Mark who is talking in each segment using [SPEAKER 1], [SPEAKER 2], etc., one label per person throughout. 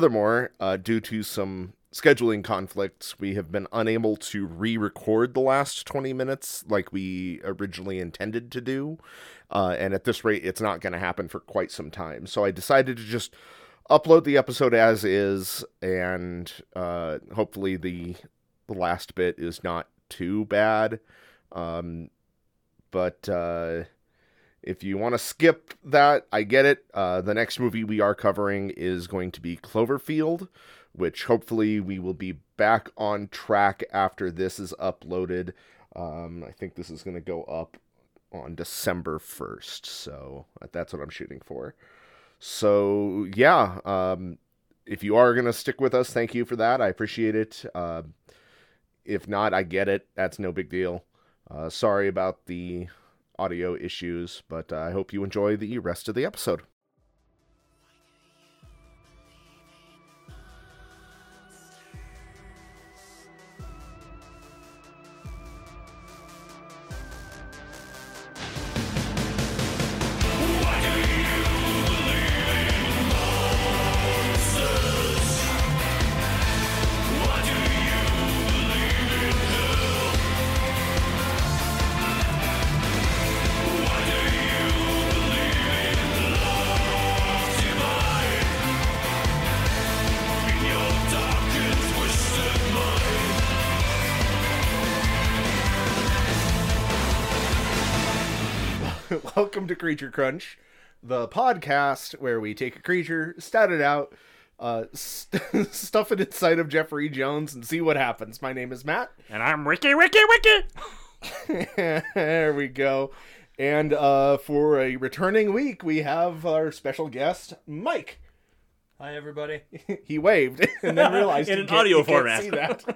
[SPEAKER 1] Furthermore, uh, due to some scheduling conflicts, we have been unable to re record the last 20 minutes like we originally intended to do. Uh, and at this rate, it's not going to happen for quite some time. So I decided to just upload the episode as is, and uh, hopefully the, the last bit is not too bad. Um, but. Uh, if you want to skip that, I get it. Uh, the next movie we are covering is going to be Cloverfield, which hopefully we will be back on track after this is uploaded. Um, I think this is going to go up on December 1st. So uh, that's what I'm shooting for. So, yeah. Um, if you are going to stick with us, thank you for that. I appreciate it. Uh, if not, I get it. That's no big deal. Uh, sorry about the audio issues, but uh, I hope you enjoy the rest of the episode. Welcome to Creature Crunch, the podcast where we take a creature, stat it out, uh, st- stuff it inside of Jeffrey Jones, and see what happens. My name is Matt.
[SPEAKER 2] And I'm Wiki Wiki Wiki.
[SPEAKER 1] there we go. And uh, for a returning week, we have our special guest, Mike.
[SPEAKER 3] Hi, everybody.
[SPEAKER 1] He waved and then realized
[SPEAKER 2] In
[SPEAKER 1] he
[SPEAKER 2] an
[SPEAKER 1] can't-
[SPEAKER 2] audio
[SPEAKER 1] he can't
[SPEAKER 2] format.
[SPEAKER 1] see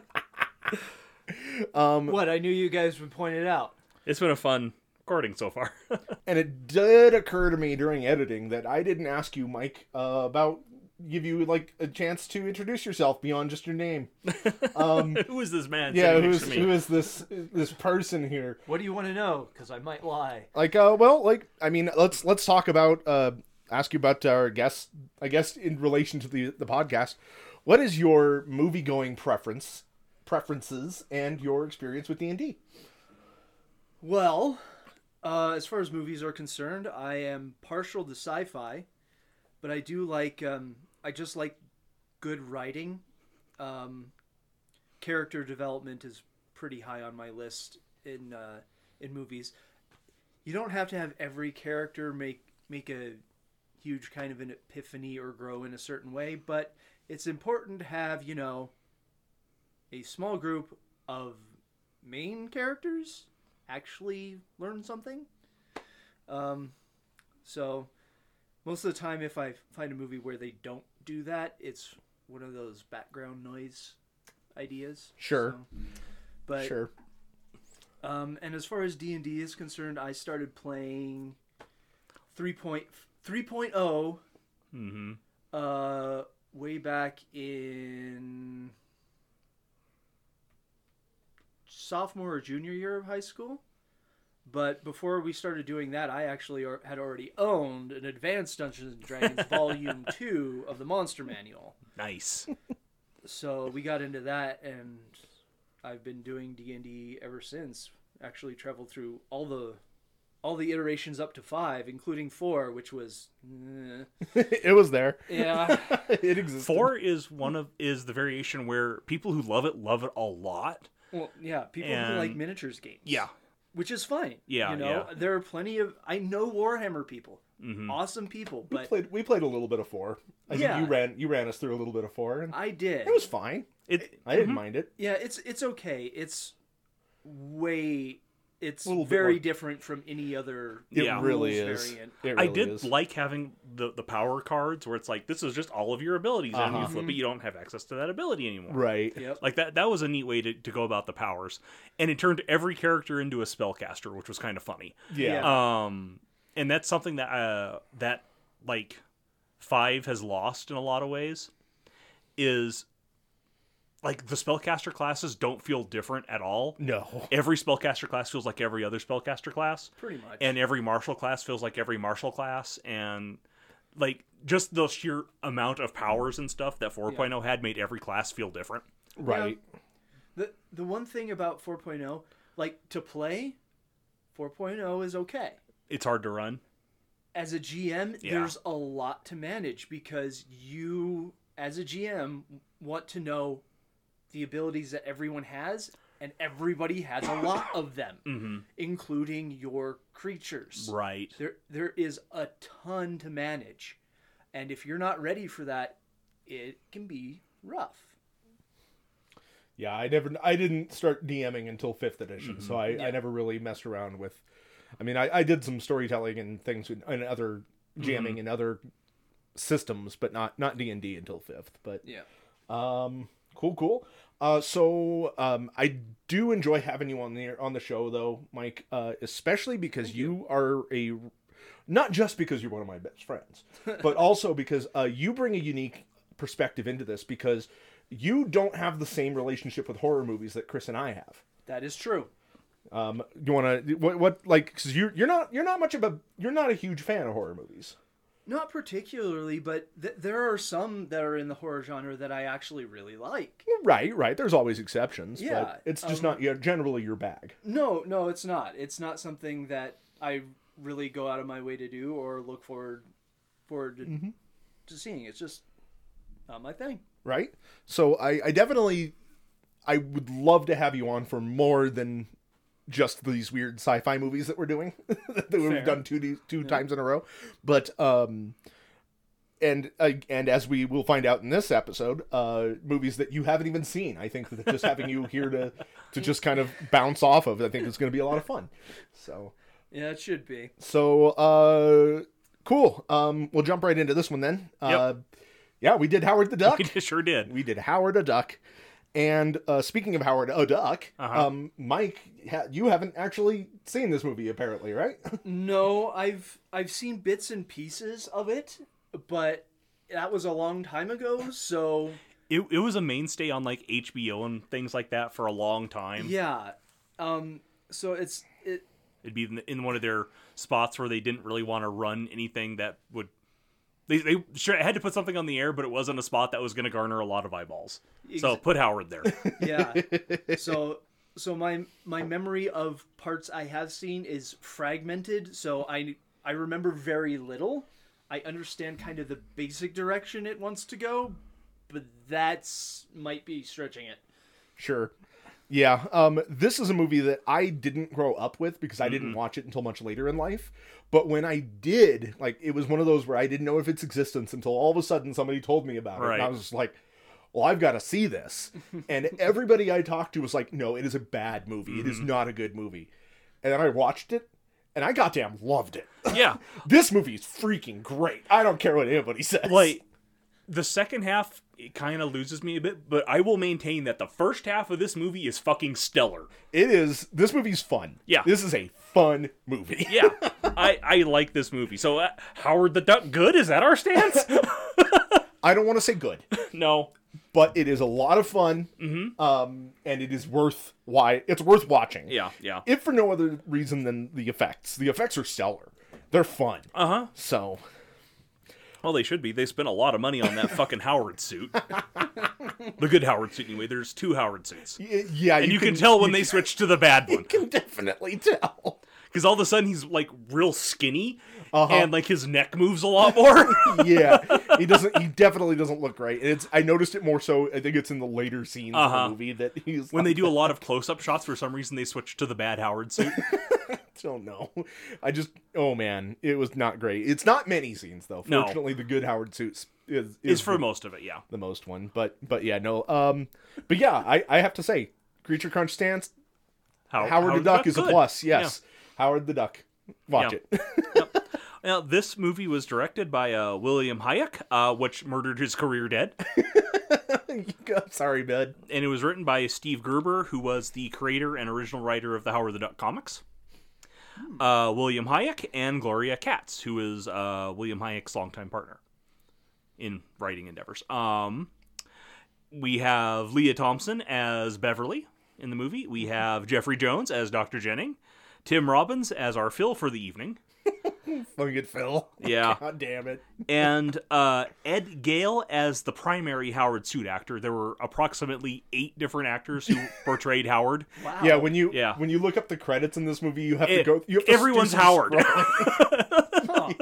[SPEAKER 1] that. um,
[SPEAKER 3] What? I knew you guys would point it out.
[SPEAKER 2] It's been a fun recording so far.
[SPEAKER 1] and it did occur to me during editing that I didn't ask you, Mike, uh, about give you like a chance to introduce yourself beyond just your name. Um,
[SPEAKER 2] who is this man
[SPEAKER 1] yeah,
[SPEAKER 2] sitting
[SPEAKER 1] who's
[SPEAKER 2] next to me?
[SPEAKER 1] who is this this person here?
[SPEAKER 3] What do you want to know? Because I might lie.
[SPEAKER 1] Like, uh, well, like I mean, let's let's talk about uh, ask you about our guest. I guess in relation to the the podcast, what is your movie going preference? preferences and your experience with D&D.
[SPEAKER 3] Well, uh, as far as movies are concerned, I am partial to sci-fi, but I do like. Um, I just like good writing. Um, character development is pretty high on my list in uh, in movies. You don't have to have every character make make a huge kind of an epiphany or grow in a certain way, but it's important to have you know a small group of main characters actually learn something. Um, so most of the time, if I find a movie where they don't do that, it's one of those background noise ideas.
[SPEAKER 1] Sure.
[SPEAKER 3] So, but
[SPEAKER 1] Sure.
[SPEAKER 3] um, and as far as D and D is concerned, I started playing 3.0 3.0
[SPEAKER 2] hmm
[SPEAKER 3] oh, uh, way back in sophomore or junior year of high school. But before we started doing that, I actually ar- had already owned an Advanced Dungeons and Dragons Volume 2 of the Monster Manual.
[SPEAKER 2] Nice.
[SPEAKER 3] So we got into that and I've been doing D&D ever since. Actually traveled through all the all the iterations up to 5, including 4, which was eh.
[SPEAKER 1] it was there.
[SPEAKER 3] yeah.
[SPEAKER 1] it exists.
[SPEAKER 2] Four is one of is the variation where people who love it love it a lot.
[SPEAKER 3] Well, yeah, people who like
[SPEAKER 2] And-
[SPEAKER 3] miniatures games.
[SPEAKER 2] Yeah.
[SPEAKER 3] Which is fine.
[SPEAKER 2] Yeah,
[SPEAKER 3] You know,
[SPEAKER 2] yeah.
[SPEAKER 3] there are plenty of I know Warhammer people.
[SPEAKER 2] hmm
[SPEAKER 3] Awesome people,
[SPEAKER 1] Mm. We
[SPEAKER 3] but
[SPEAKER 1] played we played a little bit of 4. I
[SPEAKER 3] Yeah.
[SPEAKER 1] think you ran you ran us through a little bit of 4 and
[SPEAKER 3] I Mm-hmm. did.
[SPEAKER 1] It was fine.
[SPEAKER 2] It
[SPEAKER 1] I didn't mind it.
[SPEAKER 3] yeah, it's it's okay. It's way it's
[SPEAKER 1] A little bit
[SPEAKER 3] very
[SPEAKER 1] more-
[SPEAKER 3] different from any other
[SPEAKER 1] It
[SPEAKER 2] Yeah.
[SPEAKER 1] really
[SPEAKER 3] rules
[SPEAKER 1] is.
[SPEAKER 3] variant.
[SPEAKER 1] It
[SPEAKER 2] I
[SPEAKER 1] really
[SPEAKER 2] did
[SPEAKER 1] is.
[SPEAKER 2] like having the the power cards where it's like this is just all of your abilities and you
[SPEAKER 1] Uh-huh.
[SPEAKER 2] flip it you don't have access to that ability anymore.
[SPEAKER 1] right.
[SPEAKER 3] Yep.
[SPEAKER 2] Like that that was a neat way to, to go about the powers. And it turned every character into a spellcaster, which was kind of funny.
[SPEAKER 1] Yeah.
[SPEAKER 3] Yeah.
[SPEAKER 2] um and that's something that uh that like five has lost in a lot of ways is like the spellcaster classes don't feel different at all
[SPEAKER 1] No.
[SPEAKER 2] every spellcaster class feels like every other spellcaster class
[SPEAKER 3] Pretty much.
[SPEAKER 2] and every martial class feels like every martial class and like just the sheer amount of powers and stuff that 4.0 had made every class feel different.
[SPEAKER 1] Right.
[SPEAKER 3] The the one thing about 4.0, like to play, 4.0 is okay.
[SPEAKER 2] It's hard to run.
[SPEAKER 3] As a GM,
[SPEAKER 2] Yeah.
[SPEAKER 3] there's a lot to manage because you as a GM want to know the abilities that everyone has and everybody has a lot of them, including your creatures.
[SPEAKER 2] Right.
[SPEAKER 3] There there is a ton to manage. And if you're not ready for that, it can be rough.
[SPEAKER 1] Yeah, I never, I didn't start DMing until fifth edition, so
[SPEAKER 3] Mm-hmm.
[SPEAKER 1] I, I never really messed around with. I mean, I, I did some storytelling and things in- and other jamming
[SPEAKER 3] Mm-hmm.
[SPEAKER 1] and other systems, but not not D and D until fifth. But
[SPEAKER 3] Yeah.
[SPEAKER 1] um, cool, cool. Uh, so um, I do enjoy having you on the on the show though, Mike, uh, especially because you are a not just because you're one of my best friends, but also because uh, you bring a unique perspective into this because you don't have the same relationship with horror movies that Chris and I have.
[SPEAKER 3] That is true.
[SPEAKER 1] Um, you want to what, what like cause you're you're not you're not much of a you're not a huge fan of horror movies.
[SPEAKER 3] Not particularly, but th- there are some that are in the horror genre that I actually really like.
[SPEAKER 1] Right, right. There's always exceptions,
[SPEAKER 3] Yeah,
[SPEAKER 1] but it's just
[SPEAKER 3] um,
[SPEAKER 1] not you know, generally your bag.
[SPEAKER 3] No, no, it's not. It's not something that I really go out of my way to do or look forward forward to, to seeing. It's just not my thing.
[SPEAKER 1] right? So I, I definitely I would love to have you on for more than just these weird sci-fi movies that we're doing that we've done two d- two times in a row. But um and uh, and as we will find out in this episode, uh movies that you haven't even seen. I think that just having you here to to just kind of bounce off of, I think is going to be a lot of fun. So
[SPEAKER 3] Yeah, it should be.
[SPEAKER 1] so, uh, cool. Um, we'll jump right into this one then. Uh, yeah, we did Howard the Duck.
[SPEAKER 2] It sure did.
[SPEAKER 1] We did Howard a Duck. And uh, speaking of Howard a Duck, um, Mike, ha- you haven't actually seen this movie apparently, right?
[SPEAKER 3] No, I've I've seen bits and pieces of it, but that was a long time ago, so
[SPEAKER 2] It, it was a mainstay on like HBO and things like that for a long time.
[SPEAKER 3] yeah. Um so it's it
[SPEAKER 2] It'd be in, in one of their spots where they didn't really want to run anything that would. They, they sure had to put something on the air, but it wasn't a spot that was going to garner a lot of eyeballs. So
[SPEAKER 3] Ex-
[SPEAKER 2] put Howard there.
[SPEAKER 3] yeah so so my my memory of parts i have seen is fragmented so i i remember very little i understand kind of the basic direction it wants to go but that's might be stretching it
[SPEAKER 1] sure. Yeah. Um, this is a movie that I didn't grow up with because I didn't watch it until much later in life. But when I did, like, it was one of those where I didn't know of its existence until all of a sudden somebody told me about it. And I
[SPEAKER 2] Right.
[SPEAKER 1] was just like, well, I've got to see this. And everybody I talked to was like, no, it is a bad movie. It is not a good movie. And then I watched it and I goddamn loved it.
[SPEAKER 2] yeah.
[SPEAKER 1] this movie is freaking great. I don't care what anybody says.
[SPEAKER 2] Like, the second half, it kind of loses me a bit, but I will maintain that the first half of this movie is fucking stellar.
[SPEAKER 1] it is. This movie's fun.
[SPEAKER 2] Yeah.
[SPEAKER 1] this is a fun movie.
[SPEAKER 2] Yeah. I, I like this movie. So, uh, Howard the Duck, good? Is that our stance?
[SPEAKER 1] I don't want to say good,
[SPEAKER 2] no.
[SPEAKER 1] but it is a lot of fun.
[SPEAKER 2] Mm-hmm.
[SPEAKER 1] Um, and it is worth why it's worth watching.
[SPEAKER 2] Yeah, yeah.
[SPEAKER 1] if for no other reason than the effects. The effects are stellar. They're fun.
[SPEAKER 2] Uh huh.
[SPEAKER 1] So
[SPEAKER 2] Well, they should be. They spent a lot of money on that fucking Howard suit. the good Howard suit, anyway. There's two Howard suits.
[SPEAKER 1] y- yeah,
[SPEAKER 2] And you, can, tell when they switch to the bad one.
[SPEAKER 1] can definitely tell.
[SPEAKER 2] Because all of a sudden he's like real skinny
[SPEAKER 1] Uh-huh.
[SPEAKER 2] and like his neck moves a lot more.
[SPEAKER 1] yeah, he doesn't. He definitely doesn't look great. And it's. I noticed it more so. I think it's in the later scenes of the
[SPEAKER 2] Uh-huh.
[SPEAKER 1] movie that he's.
[SPEAKER 2] when they do a lot of close up shots, for some reason they switch to the bad Howard suit.
[SPEAKER 1] don't know. I just. Oh man, it was not great. It's not many scenes though.
[SPEAKER 2] No.
[SPEAKER 1] Fortunately, the good Howard suits is is,
[SPEAKER 2] Is for
[SPEAKER 1] the,
[SPEAKER 2] most of it, yeah.
[SPEAKER 1] the most one. But but yeah no. Um, but yeah, I I have to say, Creature Crunch stance.
[SPEAKER 2] How-
[SPEAKER 1] Howard, the Duck is a
[SPEAKER 2] good.
[SPEAKER 1] plus. Yes, Howard the Duck. Watch
[SPEAKER 2] Yeah.
[SPEAKER 1] it.
[SPEAKER 2] Now, this movie was directed by uh, William Hayek, uh, which murdered his career dead.
[SPEAKER 1] I'm Sorry, bud.
[SPEAKER 2] and it was written by Steve Gerber, who was the creator and original writer of the Howard the Duck comics. Uh, William Hayek and Gloria Katz, who is uh, William Hayek's longtime partner in writing endeavors. Um, we have Leah Thompson as Beverly in the movie. We have Jeffrey Jones as Dr. Jennings. Tim Robbins as our Phil for the evening.
[SPEAKER 1] Fucking Phil.
[SPEAKER 2] Yeah.
[SPEAKER 1] God damn it.
[SPEAKER 2] and uh, Ed Gale as the primary Howard suit actor. There were approximately eight different actors who portrayed Howard.
[SPEAKER 3] Wow.
[SPEAKER 1] Yeah, when you
[SPEAKER 2] Yeah.
[SPEAKER 1] when you look up the credits in this movie, you have to
[SPEAKER 2] It-
[SPEAKER 1] go. You have to
[SPEAKER 2] everyone's
[SPEAKER 1] do some
[SPEAKER 2] Howard.
[SPEAKER 3] Huh.
[SPEAKER 1] scroll.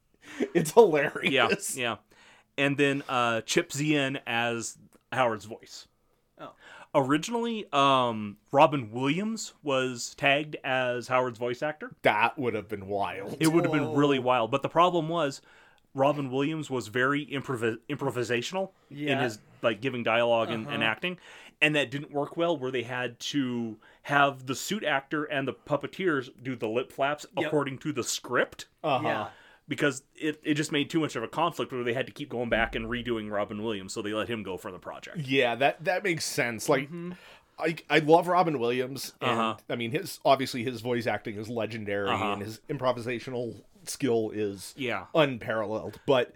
[SPEAKER 1] It's hilarious.
[SPEAKER 2] yeah, yeah. And then uh, Chip Zien as Howard's voice.
[SPEAKER 3] Oh.
[SPEAKER 2] Originally, um, Robin Williams was tagged as Howard's voice actor.
[SPEAKER 1] that would have been wild.
[SPEAKER 2] It would have been
[SPEAKER 3] Whoa.
[SPEAKER 2] really wild, but the problem was Robin Williams was very improv- improvisational in
[SPEAKER 3] Yeah. Uh-huh.
[SPEAKER 2] his like giving dialog and, and acting, and that didn't work well. Where they had to have the suit actor and the puppeteers do the lip flaps
[SPEAKER 3] Yep. Oh,
[SPEAKER 2] according to the script
[SPEAKER 1] Uh-huh.
[SPEAKER 3] Yeah.
[SPEAKER 2] because it, it just made too much of a conflict where they had to keep going back and redoing Robin Williams, so they let him go for the project.
[SPEAKER 1] Yeah, that that makes sense. Like, I I love Robin Williams, and
[SPEAKER 2] Mm-hmm. Uh-huh.
[SPEAKER 1] I mean his obviously his voice acting is legendary,
[SPEAKER 2] Uh-huh.
[SPEAKER 1] and his improvisational skill is
[SPEAKER 2] Yeah.
[SPEAKER 1] unparalleled. But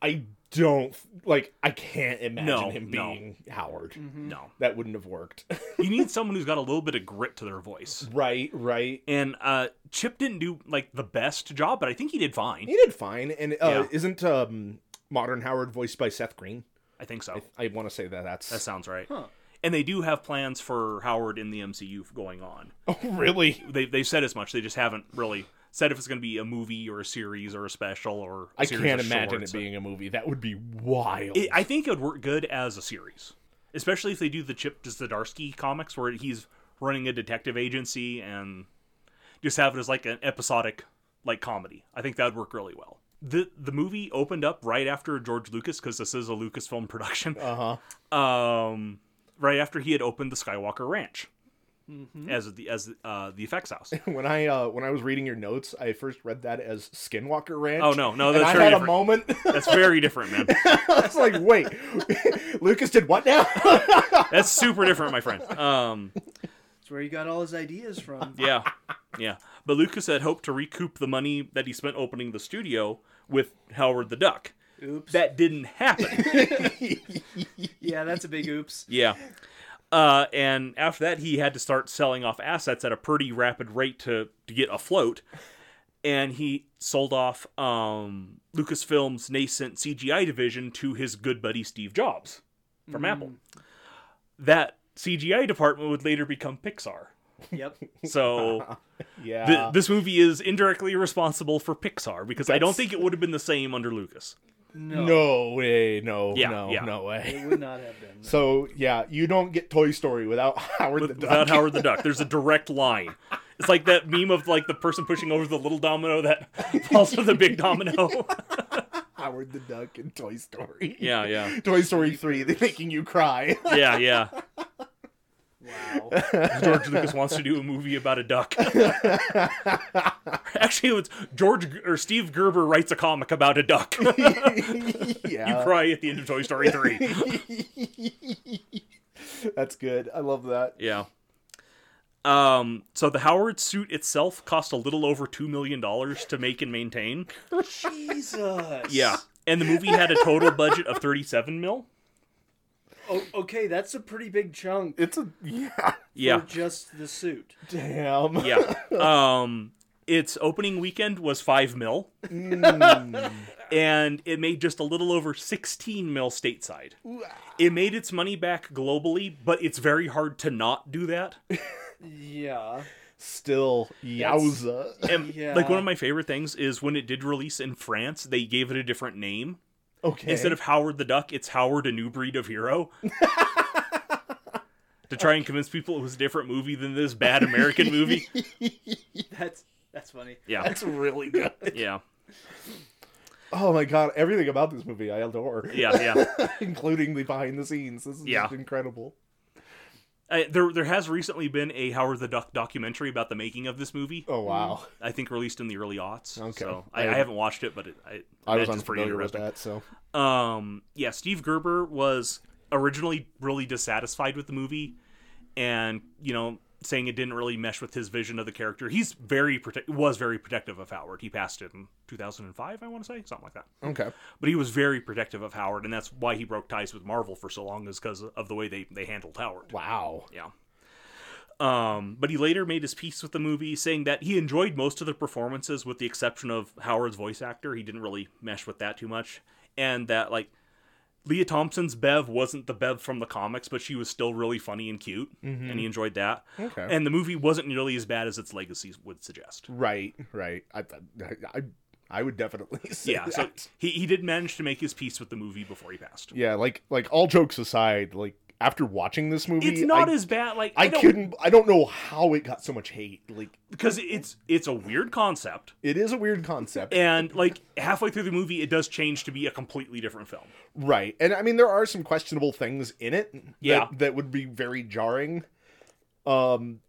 [SPEAKER 1] I don't like I can't imagine
[SPEAKER 2] No,
[SPEAKER 1] him
[SPEAKER 2] no. Mm-hmm.
[SPEAKER 1] being Howard.
[SPEAKER 2] No.
[SPEAKER 1] That wouldn't have worked.
[SPEAKER 2] you need someone who's got a little bit of grit to their voice.
[SPEAKER 1] right, right.
[SPEAKER 2] And uh, Chip didn't do like the best job, but I think he did fine.
[SPEAKER 1] He did fine, and uh,
[SPEAKER 2] Yeah.
[SPEAKER 1] isn't um, modern Howard voiced by Seth Green?
[SPEAKER 2] I think so.
[SPEAKER 1] I want to say that that's,
[SPEAKER 2] That sounds right.
[SPEAKER 3] Huh.
[SPEAKER 2] And they do have plans for Howard in the MCU going on.
[SPEAKER 1] oh really.
[SPEAKER 2] They they said as much. They just haven't really said if it's going to be a movie or a series or a special or I
[SPEAKER 1] I can't imagine it being a movie. That would be wild.
[SPEAKER 2] It, I think it would work good as a series, especially if they do the Chip Zdarsky comics where he's running a detective agency and just have it as like an episodic like comedy. I think that would work really well. The the movie opened up right after George Lucas because this is a Lucasfilm production.
[SPEAKER 1] uh
[SPEAKER 2] Um, right after he had opened the Skywalker Ranch. As the as uh, the effects house,
[SPEAKER 1] When I uh, when I was reading your notes, I first read that as Skinwalker Ranch.
[SPEAKER 2] Oh, no, no,
[SPEAKER 1] and
[SPEAKER 2] that's
[SPEAKER 1] I
[SPEAKER 2] very
[SPEAKER 1] had a
[SPEAKER 2] different.
[SPEAKER 1] moment.
[SPEAKER 2] that's very different, man.
[SPEAKER 1] I was like, wait, Lucas did what now?
[SPEAKER 2] That's super different, my friend. Um,
[SPEAKER 3] That's where he got all his ideas from.
[SPEAKER 2] Yeah. Yeah. But Lucas had hoped to recoup the money that he spent opening the studio with Howard the Duck.
[SPEAKER 3] Oops.
[SPEAKER 2] That didn't happen.
[SPEAKER 3] yeah, that's a big oops.
[SPEAKER 2] yeah. Uh, and after that, he had to start selling off assets at a pretty rapid rate to, to get afloat. And he sold off um, Lucasfilm's nascent CGI division to his good buddy Steve Jobs from Apple. That CGI department would later become Pixar.
[SPEAKER 3] Yep.
[SPEAKER 2] So
[SPEAKER 1] yeah,
[SPEAKER 2] Th- this movie is indirectly responsible for Pixar because I don't think it would have been the same under Lucas.
[SPEAKER 3] No.
[SPEAKER 1] no way, no,
[SPEAKER 2] Yeah,
[SPEAKER 1] no,
[SPEAKER 2] yeah.
[SPEAKER 1] no way.
[SPEAKER 3] It would not have been.
[SPEAKER 1] So yeah, you don't get Toy Story without Howard the Duck.
[SPEAKER 2] Without Howard the Duck, there's a direct line. It's like that meme of like the person pushing over the little domino that falls to the big domino.
[SPEAKER 1] Howard the Duck in Toy Story.
[SPEAKER 2] yeah, yeah,
[SPEAKER 1] Toy Story three, they're making you cry.
[SPEAKER 2] yeah, yeah.
[SPEAKER 3] Wow.
[SPEAKER 2] George Lucas wants to do a movie about a duck. Actually, it's George G- or Steve Gerber writes a comic about a duck. you
[SPEAKER 1] yeah,
[SPEAKER 2] cry at the end of Toy Story three.
[SPEAKER 1] that's good. I love that.
[SPEAKER 2] Yeah. Um, so the Howard suit itself cost a little over two million dollars to make and maintain.
[SPEAKER 3] Jesus.
[SPEAKER 2] And the movie had a total budget of thirty-seven mil.
[SPEAKER 3] O- okay, that's a pretty big chunk
[SPEAKER 1] It's a yeah,
[SPEAKER 2] Yeah.
[SPEAKER 3] for just the suit.
[SPEAKER 1] damn.
[SPEAKER 2] Yeah. Um its opening weekend was five mil.
[SPEAKER 1] Mm.
[SPEAKER 2] and it made just a little over sixteen mil stateside. It made its money back globally, but it's very hard to not do that.
[SPEAKER 3] Yeah.
[SPEAKER 1] Still, yowza.
[SPEAKER 2] And
[SPEAKER 3] Yeah.
[SPEAKER 2] like one of my favorite things is when it did release in France, they gave it a different name.
[SPEAKER 1] Okay.
[SPEAKER 2] Instead of Howard the Duck, it's Howard a New Breed of Hero. to try and convince people it was a different movie than this bad American movie.
[SPEAKER 3] That's that's funny.
[SPEAKER 2] Yeah.
[SPEAKER 1] that's really good.
[SPEAKER 2] Yeah.
[SPEAKER 1] Oh my god, everything about this movie I adore.
[SPEAKER 2] Yeah, yeah.
[SPEAKER 1] Including the behind the scenes. This is
[SPEAKER 2] Yeah.
[SPEAKER 1] just incredible.
[SPEAKER 2] Uh, there there has recently been a Howard the Duck documentary about the making of this movie.
[SPEAKER 1] Oh wow.
[SPEAKER 2] I think released in the early aughts.
[SPEAKER 1] Okay.
[SPEAKER 2] So I, I
[SPEAKER 1] I-
[SPEAKER 2] haven't watched it, but it, I
[SPEAKER 1] I was
[SPEAKER 2] imagine it's pretty
[SPEAKER 1] unfamiliar with
[SPEAKER 2] interesting.
[SPEAKER 1] that, so
[SPEAKER 2] Um, yeah, Steve Gerber was originally really dissatisfied with the movie, and you know, saying it didn't really mesh with his vision of the character. He's very prote- was very protective of Howard. He passed it in 2005, I want to say, something like that.
[SPEAKER 1] Okay.
[SPEAKER 2] But he was very protective of Howard, and that's why he broke ties with Marvel for so long, is because of the way they they handled Howard.
[SPEAKER 1] Wow.
[SPEAKER 2] Yeah. Um, but he later made his peace with the movie, saying that he enjoyed most of the performances, with the exception of Howard's voice actor. He didn't really mesh with that too much, and that like Leah Thompson's Bev wasn't the Bev from the comics, but she was still really funny and cute, and he enjoyed that.
[SPEAKER 1] Mm-hmm. Okay.
[SPEAKER 2] And the movie wasn't nearly as bad as its legacy would suggest.
[SPEAKER 1] Right, right. I, I, I- I would definitely say
[SPEAKER 2] Yeah, so
[SPEAKER 1] that.
[SPEAKER 2] he, he did manage to make his peace with the movie before he passed.
[SPEAKER 1] yeah. Like, like all jokes aside, like after watching this movie,
[SPEAKER 2] It's not
[SPEAKER 1] I,
[SPEAKER 2] as bad. Like
[SPEAKER 1] I,
[SPEAKER 2] I, don't
[SPEAKER 1] couldn't. I don't know how it got so much hate. Like,
[SPEAKER 2] because it's it's a weird concept,
[SPEAKER 1] it is a weird concept,
[SPEAKER 2] and like halfway through the movie, it does change to be a completely different film.
[SPEAKER 1] right? And I mean, there are some questionable things in it. that-
[SPEAKER 2] Yeah.
[SPEAKER 1] that would be very jarring. Um,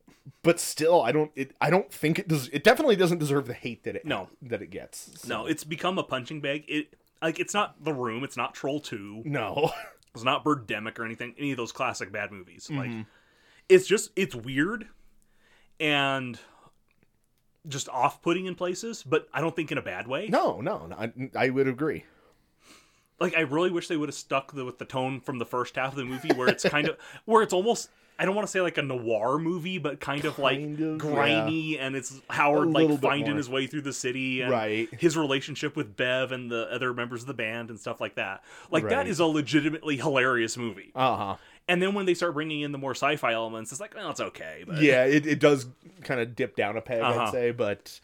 [SPEAKER 1] but still, I don't. It, I don't think it does. It definitely doesn't deserve the hate that it
[SPEAKER 2] No.
[SPEAKER 1] that it gets. so-
[SPEAKER 2] No, it's become a punching bag. It like it's not The Room, it's not Troll Two,
[SPEAKER 1] no.
[SPEAKER 2] it's not Birdemic or anything. Any of those classic bad movies. Like it's just it's weird and just off-putting in places, but I don't think in a bad way.
[SPEAKER 1] No, no, no, I, I would agree.
[SPEAKER 2] like I really wish they would have stuck the, with the tone from the first half of the movie, where it's kind of where it's almost I don't want to say like a noir movie, but kind of like
[SPEAKER 1] Kind of,
[SPEAKER 2] grimy, and it's
[SPEAKER 1] A
[SPEAKER 2] Howard
[SPEAKER 1] little
[SPEAKER 2] like
[SPEAKER 1] bit
[SPEAKER 2] finding
[SPEAKER 1] more.
[SPEAKER 2] his way through the city, and
[SPEAKER 1] Right.
[SPEAKER 2] His relationship with Bev and the other members of the band and stuff like that. Like
[SPEAKER 1] Right.
[SPEAKER 2] that is a legitimately hilarious movie.
[SPEAKER 1] Uh huh.
[SPEAKER 2] And then when they start bringing in the more sci-fi elements, it's like, well, it's okay. But
[SPEAKER 1] Yeah, it, it does kind of dip down a peg, I'd
[SPEAKER 2] Uh-huh.
[SPEAKER 1] say, but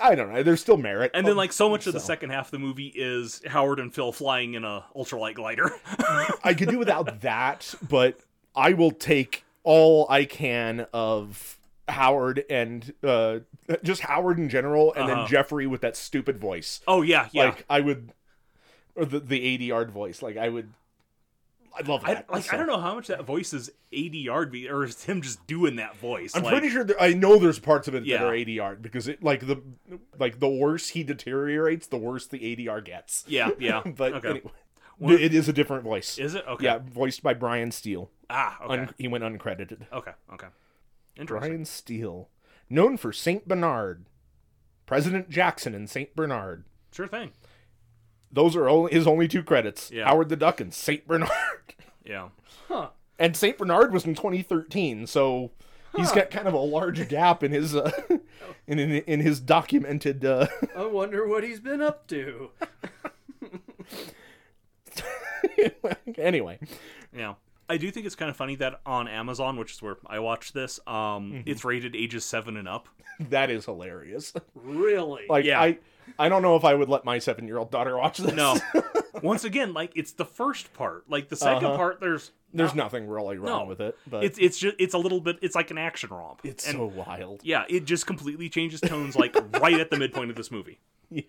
[SPEAKER 1] I don't know. There's still merit.
[SPEAKER 2] And then, like, so much of the
[SPEAKER 1] So.
[SPEAKER 2] second half of the movie is Howard and Phil flying in a ultralight glider.
[SPEAKER 1] I could do without that, but I will take all I can of Howard and uh, just Howard in general, and
[SPEAKER 2] Uh-huh.
[SPEAKER 1] then Jeffrey with that stupid voice.
[SPEAKER 2] oh yeah, yeah.
[SPEAKER 1] Like I would, or the the 80 yard voice. Like I would, I love
[SPEAKER 2] I,
[SPEAKER 1] that.
[SPEAKER 2] like I don't know how much that voice is ADR be or is him just doing that voice.
[SPEAKER 1] I'm
[SPEAKER 2] like,
[SPEAKER 1] pretty sure there, I know there's parts of it
[SPEAKER 2] Yeah.
[SPEAKER 1] that are 80 yard because it like the like the worse he deteriorates, the worse the 80 yard gets.
[SPEAKER 2] Yeah, yeah.
[SPEAKER 1] but
[SPEAKER 2] okay.
[SPEAKER 1] anyway,
[SPEAKER 2] Well-
[SPEAKER 1] it is a different voice.
[SPEAKER 2] is it okay?
[SPEAKER 1] Yeah, voiced by Brian Steele.
[SPEAKER 2] Ah, okay.
[SPEAKER 1] Un- he went uncredited.
[SPEAKER 2] okay. Okay. Interesting.
[SPEAKER 1] Brian Steele, known for Saint Bernard, President Jackson and Saint Bernard.
[SPEAKER 2] Sure thing.
[SPEAKER 1] Those are only, his only two credits.
[SPEAKER 2] Yeah.
[SPEAKER 1] Howard the Duck and Saint Bernard.
[SPEAKER 2] Yeah.
[SPEAKER 3] Huh.
[SPEAKER 1] And Saint Bernard was in 2013, so he's got kind of a large gap in his uh, in, in in his documented uh,
[SPEAKER 3] I wonder what he's been up to.
[SPEAKER 1] anyway.
[SPEAKER 2] Yeah. I do think it's kind of funny that on Amazon, which is where I watch this, um,
[SPEAKER 1] Mm-hmm.
[SPEAKER 2] it's rated ages seven and up.
[SPEAKER 1] That is hilarious.
[SPEAKER 3] Really?
[SPEAKER 1] Like
[SPEAKER 2] Yeah.
[SPEAKER 1] I I don't know if I would let my 7-year-old daughter watch this.
[SPEAKER 2] No. Once again, like it's the first part. Like the 2nd
[SPEAKER 1] Uh-huh.
[SPEAKER 2] part, there's
[SPEAKER 1] There's nothing really wrong
[SPEAKER 2] No.
[SPEAKER 1] with it, but
[SPEAKER 2] it's it's just it's a little bit it's like an action romp.
[SPEAKER 1] it's
[SPEAKER 2] and
[SPEAKER 1] so wild.
[SPEAKER 2] yeah, it just completely changes tones like right at the midpoint of this movie.
[SPEAKER 1] Yeah.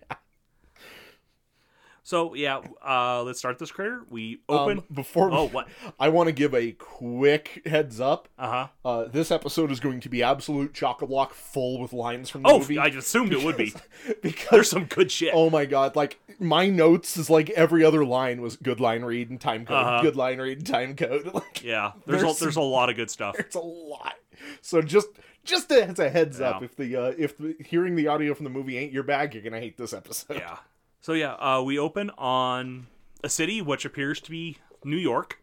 [SPEAKER 2] So yeah, uh, let's start this critter. We open.
[SPEAKER 1] Um, before we-
[SPEAKER 2] oh what?
[SPEAKER 1] I want to give a quick heads up.
[SPEAKER 2] Uh huh.
[SPEAKER 1] Uh, this episode is going to be absolute chock a block full with lines from the
[SPEAKER 2] Oh,
[SPEAKER 1] movie.
[SPEAKER 2] I assumed it would be. There's
[SPEAKER 1] because
[SPEAKER 2] some good shit.
[SPEAKER 1] oh my god, like my notes is like every other line was good line read and time code,
[SPEAKER 2] Uh-huh.
[SPEAKER 1] good line read and time code. Like
[SPEAKER 2] yeah, there's
[SPEAKER 1] there's
[SPEAKER 2] a, there's a lot of good stuff.
[SPEAKER 1] it's a lot. So just just as a heads up,
[SPEAKER 2] Yeah.
[SPEAKER 1] if the uh, if the, hearing the audio from the movie ain't your bag, you're gonna hate this episode.
[SPEAKER 2] Yeah. So yeah, uh, we open on a city which appears to be New York.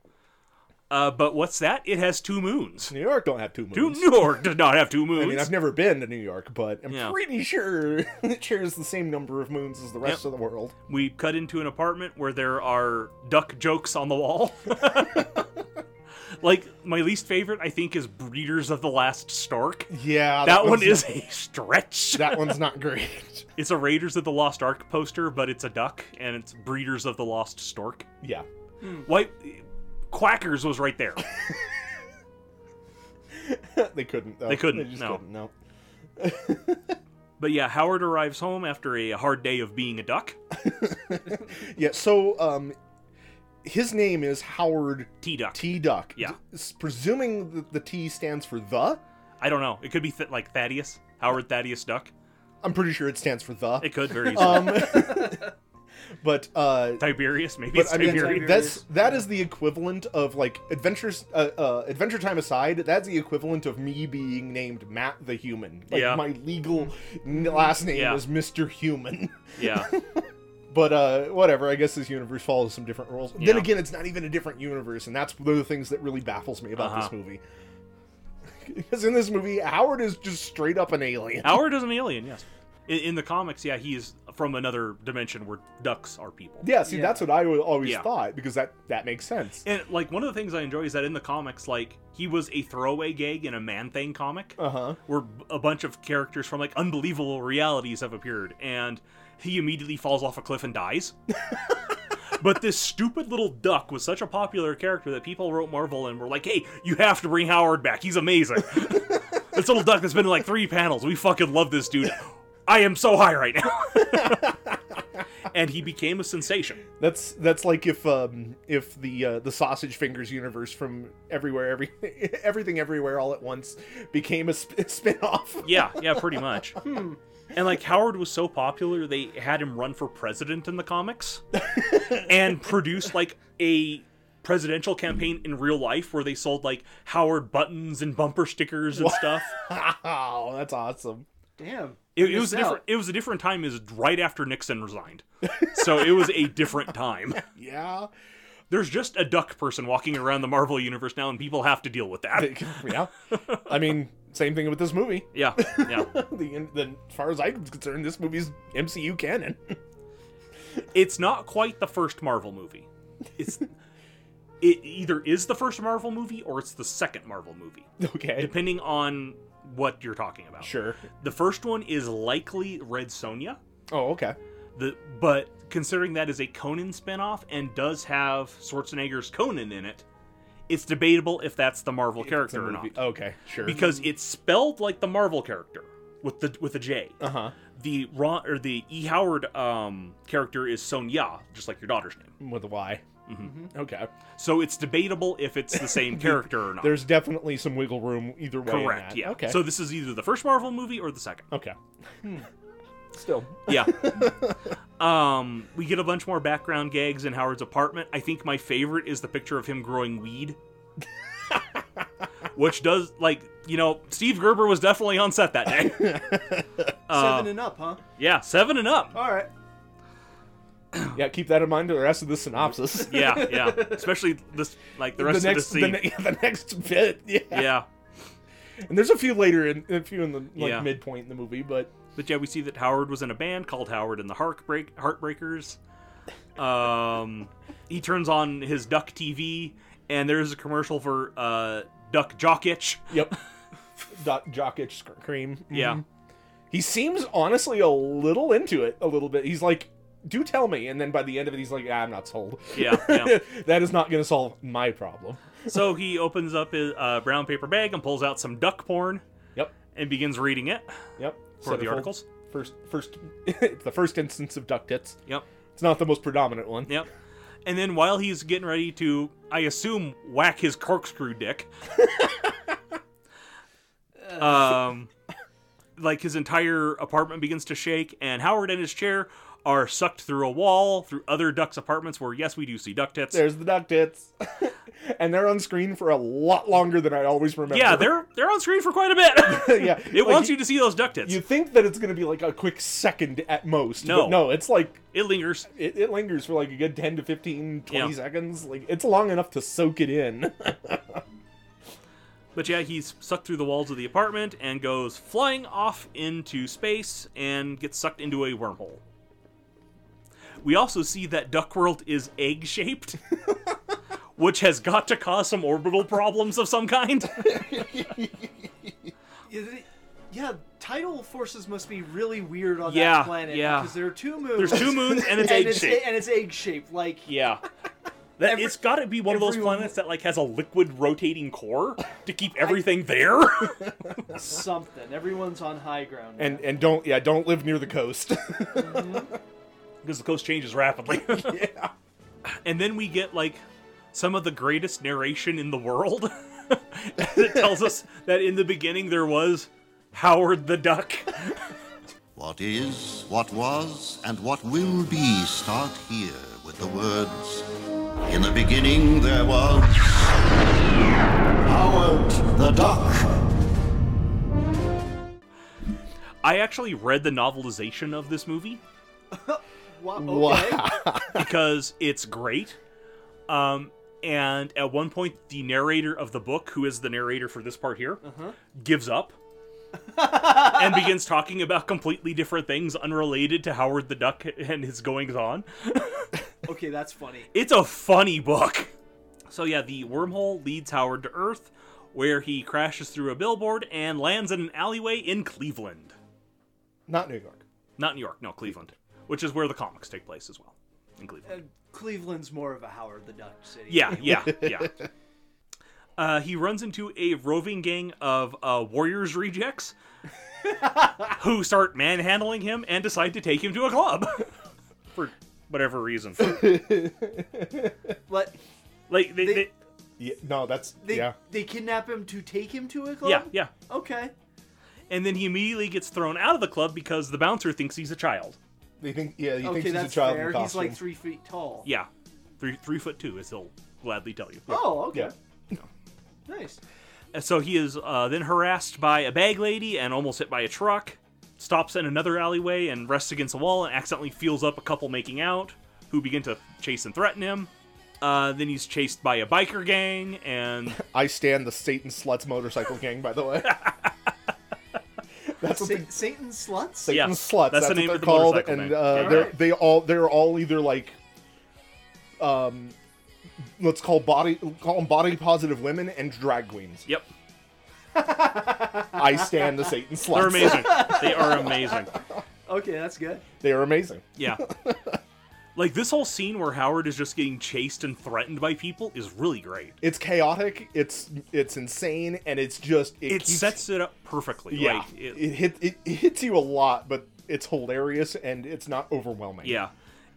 [SPEAKER 2] Uh, but what's that? It has two moons.
[SPEAKER 1] New York don't have two
[SPEAKER 2] New
[SPEAKER 1] moons.
[SPEAKER 2] New York does not have two
[SPEAKER 1] I
[SPEAKER 2] moons.
[SPEAKER 1] mean, I've never been to New York, but I'm
[SPEAKER 2] Yeah.
[SPEAKER 1] pretty sure it shares the same number of moons as the rest
[SPEAKER 2] Yep.
[SPEAKER 1] of the world.
[SPEAKER 2] we cut into an apartment where there are duck jokes on the wall. like my least favorite, I think, is Breeders of the Last Stork.
[SPEAKER 1] Yeah,
[SPEAKER 2] That one
[SPEAKER 1] one's
[SPEAKER 2] is a stretch.
[SPEAKER 1] that one's not great.
[SPEAKER 2] It's a Raiders of the Lost Ark poster, but it's a duck, and it's Breeders of the Lost Stork.
[SPEAKER 1] Yeah.
[SPEAKER 2] Why? Quackers was right there.
[SPEAKER 1] they couldn't. Though.
[SPEAKER 2] They couldn't,
[SPEAKER 1] just
[SPEAKER 2] no.
[SPEAKER 1] couldn't, no.
[SPEAKER 2] But yeah, Howard arrives home after a hard day of being a duck.
[SPEAKER 1] Yeah. So, um, his name is Howard
[SPEAKER 2] T duck.
[SPEAKER 1] T. Duck.
[SPEAKER 2] Yeah.
[SPEAKER 1] S- Presuming that the T stands for the,
[SPEAKER 2] I don't know. It could be th- like Thaddeus, Howard Thaddeus Duck.
[SPEAKER 1] I'm pretty sure it stands for the.
[SPEAKER 2] It could very easily.
[SPEAKER 1] Um, but uh,
[SPEAKER 2] Tiberius, maybe
[SPEAKER 1] but
[SPEAKER 2] it's
[SPEAKER 1] I mean,
[SPEAKER 2] Tiberius.
[SPEAKER 1] that's that is the equivalent of like adventures. Uh, uh, Adventure Time aside, that's the equivalent of me being named Matt the Human. Like,
[SPEAKER 2] Yeah.
[SPEAKER 1] My legal n- last name
[SPEAKER 2] Yeah.
[SPEAKER 1] is Mister Human.
[SPEAKER 2] yeah,
[SPEAKER 1] But uh, whatever, I guess this universe follows some different rules. Then
[SPEAKER 2] Yeah.
[SPEAKER 1] again, it's not even a different universe, and that's one of the things that really baffles me about
[SPEAKER 2] Uh-huh.
[SPEAKER 1] this movie. Because in this movie, Howard is just straight up an alien.
[SPEAKER 2] Howard is an alien, yes. In, in the comics, yeah, he is from another dimension where ducks are people.
[SPEAKER 1] Yeah, see,
[SPEAKER 3] Yeah.
[SPEAKER 1] that's what I wa- always
[SPEAKER 2] Yeah.
[SPEAKER 1] thought because that that makes sense.
[SPEAKER 2] And like one of the things I enjoy is that in the comics, like he was a throwaway gag in a Man Thing comic,
[SPEAKER 1] Uh huh.
[SPEAKER 2] where a bunch of characters from like unbelievable realities have appeared, and he immediately falls off a cliff and dies. but this stupid little duck was such a popular character that people wrote Marvel and were like, "Hey, you have to bring Howard back. He's amazing." this little duck has been in like three panels. We fucking love this dude. I am so high right now. and he became a sensation.
[SPEAKER 1] That's that's like if um if the uh, the sausage fingers universe from everywhere every everything everywhere all at once became a sp- spin-off.
[SPEAKER 2] Yeah, yeah, pretty much. Hmm. And like Howard was so popular, they had him run for president in the comics and produce like a presidential campaign in real life where they sold like Howard buttons and bumper stickers and stuff.
[SPEAKER 1] Wow, that's awesome.
[SPEAKER 3] Damn.
[SPEAKER 2] It, it was a
[SPEAKER 3] Missed out.
[SPEAKER 2] different. It was a different time. Is right after Nixon resigned, so it was a different time.
[SPEAKER 1] Yeah.
[SPEAKER 2] There's just a duck person walking around the Marvel universe now, and people have to deal with that.
[SPEAKER 1] Yeah. I mean, same thing with this movie.
[SPEAKER 2] Yeah, yeah.
[SPEAKER 1] The, the as far as I'm concerned, this movie's MCU canon.
[SPEAKER 2] it's not quite the first Marvel movie. It's it either is the first Marvel movie or it's the second Marvel movie,
[SPEAKER 1] okay.
[SPEAKER 2] depending on what you're talking about.
[SPEAKER 1] Sure.
[SPEAKER 2] The first one is likely Red Sonia,
[SPEAKER 1] Oh, okay.
[SPEAKER 2] the but considering that is a Conan spinoff and does have Schwarzenegger's Conan in it, it's debatable if that's the Marvel
[SPEAKER 1] It's a
[SPEAKER 2] character or not
[SPEAKER 1] movie. Okay, sure.
[SPEAKER 2] because it's spelled like the Marvel character with the with a J.
[SPEAKER 1] uh huh.
[SPEAKER 2] The Ron or the E Howard um, character is Sonia, just like your daughter's name.
[SPEAKER 1] With a Y.
[SPEAKER 2] Mm-hmm.
[SPEAKER 1] Mm-hmm. Okay.
[SPEAKER 2] So it's debatable if it's the same character or not.
[SPEAKER 1] There's definitely some wiggle room either way. in
[SPEAKER 2] Correct.
[SPEAKER 1] that.
[SPEAKER 2] Yeah.
[SPEAKER 1] Okay.
[SPEAKER 2] So Hmm. this is either the first Marvel movie or the second.
[SPEAKER 1] okay. Still.
[SPEAKER 2] Yeah. um, we get a bunch more background gags in Howard's apartment. I think my favorite is the picture of him growing weed. Which does like you know Steve Gerber was definitely on set that day. Uh,
[SPEAKER 3] Seven and up, huh?
[SPEAKER 2] yeah, seven and up.
[SPEAKER 3] All right.
[SPEAKER 1] Yeah. Keep that in mind for the rest of the synopsis.
[SPEAKER 2] Yeah, yeah. Especially this like the rest
[SPEAKER 1] the next,
[SPEAKER 2] of the scene.
[SPEAKER 1] ne- yeah, the next bit. Yeah.
[SPEAKER 2] yeah.
[SPEAKER 1] And there's a few later in a few in the like
[SPEAKER 2] Yeah.
[SPEAKER 1] midpoint in the movie, but
[SPEAKER 2] But yeah, we see that Howard was in a band called Howard and the Heartbreak Heartbreakers. Um, he turns on his Duck TV, and there's a commercial for uh, Duck Jock Itch.
[SPEAKER 1] yep. Doc, jock itch sc- cream.
[SPEAKER 2] Yeah,
[SPEAKER 1] He seems honestly a little into it a little bit. He's like, "Do tell me," and then by the end of it, he's like, ah, "I'm not sold.
[SPEAKER 2] yeah, yeah.
[SPEAKER 1] that is not going to solve my problem."
[SPEAKER 2] so he opens up his uh, brown paper bag and pulls out some duck porn
[SPEAKER 1] Yep.
[SPEAKER 2] and begins reading it
[SPEAKER 1] Yep.
[SPEAKER 2] for the
[SPEAKER 1] Centerfold.
[SPEAKER 2] articles.
[SPEAKER 1] First, first, it's the first instance of duck tits.
[SPEAKER 2] Yep,
[SPEAKER 1] It's not the most predominant one.
[SPEAKER 2] yep. And then while he's getting ready to, I assume, whack his corkscrew dick, um, like his entire apartment begins to shake, and Howard and his chair are sucked through a wall through other ducks' apartments. Where yes, we do see duck tits.
[SPEAKER 1] There's the duck tits, and they're on screen for a lot longer than I always remember.
[SPEAKER 2] yeah, they're they're on screen for quite a bit.
[SPEAKER 1] yeah.
[SPEAKER 2] it wants you to see those duck tits.
[SPEAKER 1] You think that it's going to be like a quick second at most.
[SPEAKER 2] No.
[SPEAKER 1] but no, it's like
[SPEAKER 2] it lingers.
[SPEAKER 1] it, it lingers for like a good 10 to 15 20
[SPEAKER 2] Yeah.
[SPEAKER 1] seconds like it's long enough to soak it in
[SPEAKER 2] But yeah, he's sucked through the walls of the apartment and goes flying off into space and gets sucked into a wormhole. We also see that Duckworld is egg shaped, which has got to cause some orbital problems of some kind.
[SPEAKER 3] Yeah, they- yeah, tidal forces must be really weird on
[SPEAKER 2] Yeah,
[SPEAKER 3] that planet.
[SPEAKER 2] yeah.
[SPEAKER 3] Because there are two moons.
[SPEAKER 2] There's two moons and it's
[SPEAKER 3] and
[SPEAKER 2] egg
[SPEAKER 3] it's,
[SPEAKER 2] shaped.
[SPEAKER 3] and it's egg shaped. Like,
[SPEAKER 2] Yeah. That,
[SPEAKER 3] Every-
[SPEAKER 2] it's got to be one of those
[SPEAKER 3] everyone-
[SPEAKER 2] planets that like has a liquid rotating core to keep everything there.
[SPEAKER 3] something. Everyone's on high ground.
[SPEAKER 1] and and don't yeah don't live near the coast
[SPEAKER 2] because the coast changes rapidly. yeah. And then we get like some of the greatest narration in the world. it tells us that in the beginning there was Howard the Duck.
[SPEAKER 4] What is, what was, and what will be start here with the words In the beginning there was. Howard the Duck.
[SPEAKER 2] I actually read the novelization of this movie
[SPEAKER 3] wow. Okay.
[SPEAKER 1] Wow.
[SPEAKER 2] because it's great. Um, And at one point, the narrator of the book, who is the narrator for this part here, gives up and begins talking about completely different things unrelated to Howard the Duck and his goings on.
[SPEAKER 3] Okay, that's funny.
[SPEAKER 2] It's a funny book. So, yeah, the wormhole leads Howard to Earth, where he crashes through a billboard and lands in an alleyway in Cleveland.
[SPEAKER 1] Not New York.
[SPEAKER 2] Not New York, no, Cleveland, which is where the comics take place as well. In Cleveland.
[SPEAKER 3] Uh, Cleveland's more of a Howard the Duck city.
[SPEAKER 2] Yeah, yeah, yeah. Uh, he runs into a roving gang of uh, Warriors rejects who start manhandling him and decide to take him to a club for whatever reason.
[SPEAKER 3] Let,
[SPEAKER 2] Like, they,
[SPEAKER 3] They-
[SPEAKER 2] they-
[SPEAKER 1] Yeah, no, that's
[SPEAKER 3] they
[SPEAKER 1] yeah.
[SPEAKER 3] they kidnap him to take him to a club.
[SPEAKER 2] yeah, yeah.
[SPEAKER 3] Okay.
[SPEAKER 2] And then he immediately gets thrown out of the club because the bouncer thinks he's a child.
[SPEAKER 1] They think yeah. You
[SPEAKER 3] okay,
[SPEAKER 1] think she's a
[SPEAKER 3] that's
[SPEAKER 1] child
[SPEAKER 3] fair.
[SPEAKER 1] in
[SPEAKER 3] He's
[SPEAKER 1] costume.
[SPEAKER 3] like three feet tall.
[SPEAKER 2] Yeah, three three foot two, as he'll gladly tell you.
[SPEAKER 3] Oh, okay.
[SPEAKER 1] yeah.
[SPEAKER 3] Nice.
[SPEAKER 2] And So he is uh, then harassed by a bag lady and almost hit by a truck. Stops in another alleyway and rests against a wall and accidentally feels up a couple making out, who begin to chase and threaten him. Uh, then he's chased by a biker gang and
[SPEAKER 1] I stand the Satan sluts motorcycle gang. By the way, that's what they
[SPEAKER 3] Sa- Satan sluts.
[SPEAKER 1] Satan
[SPEAKER 2] Yeah,
[SPEAKER 1] sluts.
[SPEAKER 2] that's
[SPEAKER 1] That's,
[SPEAKER 2] the
[SPEAKER 1] what
[SPEAKER 2] name
[SPEAKER 1] they're
[SPEAKER 2] of the
[SPEAKER 1] called,
[SPEAKER 2] motorcycle
[SPEAKER 1] and
[SPEAKER 2] gang.
[SPEAKER 1] uh,
[SPEAKER 3] All
[SPEAKER 1] they're,
[SPEAKER 3] right.
[SPEAKER 1] they all they're all either like, um, let's call body call them body positive women and drag queens.
[SPEAKER 2] yep,
[SPEAKER 1] I stand the Satan sluts.
[SPEAKER 2] they're amazing. they are amazing.
[SPEAKER 3] Okay, that's good.
[SPEAKER 1] They are amazing.
[SPEAKER 2] Yeah. Like this whole scene where Howard is just getting chased and threatened by people is really great.
[SPEAKER 1] It's chaotic. It's it's insane, and it's just it,
[SPEAKER 2] It
[SPEAKER 1] keeps-
[SPEAKER 2] sets it up perfectly.
[SPEAKER 1] Yeah,
[SPEAKER 2] Like,
[SPEAKER 1] it,
[SPEAKER 2] it-
[SPEAKER 1] hit it, it hits you a lot, but it's hilarious and it's not overwhelming.
[SPEAKER 2] Yeah.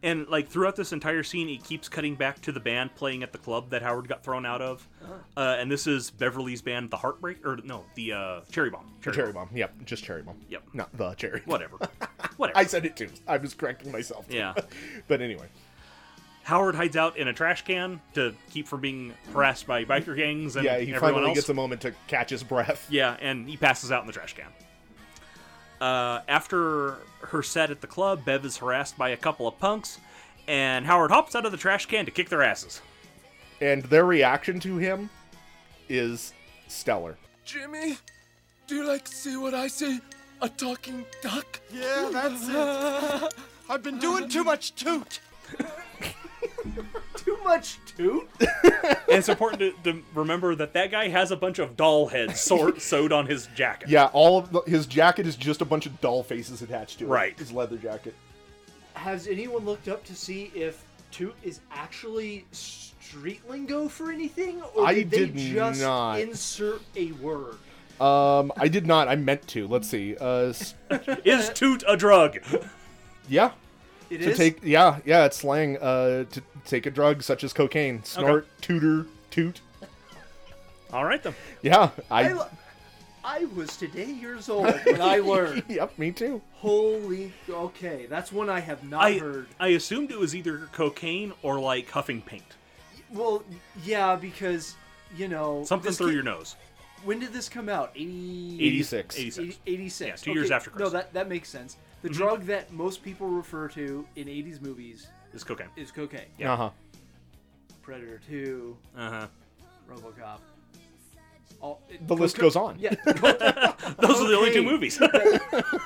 [SPEAKER 2] And like throughout this entire scene, it keeps cutting back to the band playing at the club that Howard got thrown out of.
[SPEAKER 1] Uh-huh.
[SPEAKER 2] Uh, and this is Beverly's band, the Heartbreak, or no, the uh, Cherry Bomb.
[SPEAKER 1] Cherry, bomb. Yep, just cherry bomb.
[SPEAKER 2] Yep.
[SPEAKER 1] Not the cherry.
[SPEAKER 2] Whatever. Whatever.
[SPEAKER 1] I said it too. I was correcting myself.
[SPEAKER 2] Yeah.
[SPEAKER 1] but anyway.
[SPEAKER 2] Howard hides out in a trash can to keep from being harassed by biker gangs and
[SPEAKER 1] Yeah, he
[SPEAKER 2] everyone
[SPEAKER 1] finally
[SPEAKER 2] else.
[SPEAKER 1] gets a moment to catch his breath.
[SPEAKER 2] Yeah, and he passes out in the trash can. Uh, after her set at the club, Bev is harassed by a couple of punks, and Howard hops out of the trash can to kick their asses.
[SPEAKER 1] And their reaction to him is stellar.
[SPEAKER 5] Jimmy, do you like see what I see? A talking duck?
[SPEAKER 6] Yeah, that's it. I've been doing too much toot.
[SPEAKER 3] Too much toot.
[SPEAKER 2] And it's important to, to remember that that guy has a bunch of doll heads sort, sewed on his jacket.
[SPEAKER 1] Yeah, all of the, his jacket is just a bunch of doll faces attached to it.
[SPEAKER 2] Right.
[SPEAKER 1] His leather jacket.
[SPEAKER 3] Has anyone looked up to see if toot is actually street lingo for anything, or
[SPEAKER 1] I
[SPEAKER 3] did they
[SPEAKER 1] did
[SPEAKER 3] just
[SPEAKER 1] not.
[SPEAKER 3] insert a word?
[SPEAKER 1] Um, I did not. I meant to. Let's see. Uh, s-
[SPEAKER 2] Is toot a drug?
[SPEAKER 1] yeah.
[SPEAKER 3] It
[SPEAKER 1] To
[SPEAKER 3] is
[SPEAKER 1] take. Yeah, yeah. It's slang. Uh, to take a drug such as cocaine, snort, tutor, toot.
[SPEAKER 2] All right then.
[SPEAKER 1] Yeah,
[SPEAKER 3] I,
[SPEAKER 1] I.
[SPEAKER 3] lo- I was today years old when I learned.
[SPEAKER 1] yep, me too.
[SPEAKER 3] Holy. Okay, that's one I have not
[SPEAKER 2] I
[SPEAKER 3] heard.
[SPEAKER 2] I assumed it was either cocaine or like huffing paint,
[SPEAKER 3] Well, yeah, because you know
[SPEAKER 2] something
[SPEAKER 3] this
[SPEAKER 2] through
[SPEAKER 3] ca-
[SPEAKER 2] your nose.
[SPEAKER 3] When did this come out? 80,
[SPEAKER 1] 86.
[SPEAKER 2] 86.
[SPEAKER 3] 86.
[SPEAKER 2] Yeah, two years after Mm-hmm.
[SPEAKER 3] No,
[SPEAKER 2] Christ.
[SPEAKER 3] that that makes sense. The drug that most people refer to in 80s movies
[SPEAKER 2] Is cocaine.
[SPEAKER 3] is cocaine.
[SPEAKER 1] Uh huh.
[SPEAKER 3] Predator 2,
[SPEAKER 2] Uh huh.
[SPEAKER 3] RoboCop. All, it-
[SPEAKER 1] The list
[SPEAKER 3] coca-
[SPEAKER 1] goes on.
[SPEAKER 3] Yeah, co-
[SPEAKER 2] Those are the only two
[SPEAKER 3] Cocaine.
[SPEAKER 2] movies.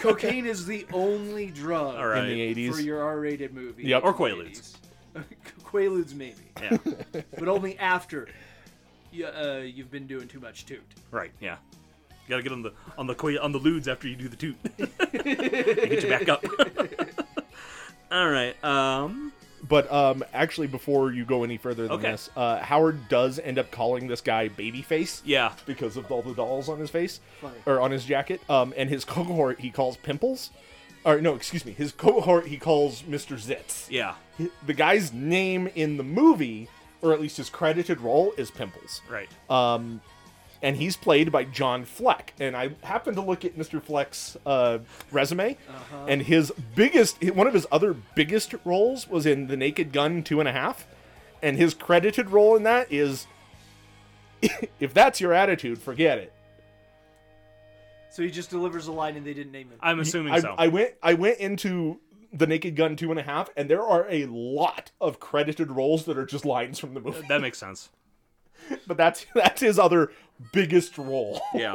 [SPEAKER 3] cocaine is the only drug
[SPEAKER 2] All right.
[SPEAKER 1] In the
[SPEAKER 3] for
[SPEAKER 1] eighties.
[SPEAKER 3] your R-rated movie.
[SPEAKER 1] Yep.
[SPEAKER 2] Or Quaaludes.
[SPEAKER 3] 80s. Quaaludes maybe,
[SPEAKER 2] Yeah.
[SPEAKER 3] but only after you, uh, you've been doing too much toot.
[SPEAKER 2] Right. Yeah. You gotta get on the on the qua- on the ludes after you do the toot. They get you back up. All right. Um.
[SPEAKER 1] But um, actually, before you go any further than
[SPEAKER 2] Okay.
[SPEAKER 1] this, uh, Howard does end up calling this guy Babyface
[SPEAKER 2] Yeah.
[SPEAKER 1] because of all the dolls on his face
[SPEAKER 3] Funny.
[SPEAKER 1] or on his jacket. Um, and his cohort he calls Pimples, or no, excuse me, his cohort he calls Mister Zitz.
[SPEAKER 2] Yeah.
[SPEAKER 1] Hi- The guy's name in the movie, or at least his credited role, is Pimples.
[SPEAKER 2] Right.
[SPEAKER 1] Uh, and he's played by John Fleck. And I happened to look at Mr. Fleck's uh, resume, and his biggest, one of his other biggest roles was in The Naked Gun Two and a Half, and his credited role in that is, if that's your attitude, forget it.
[SPEAKER 3] So he just delivers a line and they didn't name him.
[SPEAKER 2] I'm assuming
[SPEAKER 1] I,
[SPEAKER 2] so.
[SPEAKER 1] I went I went into The Naked Gun two and a half, and there are a lot of credited roles that are just lines from the movie.
[SPEAKER 2] That makes sense.
[SPEAKER 1] But that's that's his other biggest role.
[SPEAKER 2] Yeah.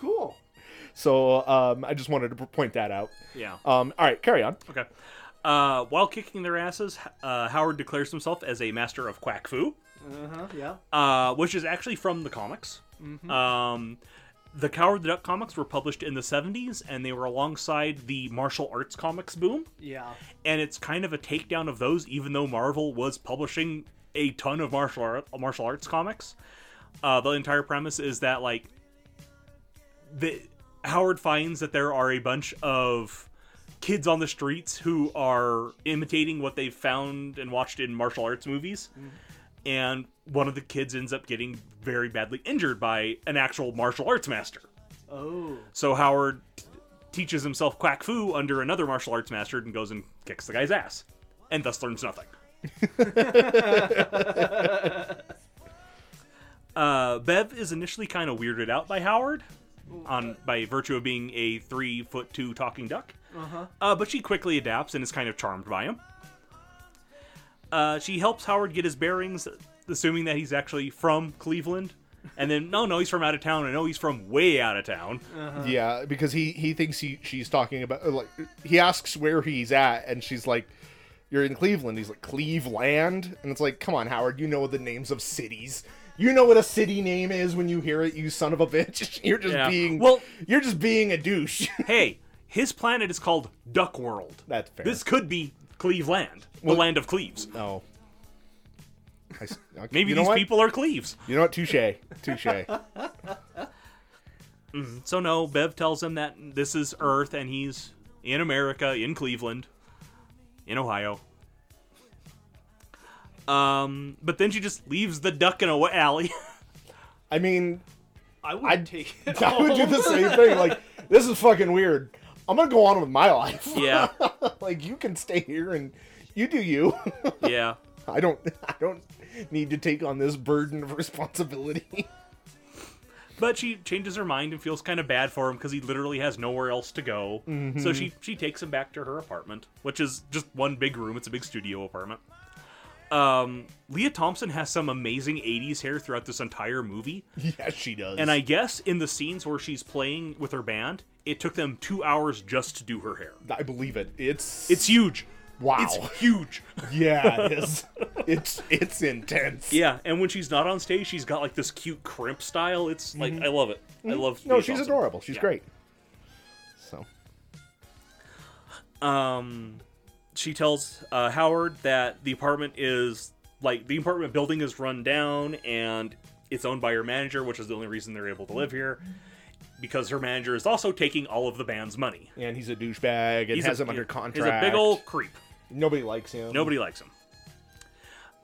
[SPEAKER 3] Cool.
[SPEAKER 1] So um, I just wanted to point that out.
[SPEAKER 2] Yeah.
[SPEAKER 1] Um, all right, carry on.
[SPEAKER 2] Okay. Uh, while kicking their asses, uh, Howard declares himself as a master of quack foo,
[SPEAKER 3] Uh huh. Yeah.
[SPEAKER 2] uh, which is actually from the comics. Um, the Coward the Duck comics were published in the 70s, and they were alongside the martial arts comics boom.
[SPEAKER 3] Yeah.
[SPEAKER 2] And it's kind of a takedown of those, even though Marvel was publishing a ton of martial art, martial arts comics. Uh, the entire premise is that like the Howard finds that there are a bunch of kids on the streets who are imitating what they've found and watched in martial arts movies. And one of the kids ends up getting very badly injured by an actual martial arts master.
[SPEAKER 3] Oh.
[SPEAKER 2] So Howard teaches himself quack fu under another martial arts master and goes and kicks the guy's ass, and thus learns nothing. uh, Bev is initially kind of weirded out by Howard, on by virtue of being a three foot two talking duck. Uh-huh. but she quickly adapts and is kind of charmed by him. Uh, she helps Howard get his bearings, assuming that he's actually from Cleveland. And then, no, no, he's from out of town. And no, he's from way out of town.
[SPEAKER 1] Yeah, because he he thinks he she's talking about uh, like he asks where he's at, and she's like, "You're in Cleveland." He's like, "Cleveland," and it's like, "Come on, Howard, you know the names of cities." You know what a city name is when you hear it, you son of a bitch. You're just
[SPEAKER 2] Yeah.
[SPEAKER 1] being
[SPEAKER 2] Well-
[SPEAKER 1] You're just being a douche.
[SPEAKER 2] hey, his planet is called Duck World.
[SPEAKER 1] That's fair.
[SPEAKER 2] This could be Cleveland, the land of Cleves.
[SPEAKER 1] no. I s- okay,
[SPEAKER 2] Maybe
[SPEAKER 1] you know
[SPEAKER 2] these
[SPEAKER 1] what?
[SPEAKER 2] people are Cleves.
[SPEAKER 1] You know what? Touche. Touche.
[SPEAKER 2] So no, Bev tells him that this is Earth and he's in America, in Cleveland, in Ohio. Um, but then she just leaves the duck in a wa- alley.
[SPEAKER 1] I mean,
[SPEAKER 6] I would
[SPEAKER 1] I'd-
[SPEAKER 6] take it.
[SPEAKER 1] I would do the same thing. Like, this is fucking weird. I'm gonna go on with my life.
[SPEAKER 2] yeah,
[SPEAKER 1] like, you can stay here and you do you.
[SPEAKER 2] yeah.
[SPEAKER 1] I don't. I don't need to take on this burden of responsibility.
[SPEAKER 2] But she changes her mind and feels kind of bad for him because he literally has nowhere else to go.
[SPEAKER 1] Mm-hmm.
[SPEAKER 2] So she she takes him back to her apartment, which is just one big room. It's a big studio apartment. Um, Leah Thompson has some amazing '80s hair throughout this entire movie,
[SPEAKER 1] yes, she does.
[SPEAKER 2] and I guess in the scenes where she's playing with her band, it took them two hours just to do her hair.
[SPEAKER 1] I believe it. It's.
[SPEAKER 2] It's huge.
[SPEAKER 1] wow.
[SPEAKER 2] It's huge.
[SPEAKER 1] yeah, it is. It's it's intense.
[SPEAKER 2] yeah, and when she's not on stage, she's got like this cute crimp style. It's like I love it. I love.
[SPEAKER 1] Mm-hmm. No,
[SPEAKER 2] Leah
[SPEAKER 1] she's
[SPEAKER 2] Thompson.
[SPEAKER 1] adorable. She's
[SPEAKER 2] Yeah.
[SPEAKER 1] great. So
[SPEAKER 2] um, she tells uh, Howard that the apartment is like the apartment building is run down and it's owned by her manager, which is the only reason they're able to live here because her manager is also taking all of the band's money.
[SPEAKER 1] and he's a douchebag and
[SPEAKER 2] He's
[SPEAKER 1] has
[SPEAKER 2] a,
[SPEAKER 1] him under
[SPEAKER 2] He's a
[SPEAKER 1] contract.
[SPEAKER 2] big old creep.
[SPEAKER 1] Nobody likes him.
[SPEAKER 2] Nobody likes him.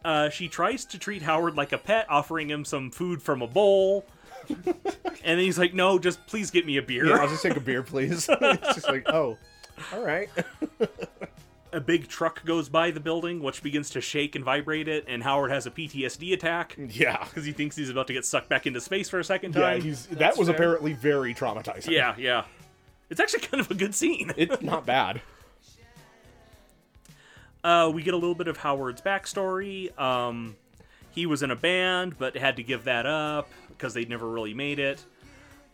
[SPEAKER 2] Uh, she tries to treat Howard like a pet, offering him some food from a bowl. and then he's like, "No, just please get me a beer."
[SPEAKER 1] Yeah, I'll just take a beer, please. it's just like, oh, all right.
[SPEAKER 2] a big truck goes by the building, which begins to shake and vibrate it, and Howard has a PTSD attack
[SPEAKER 1] Yeah.
[SPEAKER 2] because he thinks he's about to get sucked back into space for a second
[SPEAKER 1] Yeah,
[SPEAKER 2] time.
[SPEAKER 1] he's, that was apparently very traumatizing.
[SPEAKER 2] yeah, yeah. It's actually kind of a good scene.
[SPEAKER 1] It's not bad.
[SPEAKER 2] Uh, we get a little bit of Howard's backstory. Um, he was in a band, but had to give that up because they never really made it.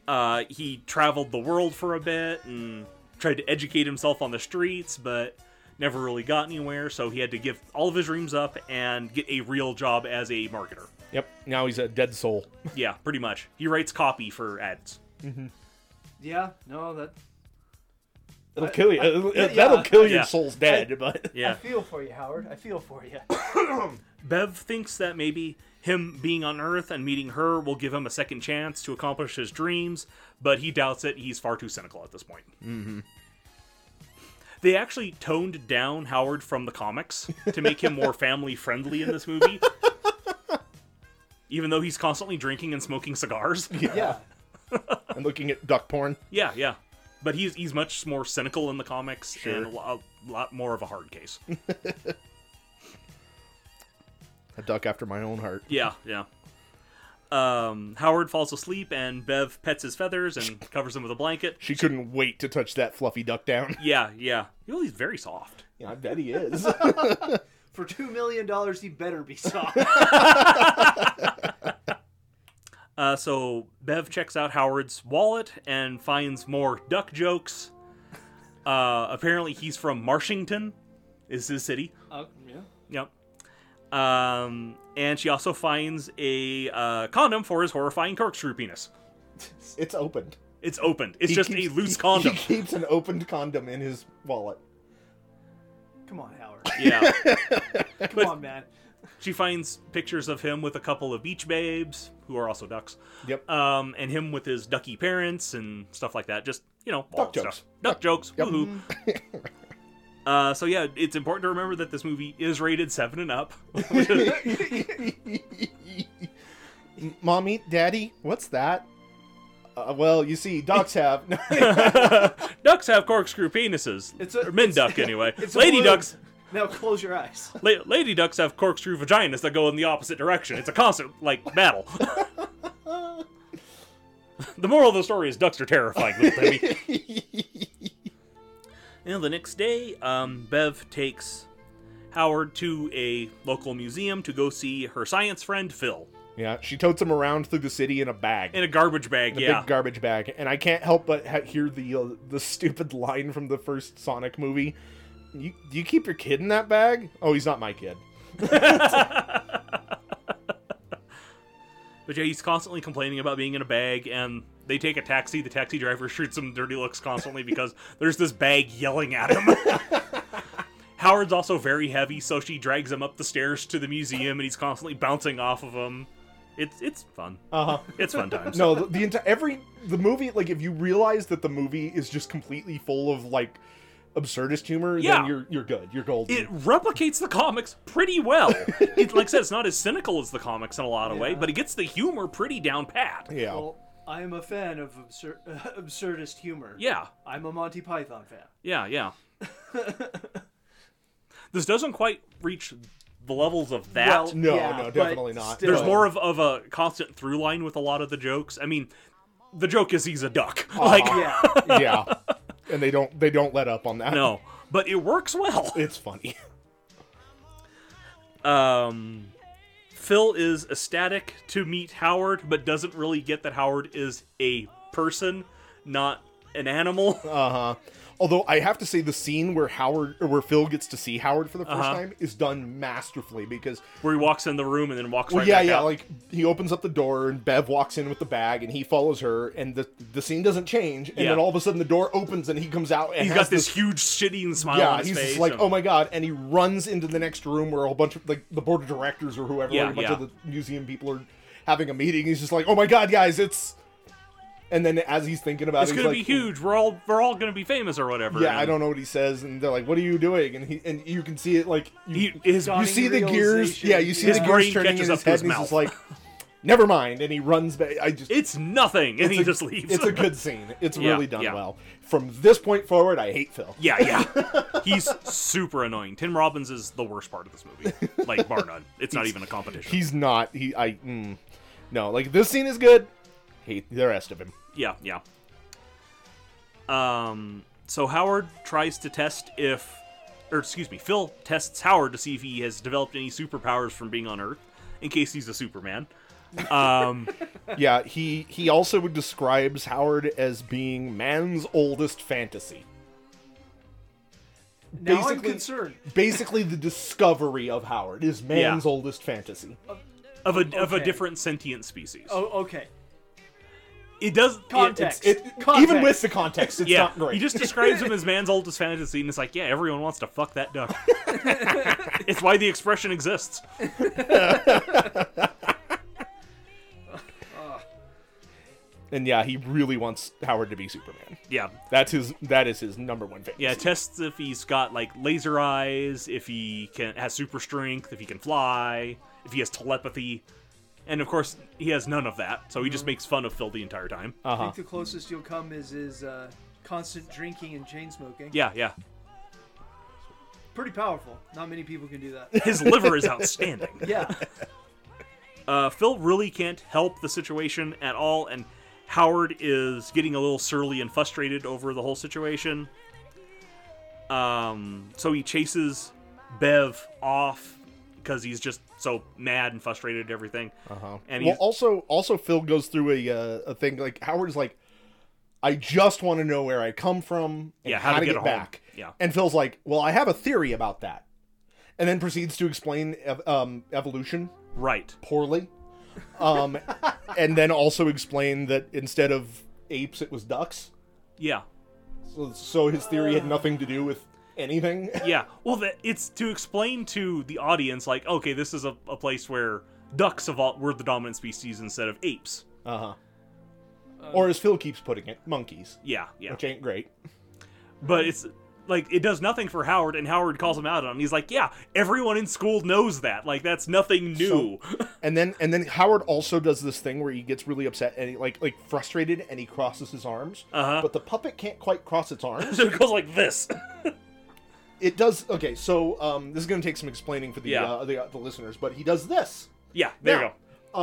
[SPEAKER 2] Uh, he traveled the world for a bit and tried to educate himself on the streets, but never really got anywhere. So he had to give all of his dreams up and get a real job as a marketer.
[SPEAKER 1] Yep. Now he's a dead soul.
[SPEAKER 2] Yeah, pretty much. He writes copy for ads.
[SPEAKER 3] Yeah. No, that.
[SPEAKER 1] It'll kill you. It'll-
[SPEAKER 3] yeah.
[SPEAKER 1] That'll kill your
[SPEAKER 2] Yeah.
[SPEAKER 1] soul's dead. But
[SPEAKER 2] Yeah.
[SPEAKER 3] feel for you, Howard. I feel for you.
[SPEAKER 2] Bev thinks that maybe him being on Earth and meeting her will give him a second chance to accomplish his dreams, but he doubts it. He's far too cynical at this point. Mm-hmm. They actually toned down Howard from the comics to make him more family friendly in this movie. Even though he's constantly drinking and smoking cigars.
[SPEAKER 3] yeah.
[SPEAKER 1] I'm looking at duck porn.
[SPEAKER 2] Yeah, yeah. But he's he's much more cynical in the comics and a lot, a lot more of a hard case.
[SPEAKER 1] A duck after my own heart.
[SPEAKER 2] Yeah, yeah. Um, Howard falls asleep, and Bev pets his feathers and covers them with a blanket.
[SPEAKER 1] She couldn't wait to touch that fluffy duck down.
[SPEAKER 2] Yeah, yeah. You know, he's very soft.
[SPEAKER 1] Yeah, I bet he is.
[SPEAKER 3] For two million dollars, he better be soft.
[SPEAKER 2] Uh, so Bev checks out Howard's wallet and finds more duck jokes. Uh, apparently, he's from Marshington, is his city.
[SPEAKER 3] oh, yeah.
[SPEAKER 2] Yep. Um, and she also finds a uh, condom for his horrifying corkscrew penis.
[SPEAKER 1] it's opened.
[SPEAKER 2] It's opened. It's
[SPEAKER 1] He
[SPEAKER 2] just
[SPEAKER 1] keeps-
[SPEAKER 2] a loose
[SPEAKER 1] he-
[SPEAKER 2] condom.
[SPEAKER 1] He keeps an opened condom in his wallet.
[SPEAKER 3] Come on, Howard.
[SPEAKER 2] yeah.
[SPEAKER 3] Come on, man.
[SPEAKER 2] She finds pictures of him with a couple of beach babes who are also ducks.
[SPEAKER 1] Yep.
[SPEAKER 2] Um, and him with his ducky parents and stuff like that. Just you know, all
[SPEAKER 1] Duck
[SPEAKER 2] the
[SPEAKER 1] jokes.
[SPEAKER 2] Stuff. Duck jokes.
[SPEAKER 1] Yep.
[SPEAKER 2] Woohoo. uh, so yeah, it's important to remember that this movie is rated seven and up.
[SPEAKER 1] Mommy, Daddy, what's that? Uh, well, you see, ducks have.
[SPEAKER 2] ducks have corkscrew penises.
[SPEAKER 3] It's a-
[SPEAKER 2] or men
[SPEAKER 3] it's-
[SPEAKER 2] duck anyway.
[SPEAKER 3] it's a
[SPEAKER 2] Lady
[SPEAKER 3] balloon.
[SPEAKER 2] ducks.
[SPEAKER 3] Now close your eyes.
[SPEAKER 2] La- lady ducks have corkscrew vaginas that go in the opposite direction. It's a constant like battle. the moral of the story is ducks are terrifying. Little Debbie. and the next day, um, Bev takes Howard to a local museum to go see her science friend Phil
[SPEAKER 1] yeah, she totes him around through the city in a bag.
[SPEAKER 2] in a garbage bag.
[SPEAKER 1] in a
[SPEAKER 2] yeah,
[SPEAKER 1] big garbage bag, and I can't help but ha- hear the uh, the stupid line from the first Sonic movie. You do you keep your kid in that bag? Oh, he's not my kid.
[SPEAKER 2] but yeah, he's constantly complaining about being in a bag and. They take a taxi. The taxi driver shoots him dirty looks constantly because there's this bag yelling at him. Howard's also very heavy, so she drags him up the stairs to the museum, and he's constantly bouncing off of him. It's it's fun.
[SPEAKER 1] Uh huh.
[SPEAKER 2] It's fun times.
[SPEAKER 1] No, the, the entire every the movie like if you realize that the movie is just completely full of like absurdist humor,
[SPEAKER 2] Yeah.
[SPEAKER 1] then you're you're good. You're golden.
[SPEAKER 2] It replicates the comics pretty well. It, like I said, it's not as cynical as the comics in a lot of way, but it gets the humor pretty down pat.
[SPEAKER 1] yeah.
[SPEAKER 3] Well, I am a fan of absur- absurdist humor.
[SPEAKER 2] Yeah,
[SPEAKER 3] I'm a Monty Python fan.
[SPEAKER 2] yeah, yeah. this doesn't quite reach the levels of that.
[SPEAKER 3] Well,
[SPEAKER 1] No,
[SPEAKER 3] yeah,
[SPEAKER 1] no,
[SPEAKER 3] but
[SPEAKER 1] definitely not.
[SPEAKER 3] still-
[SPEAKER 2] There's more of, of a constant through line with a lot of the jokes. I mean, the joke is he's a duck. Like,
[SPEAKER 3] Yeah.
[SPEAKER 1] yeah. And they don't they don't let up on that.
[SPEAKER 2] no, but it works well.
[SPEAKER 1] It's funny.
[SPEAKER 2] Um, Phil is ecstatic to meet Howard, but doesn't really get that Howard is a person, not an animal.
[SPEAKER 1] Uh-huh. Although I have to say the scene where Howard or where Phil gets to see Howard for the 1st
[SPEAKER 2] Uh-huh.
[SPEAKER 1] time is done masterfully because
[SPEAKER 2] Where he walks in the room and then walks
[SPEAKER 1] Well,
[SPEAKER 2] right
[SPEAKER 1] yeah,
[SPEAKER 2] back
[SPEAKER 1] yeah.
[SPEAKER 2] out.
[SPEAKER 1] Like he opens up the door, and Bev walks in with the bag, and he follows her, and the the scene doesn't change, and
[SPEAKER 2] Yeah.
[SPEAKER 1] then all of a sudden the door opens, and he comes out, and
[SPEAKER 2] he's
[SPEAKER 1] has
[SPEAKER 2] got this, huge shitting smile
[SPEAKER 1] yeah,
[SPEAKER 2] on his
[SPEAKER 1] he's
[SPEAKER 2] face.
[SPEAKER 1] just like,
[SPEAKER 2] and-
[SPEAKER 1] oh my god, and he runs into the next room where a whole bunch of like the board of directors or whoever,
[SPEAKER 2] Yeah,
[SPEAKER 1] like, a bunch
[SPEAKER 2] yeah.
[SPEAKER 1] of the museum people are having a meeting. He's just like, oh my god, guys, it's. And then as he's thinking about
[SPEAKER 2] it's
[SPEAKER 1] it,
[SPEAKER 2] gonna
[SPEAKER 1] he's
[SPEAKER 2] be
[SPEAKER 1] like,
[SPEAKER 2] huge. We're all we're all gonna be famous or whatever.
[SPEAKER 1] Yeah, I
[SPEAKER 2] and
[SPEAKER 1] don't know what he says, and they're like, "What are you doing?" And he and you can see it like you,
[SPEAKER 2] He, his
[SPEAKER 1] you see the gears.
[SPEAKER 3] realization.
[SPEAKER 1] Yeah, you see
[SPEAKER 2] His
[SPEAKER 1] the
[SPEAKER 2] brain
[SPEAKER 1] gears turning
[SPEAKER 2] catches
[SPEAKER 1] in
[SPEAKER 2] up
[SPEAKER 1] his
[SPEAKER 2] to
[SPEAKER 1] head,
[SPEAKER 2] his
[SPEAKER 1] and he's just
[SPEAKER 2] mouth.
[SPEAKER 1] like, "Never mind." And he runs back. I just
[SPEAKER 2] it's nothing, and he
[SPEAKER 1] a-
[SPEAKER 2] just leaves.
[SPEAKER 1] It's a good scene. It's
[SPEAKER 2] Yeah,
[SPEAKER 1] really done
[SPEAKER 2] yeah.
[SPEAKER 1] well. From this point forward, I hate Phil.
[SPEAKER 2] yeah, yeah. He's super annoying. Tim Robbins is the worst part of this movie, like bar none. It's not even a competition.
[SPEAKER 1] He's not. He I mm, no like this scene is good. Hate the rest of him.
[SPEAKER 2] Yeah, yeah. Um, so Howard tries to test if, or excuse me, Phil tests Howard to see if he has developed any superpowers from being on Earth, in case he's a Superman. Um,
[SPEAKER 1] Yeah, he he also describes Howard as being man's oldest fantasy.
[SPEAKER 3] Now I'm
[SPEAKER 1] Basically-
[SPEAKER 3] concerned.
[SPEAKER 1] Basically, the discovery of Howard is man's oldest fantasy.
[SPEAKER 2] of a of a
[SPEAKER 3] Okay.
[SPEAKER 2] different sentient species.
[SPEAKER 3] Oh, okay.
[SPEAKER 2] it does it-
[SPEAKER 3] Context.
[SPEAKER 1] It,
[SPEAKER 3] Context.
[SPEAKER 1] even with the context, it's
[SPEAKER 2] yeah,
[SPEAKER 1] not great.
[SPEAKER 2] he just describes him as man's oldest fantasy, and it's like, yeah, everyone wants to fuck that duck. it's why the expression exists.
[SPEAKER 1] and yeah, he really wants Howard to be Superman.
[SPEAKER 2] Yeah,
[SPEAKER 1] That's his. That is his number one fantasy.
[SPEAKER 2] Yeah, it tests if he's got like laser eyes, if he can has super strength, if he can fly, if he has telepathy, and of course he has none of that. So he just makes fun of Phil the entire time.
[SPEAKER 1] Uh
[SPEAKER 3] I
[SPEAKER 1] huh.
[SPEAKER 3] think the closest you'll come is is uh, constant drinking and chain smoking.
[SPEAKER 2] Yeah, yeah.
[SPEAKER 3] Pretty powerful. Not many people can do that.
[SPEAKER 2] His liver is outstanding.
[SPEAKER 3] Yeah.
[SPEAKER 2] Uh, Phil really can't help the situation at all, and Howard is getting a little surly and frustrated over the whole situation. Um, so he chases Bev off because he's just so mad and frustrated at everything. Uh-huh. And
[SPEAKER 1] well,
[SPEAKER 2] he's,
[SPEAKER 1] also, also Phil goes through a uh, a thing like Howard's like, I just want to know where I come from and
[SPEAKER 2] Yeah,
[SPEAKER 1] how, to get,
[SPEAKER 2] home."
[SPEAKER 1] back.
[SPEAKER 2] Yeah.
[SPEAKER 1] and Phil's like, well, I have a theory about that, and then proceeds to explain ev- um, evolution
[SPEAKER 2] right.
[SPEAKER 1] poorly, um, and then also explain that instead of apes, it was ducks.
[SPEAKER 2] Yeah.
[SPEAKER 1] So, so his theory had nothing to do with anything.
[SPEAKER 2] Yeah. Well, that, it's to explain to the audience, like, okay, this is a, a place where ducks evol- were the dominant species instead of apes.
[SPEAKER 1] Uh huh. or as Phil keeps putting it, monkeys,
[SPEAKER 2] Yeah, yeah.
[SPEAKER 1] which ain't great.
[SPEAKER 2] But it's like it does nothing for Howard, and Howard calls him out on. it. He's like, yeah, everyone in school knows that. Like, that's nothing new.
[SPEAKER 1] And then and then Howard also does this thing where he gets really upset and he, like like frustrated and he crosses his arms.
[SPEAKER 2] Uh-huh.
[SPEAKER 1] But the puppet can't quite cross its arms.
[SPEAKER 2] so it goes like this.
[SPEAKER 1] It does okay. So um, this is going to take some explaining for the
[SPEAKER 2] Yeah.
[SPEAKER 1] uh, the, uh, the listeners, but he does this.
[SPEAKER 2] yeah, there
[SPEAKER 1] Now,
[SPEAKER 2] you go.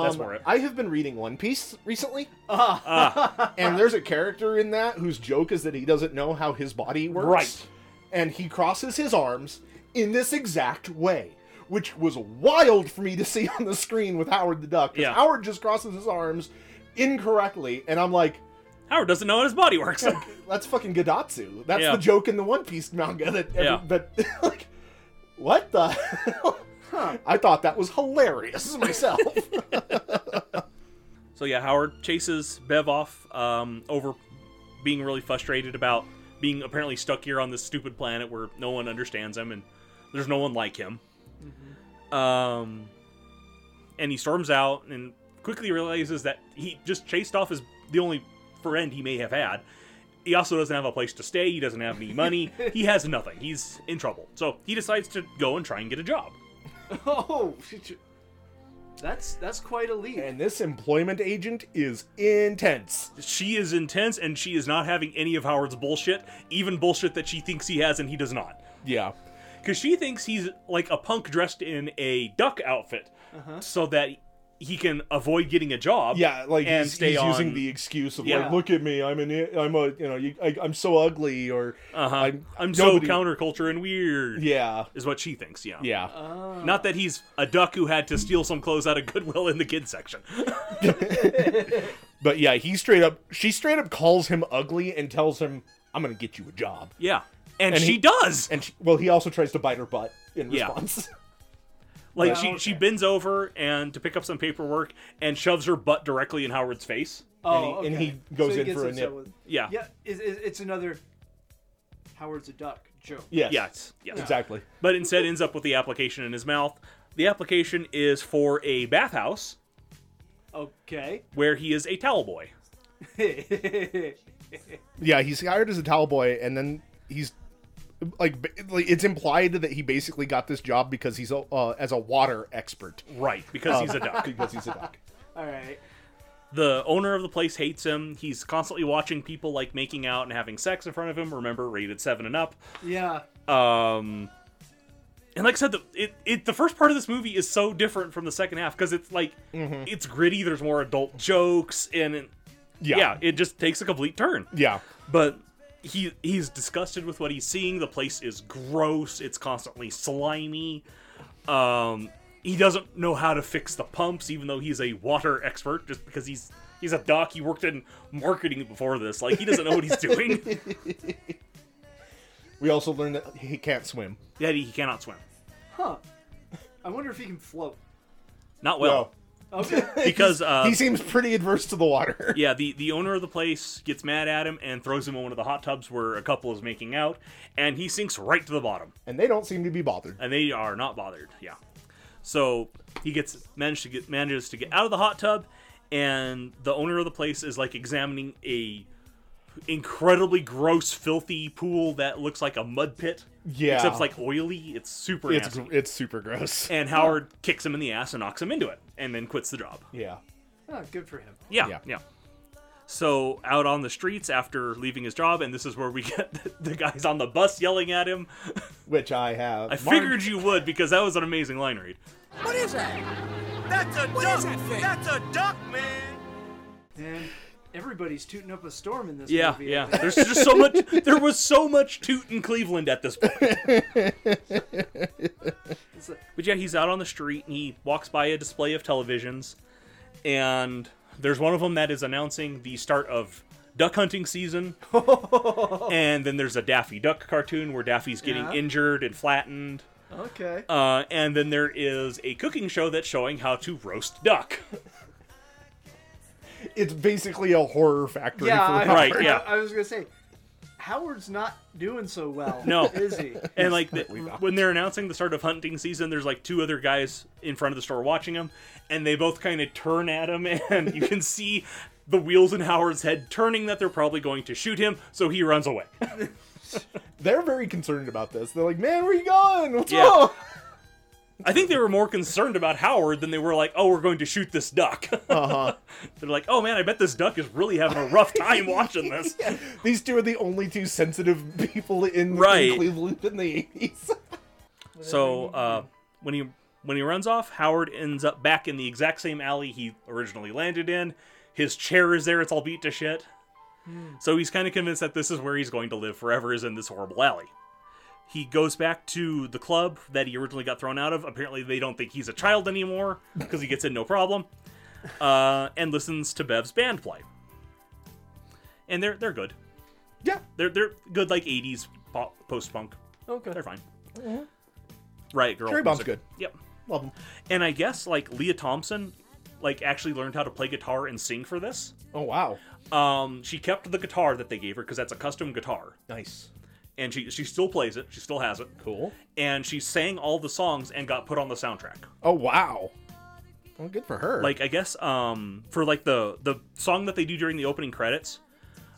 [SPEAKER 2] That's
[SPEAKER 1] Um,
[SPEAKER 2] more it.
[SPEAKER 1] I have been reading One Piece recently,
[SPEAKER 2] Ah,
[SPEAKER 1] and there's a character in that whose joke is that he doesn't know how his body works.
[SPEAKER 2] Right.
[SPEAKER 1] And he crosses his arms in this exact way, which was wild for me to see on the screen with Howard the Duck. 'cause
[SPEAKER 2] Yeah.
[SPEAKER 1] Howard just crosses his arms incorrectly, and I'm like,
[SPEAKER 2] Howard doesn't know how his body works.
[SPEAKER 1] that's fucking Gadatsu. That's
[SPEAKER 2] Yeah.
[SPEAKER 1] the joke in the One Piece manga that, every,
[SPEAKER 2] Yeah.
[SPEAKER 1] that like, what the hell? I thought that was hilarious myself.
[SPEAKER 2] So yeah, Howard chases Bev off um, over being really frustrated about being apparently stuck here on this stupid planet where no one understands him and there's no one like him. Um, and he storms out and quickly realizes that he just chased off his the only friend he may have had. He also doesn't have a place to stay. He doesn't have any money. he has nothing. He's in trouble. So he decides to go and try and get a job.
[SPEAKER 3] Oh, that's that's quite a leap.
[SPEAKER 1] and this employment agent is intense.
[SPEAKER 2] She is intense and she is not having any of Howard's bullshit, even bullshit that she thinks he has and he does not.
[SPEAKER 1] Yeah.
[SPEAKER 2] Because she thinks he's like a punk dressed in a duck outfit so that he can avoid getting a job.
[SPEAKER 1] Uh-huh. Yeah, like
[SPEAKER 2] and
[SPEAKER 1] he's,
[SPEAKER 2] stay
[SPEAKER 1] he's
[SPEAKER 2] on.
[SPEAKER 1] using the excuse of
[SPEAKER 2] Yeah.
[SPEAKER 1] like, look at me, I'm an, i- I'm a, you know, you, I, I'm so ugly, or
[SPEAKER 2] Uh-huh.
[SPEAKER 1] I'm,
[SPEAKER 2] I'm,
[SPEAKER 1] nobody-
[SPEAKER 2] so counterculture and weird.
[SPEAKER 1] Yeah,
[SPEAKER 2] Is what she thinks, yeah.
[SPEAKER 1] yeah.
[SPEAKER 2] Not that he's a duck who had to steal some clothes out of Goodwill in the kids section.
[SPEAKER 1] But yeah, he straight up, she straight up calls him ugly and tells him, "I'm gonna get you a job."
[SPEAKER 2] yeah. And,
[SPEAKER 1] And
[SPEAKER 2] she
[SPEAKER 1] he-
[SPEAKER 2] does.
[SPEAKER 1] And she, well, he also tries to bite her butt in
[SPEAKER 2] Yeah.
[SPEAKER 1] response.
[SPEAKER 2] like she, she bends over and to pick up some paperwork and shoves her butt directly in Howard's face.
[SPEAKER 3] oh,
[SPEAKER 1] and he- and he
[SPEAKER 3] okay.
[SPEAKER 1] goes in
[SPEAKER 3] gets
[SPEAKER 1] for a
[SPEAKER 3] upset
[SPEAKER 1] nip.
[SPEAKER 3] with-
[SPEAKER 2] Yeah.
[SPEAKER 3] Yeah, it's, it's it's another Howard's a duck joke.
[SPEAKER 1] yes.
[SPEAKER 2] Yes. Yes.
[SPEAKER 1] Exactly.
[SPEAKER 2] but instead ends up with the application in his mouth. The application is for a bathhouse
[SPEAKER 3] Okay.
[SPEAKER 2] where he is a towel boy.
[SPEAKER 1] Yeah, he's hired as a towel boy, and then he's like, ba- like, it's implied that he basically got this job because he's a, uh, as a water expert
[SPEAKER 2] Right, because he's a duck.
[SPEAKER 1] because he's a duck.
[SPEAKER 3] All right.
[SPEAKER 2] The owner of the place hates him. He's constantly watching people like making out and having sex in front of him. Remember, rated seven and up.
[SPEAKER 3] Yeah.
[SPEAKER 2] Um, and like I said, the it, it the first part of this movie is so different from the second half because it's like it's gritty. There's more adult jokes, and it-
[SPEAKER 1] Yeah.
[SPEAKER 2] yeah, it just takes a complete turn.
[SPEAKER 1] Yeah.
[SPEAKER 2] but he he's disgusted with what he's seeing. The place is gross. It's constantly slimy. Um, he doesn't know how to fix the pumps, even though he's a water expert. Just because he's he's a doc, he worked in marketing before this. Like he doesn't know what he's doing.
[SPEAKER 1] We also learned that he can't swim.
[SPEAKER 2] Yet he cannot swim.
[SPEAKER 3] Huh. I wonder if he can float.
[SPEAKER 2] Not well
[SPEAKER 3] Okay.
[SPEAKER 2] because uh,
[SPEAKER 1] he seems pretty adverse to the water.
[SPEAKER 2] yeah, the the owner of the place gets mad at him and throws him in one of the hot tubs where a couple is making out, and he sinks right to the bottom.
[SPEAKER 1] And they don't seem to be bothered.
[SPEAKER 2] and they are not bothered. Yeah. So he gets managed to get manages to get out of the hot tub, and the owner of the place is like examining a incredibly gross, filthy pool that looks like a mud pit.
[SPEAKER 1] Yeah.
[SPEAKER 2] Except it's like oily. It's super
[SPEAKER 1] It's
[SPEAKER 2] nasty.
[SPEAKER 1] it's super gross.
[SPEAKER 2] And Howard kicks him in the ass and knocks him into it, and then quits the job.
[SPEAKER 1] Yeah.
[SPEAKER 3] Ah, good for him.
[SPEAKER 2] Yeah,
[SPEAKER 1] Yeah.
[SPEAKER 2] yeah. So out on the streets after leaving his job, and this is where we get the, the guys on the bus yelling at him.
[SPEAKER 1] Which I have.
[SPEAKER 2] I figured you would because that was an amazing line read.
[SPEAKER 6] What is that?
[SPEAKER 7] That's a
[SPEAKER 6] What
[SPEAKER 7] duck.
[SPEAKER 6] is that thing?
[SPEAKER 7] That's a duck, man.
[SPEAKER 3] Man, everybody's tooting up a storm in this
[SPEAKER 2] Yeah,
[SPEAKER 3] movie. I
[SPEAKER 2] yeah.
[SPEAKER 3] think.
[SPEAKER 2] There's just so much. There was so much toot in Cleveland at this point. but yeah, he's out on the street and he walks by a display of televisions, and there's one of them that is announcing the start of duck hunting season. and then there's a Daffy Duck cartoon where Daffy's getting
[SPEAKER 3] Yeah.
[SPEAKER 2] injured and flattened.
[SPEAKER 3] Okay.
[SPEAKER 2] Uh, and then there is a cooking show that's showing how to roast duck.
[SPEAKER 1] It's basically a horror factory.
[SPEAKER 3] yeah, I,
[SPEAKER 1] for
[SPEAKER 2] Right,
[SPEAKER 3] I-
[SPEAKER 2] yeah.
[SPEAKER 3] I, was gonna say, Howard's not doing so well.
[SPEAKER 2] No.
[SPEAKER 3] is he?
[SPEAKER 2] And like the, when they're announcing the start of hunting season, there's like two other guys in front of the store watching him, and they both kind of turn at him, and you can see the wheels in Howard's head turning that they're probably going to shoot him, so he runs away.
[SPEAKER 1] They're very concerned about this. They're like, "Man, where you going? What's
[SPEAKER 2] Yeah.
[SPEAKER 1] wrong?"
[SPEAKER 2] I think they were more concerned about Howard than they were like, oh, we're going to shoot this duck. Uh-huh. they're like, oh man, I bet this duck is really having a rough time watching this.
[SPEAKER 1] These two are the only two sensitive people in, in
[SPEAKER 2] Right.
[SPEAKER 1] Cleveland in the eighties.
[SPEAKER 2] So uh, when he when he runs off, Howard ends up back in the exact same alley he originally landed in. His chair is there; it's all beat to shit. So he's kind of convinced that this is where he's going to live forever, is in this horrible alley. He goes back to the club that he originally got thrown out of. Apparently, they don't think he's a child anymore because he gets in no problem, uh, and listens to Bev's band play. And they're they're good.
[SPEAKER 1] Yeah.
[SPEAKER 2] they're they're good like '80s pop, post punk.
[SPEAKER 3] Okay.
[SPEAKER 2] They're fine. Right, girl.
[SPEAKER 1] Cherry Bomb's
[SPEAKER 2] music.
[SPEAKER 1] good.
[SPEAKER 2] Yep.
[SPEAKER 1] Love them.
[SPEAKER 2] And I guess like Leah Thompson, like actually learned how to play guitar and sing for this.
[SPEAKER 1] Oh wow,
[SPEAKER 2] Um, she kept the guitar that they gave her because that's a custom guitar,
[SPEAKER 1] nice.
[SPEAKER 2] and she she still plays it. She still has it.
[SPEAKER 1] Cool.
[SPEAKER 2] And she sang all the songs and got put on the soundtrack.
[SPEAKER 1] Oh wow. Well, good for her.
[SPEAKER 2] Like I guess um for like the the song that they do during the opening credits,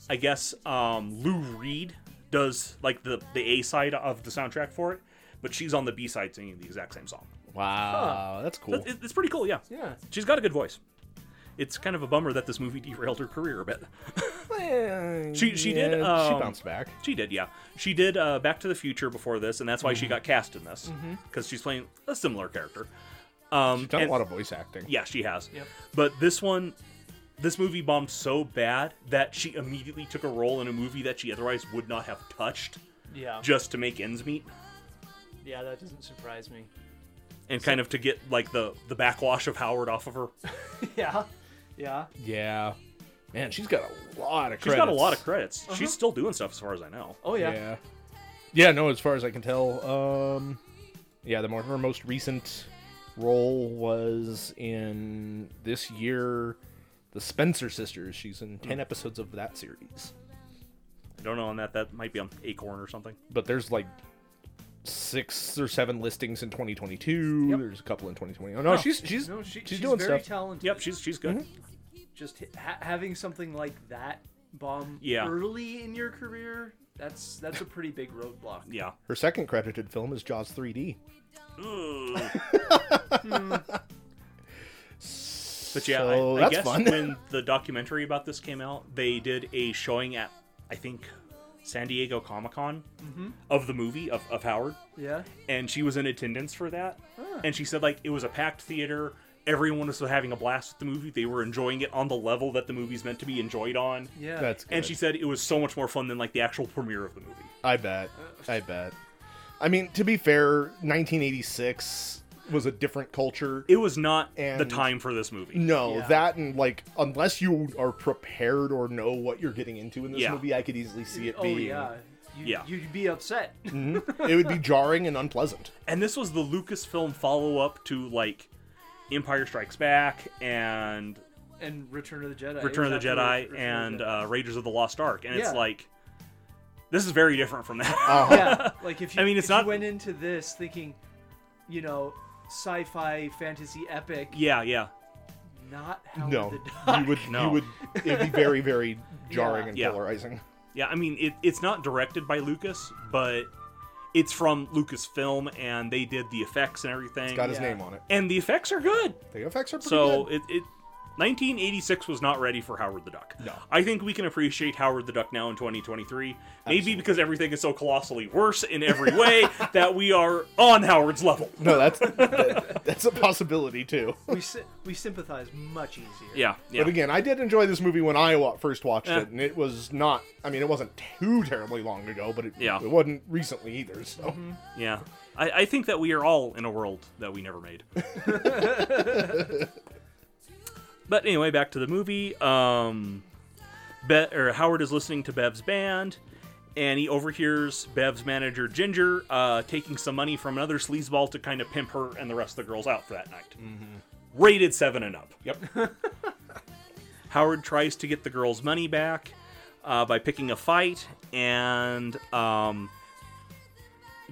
[SPEAKER 2] I guess um Lou Reed does like the the A side of the soundtrack for it, but she's on the B side singing the exact same song.
[SPEAKER 1] wow, that's cool.
[SPEAKER 2] It- It's pretty cool, yeah.
[SPEAKER 3] Yeah.
[SPEAKER 2] She's got a good voice. It's kind of a bummer that this movie derailed her career a bit. She- she did,
[SPEAKER 1] she
[SPEAKER 2] um,
[SPEAKER 1] bounced back.
[SPEAKER 2] She did, yeah. She did uh, Back to the Future before this, and that's why she
[SPEAKER 1] Mm-hmm.
[SPEAKER 2] got cast in this because she's playing a similar character. Um,
[SPEAKER 1] She's done
[SPEAKER 2] and-
[SPEAKER 1] a lot of voice acting.
[SPEAKER 2] yeah, she has. But this one, this movie bombed so bad that she immediately took a role in a movie that she otherwise would not have touched
[SPEAKER 3] Yeah.
[SPEAKER 2] just to make ends meet
[SPEAKER 3] Yeah, that doesn't surprise me.
[SPEAKER 2] and kind of to get like the the backwash of Howard off of her.
[SPEAKER 3] Yeah. Yeah.
[SPEAKER 1] Yeah. Man, she's got a lot of.
[SPEAKER 2] She's got a lot of credits.
[SPEAKER 1] Uh-huh.
[SPEAKER 2] She's still doing stuff, as far as I know.
[SPEAKER 3] Oh yeah.
[SPEAKER 1] Yeah. Yeah, no, as far as I can tell, um yeah, the more her most recent role was in this year the Spencer sisters. She's in 10 episodes of that series.
[SPEAKER 2] I don't know on that. That might be on Acorn or something.
[SPEAKER 1] But there's like six or seven listings in 2022. There's a couple in 2021. No, she's she's
[SPEAKER 3] No, she,
[SPEAKER 1] she's,
[SPEAKER 3] she's,
[SPEAKER 1] doing
[SPEAKER 3] very
[SPEAKER 1] stuff.
[SPEAKER 3] talented.
[SPEAKER 1] Mm-hmm.
[SPEAKER 2] Yep, she's she's good.
[SPEAKER 3] Just hi- ha- having something like that bomb
[SPEAKER 2] Yeah.
[SPEAKER 3] early in your career, that's that's a pretty big roadblock.
[SPEAKER 2] Yeah.
[SPEAKER 1] her second credited film is Jaws 3D. Hmm.
[SPEAKER 2] But yeah, I-
[SPEAKER 1] So
[SPEAKER 2] I,
[SPEAKER 1] that's
[SPEAKER 2] guess
[SPEAKER 1] fun.
[SPEAKER 2] when the documentary about this came out, they did a showing at I think San Diego Comic Con of the movie of, of Howard,
[SPEAKER 3] Yeah.
[SPEAKER 2] and she was in attendance for that. And she said like it was a packed theater. Everyone was having a blast with the movie. They were enjoying it on the level that the movie's meant to be enjoyed on.
[SPEAKER 3] Yeah.
[SPEAKER 1] That's good.
[SPEAKER 2] And she said it was so much more fun than like the actual premiere of the movie.
[SPEAKER 1] I bet. I bet. I mean, to be fair, 1986 was a different culture.
[SPEAKER 2] It was not the
[SPEAKER 1] And-
[SPEAKER 2] time for this movie.
[SPEAKER 1] No,
[SPEAKER 3] Yeah.
[SPEAKER 1] that and like unless you are prepared or know what you're getting into in this
[SPEAKER 2] Yeah.
[SPEAKER 1] movie, I could easily see it
[SPEAKER 3] oh
[SPEAKER 1] being
[SPEAKER 3] yeah. You,
[SPEAKER 2] Yeah.
[SPEAKER 3] You'd be upset.
[SPEAKER 1] Mm. it would be jarring and unpleasant.
[SPEAKER 2] And this was the Lucasfilm follow up to like Empire Strikes Back and
[SPEAKER 3] and Return of the Jedi.
[SPEAKER 2] Return of the
[SPEAKER 3] It was after
[SPEAKER 2] Jedi
[SPEAKER 3] Return of the
[SPEAKER 2] and
[SPEAKER 3] Jedi.
[SPEAKER 2] uh, Raiders of the Lost Ark. And it's
[SPEAKER 3] Yeah. Uh,
[SPEAKER 2] like, this is very different from that.
[SPEAKER 1] Uh-huh.
[SPEAKER 3] yeah, like if you,
[SPEAKER 2] I mean, it's
[SPEAKER 3] if you
[SPEAKER 2] not-
[SPEAKER 3] went into this thinking, you know, sci-fi fantasy epic,
[SPEAKER 2] yeah, yeah.
[SPEAKER 3] not Howard
[SPEAKER 1] no,
[SPEAKER 3] the Duck.
[SPEAKER 1] you would.
[SPEAKER 2] No.
[SPEAKER 1] You would. It'd be very, very jarring and
[SPEAKER 2] Yeah.
[SPEAKER 1] polarizing.
[SPEAKER 2] Yeah, I mean, it, it's not directed by Lucas, but it's from Lucasfilm, and they did the effects and everything.
[SPEAKER 1] Got his
[SPEAKER 3] Yeah.
[SPEAKER 1] name on it.
[SPEAKER 2] and the effects are good.
[SPEAKER 1] The effects are pretty
[SPEAKER 2] so
[SPEAKER 1] good.
[SPEAKER 2] it, it 1986 was not ready for Howard the Duck. No. I think we can appreciate Howard the Duck now in 2023. Maybe because everything is so colossally worse in every way that we are on Howard's level.
[SPEAKER 1] No, that's that- that's a possibility too.
[SPEAKER 3] we sy- we sympathize much easier.
[SPEAKER 2] Yeah, yeah.
[SPEAKER 1] But again, I did enjoy this movie when I wa- first watched
[SPEAKER 2] Yeah.
[SPEAKER 1] it, and it was not. I mean, it wasn't too terribly long ago, but it,
[SPEAKER 2] Yeah. Mm-hmm.
[SPEAKER 1] it wasn't recently either. So
[SPEAKER 2] Yeah. I, I think that we are all in a world that we never made. but anyway, back to the movie. Um, Be- or Howard is listening to Bev's band, and he overhears Bev's manager, Ginger, uh, taking some money from another sleazeball to kind of pimp her and the rest of the girls out for that night. Rated 7 and up. Yep. Howard tries to get the girls' money back uh, by picking a fight, and um,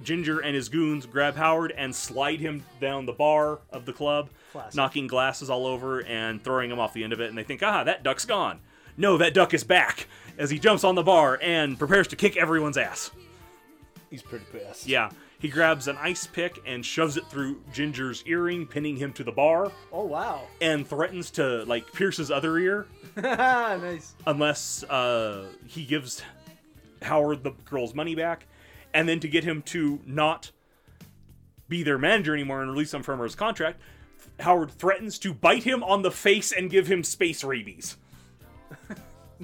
[SPEAKER 2] Ginger and his goons grab Howard and slide him down the bar of the club,
[SPEAKER 3] Classic.
[SPEAKER 2] knocking glasses all over and throwing him off the end of it. And they think, ah, that duck's gone. No, that duck is back as he jumps on the bar and prepares to kick everyone's ass.
[SPEAKER 1] he's pretty pissed.
[SPEAKER 2] Yeah, he grabs an ice pick and shoves it through Ginger's earring, pinning him to the bar,
[SPEAKER 3] Oh wow.
[SPEAKER 2] and threatens to, like, pierce his other ear
[SPEAKER 3] Ah, nice.
[SPEAKER 2] unless uh, he gives Howard the girl's money back, and then to get him to not be their manager anymore and release him from his contract, Howard threatens to bite him on the face and give him space rabies.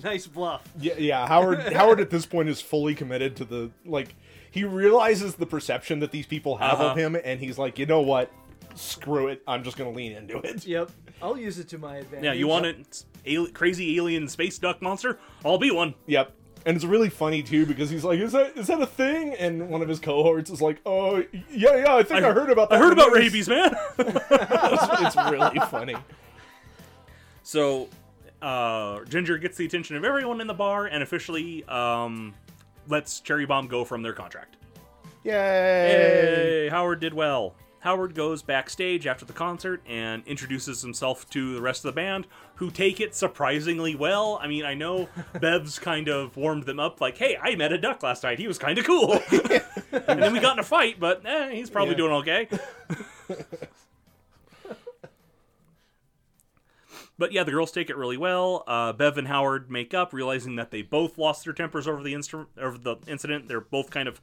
[SPEAKER 3] Nice bluff.
[SPEAKER 1] Yeah, yeah. Howard Howard at this point is fully committed to the like he realizes the perception that these people have
[SPEAKER 2] Uh-huh.
[SPEAKER 1] of him and he's like, "You know what? Screw it. I'm just going to lean into it."
[SPEAKER 3] Yep. I'll use it to my advantage.
[SPEAKER 2] Yeah, you want it? al- crazy alien space duck monster? I'll be one.
[SPEAKER 1] Yep. And it's really funny too because he's like, "Is that is that a thing?" And one of his cohorts is like, "Oh, yeah, yeah, I think I, heard about that.
[SPEAKER 2] I heard
[SPEAKER 1] in the
[SPEAKER 2] about
[SPEAKER 1] news."
[SPEAKER 2] rabies, man.
[SPEAKER 1] it's, it's really funny.
[SPEAKER 2] So, uh, Ginger gets the attention of everyone in the bar and officially um, lets Cherry Bomb go from their contract.
[SPEAKER 1] Yay!
[SPEAKER 2] Hey, Howard did well. Howard goes backstage after the concert and introduces himself to the rest of the band, who take it surprisingly well. I mean, I know Bev's kind of warmed them up, like, hey, I met a duck last night. He was kind of cool. and then we got in a fight, but eh, he's probably
[SPEAKER 1] Yeah.
[SPEAKER 2] doing okay. But yeah, the girls take it really well. Uh, Bev and Howard make up, realizing that they both lost their tempers over the instru- over the incident. They're both kind of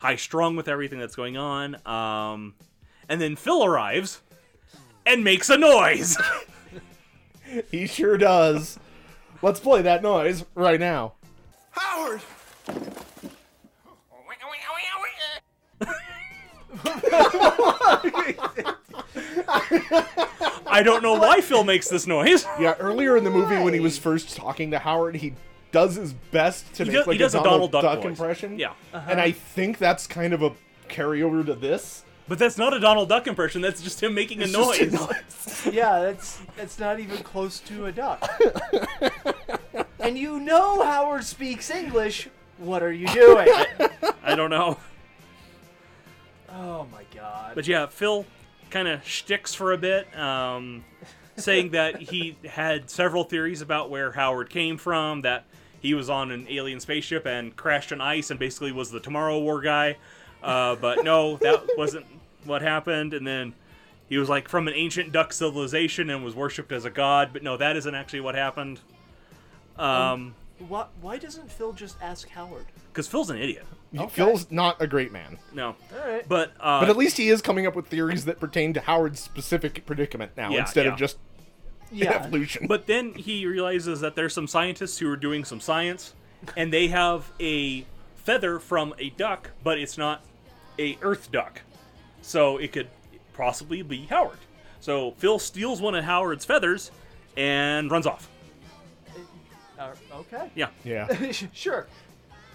[SPEAKER 2] high strung with everything that's going on. Um, and then Phil arrives and makes a noise.
[SPEAKER 1] He sure does. Let's play that noise right now.
[SPEAKER 5] Howard!
[SPEAKER 2] I don't know why Phil makes this noise.
[SPEAKER 1] Yeah, earlier in the movie when he was first talking to Howard, he does his best to
[SPEAKER 2] He
[SPEAKER 1] make
[SPEAKER 2] does-
[SPEAKER 1] like
[SPEAKER 2] he does
[SPEAKER 1] a Donald, Duck,
[SPEAKER 2] voice.
[SPEAKER 1] impression.
[SPEAKER 2] Yeah.
[SPEAKER 1] and I think that's kind of a carryover to this.
[SPEAKER 2] But that's not a Donald Duck impression. That's just him making a
[SPEAKER 1] just a
[SPEAKER 2] noise.
[SPEAKER 3] Yeah, that's that's not even close to a duck. and you know Howard speaks English. What are you doing?
[SPEAKER 2] I don't know.
[SPEAKER 3] oh my god.
[SPEAKER 2] But yeah, Phil kind of shticks for a bit, um, saying that he had several theories about where Howard came from, that he was on an alien spaceship and crashed on ice and basically was the Tomorrow War guy. Uh, but no, that wasn't what happened. And then he was like from an ancient duck civilization and was worshipped as a god. But no, that isn't actually what happened. Um,
[SPEAKER 3] why, why doesn't Phil just ask Howard?
[SPEAKER 2] because Phil's an idiot.
[SPEAKER 1] Phil's not a great man,
[SPEAKER 2] No.
[SPEAKER 3] All right.
[SPEAKER 2] But, uh,
[SPEAKER 1] but at least he is coming up with theories that pertain to Howard's specific predicament now
[SPEAKER 2] Yeah,
[SPEAKER 1] instead
[SPEAKER 2] yeah.
[SPEAKER 1] of just
[SPEAKER 3] yeah.
[SPEAKER 1] evolution.
[SPEAKER 2] But then he realizes that there's some scientists who are doing some science, and they have a feather from a duck, but it's not a Earth duck, so it could possibly be Howard. So Phil steals one of Howard's feathers and runs off.
[SPEAKER 3] Uh, okay.
[SPEAKER 2] Yeah.
[SPEAKER 1] yeah,
[SPEAKER 3] sure.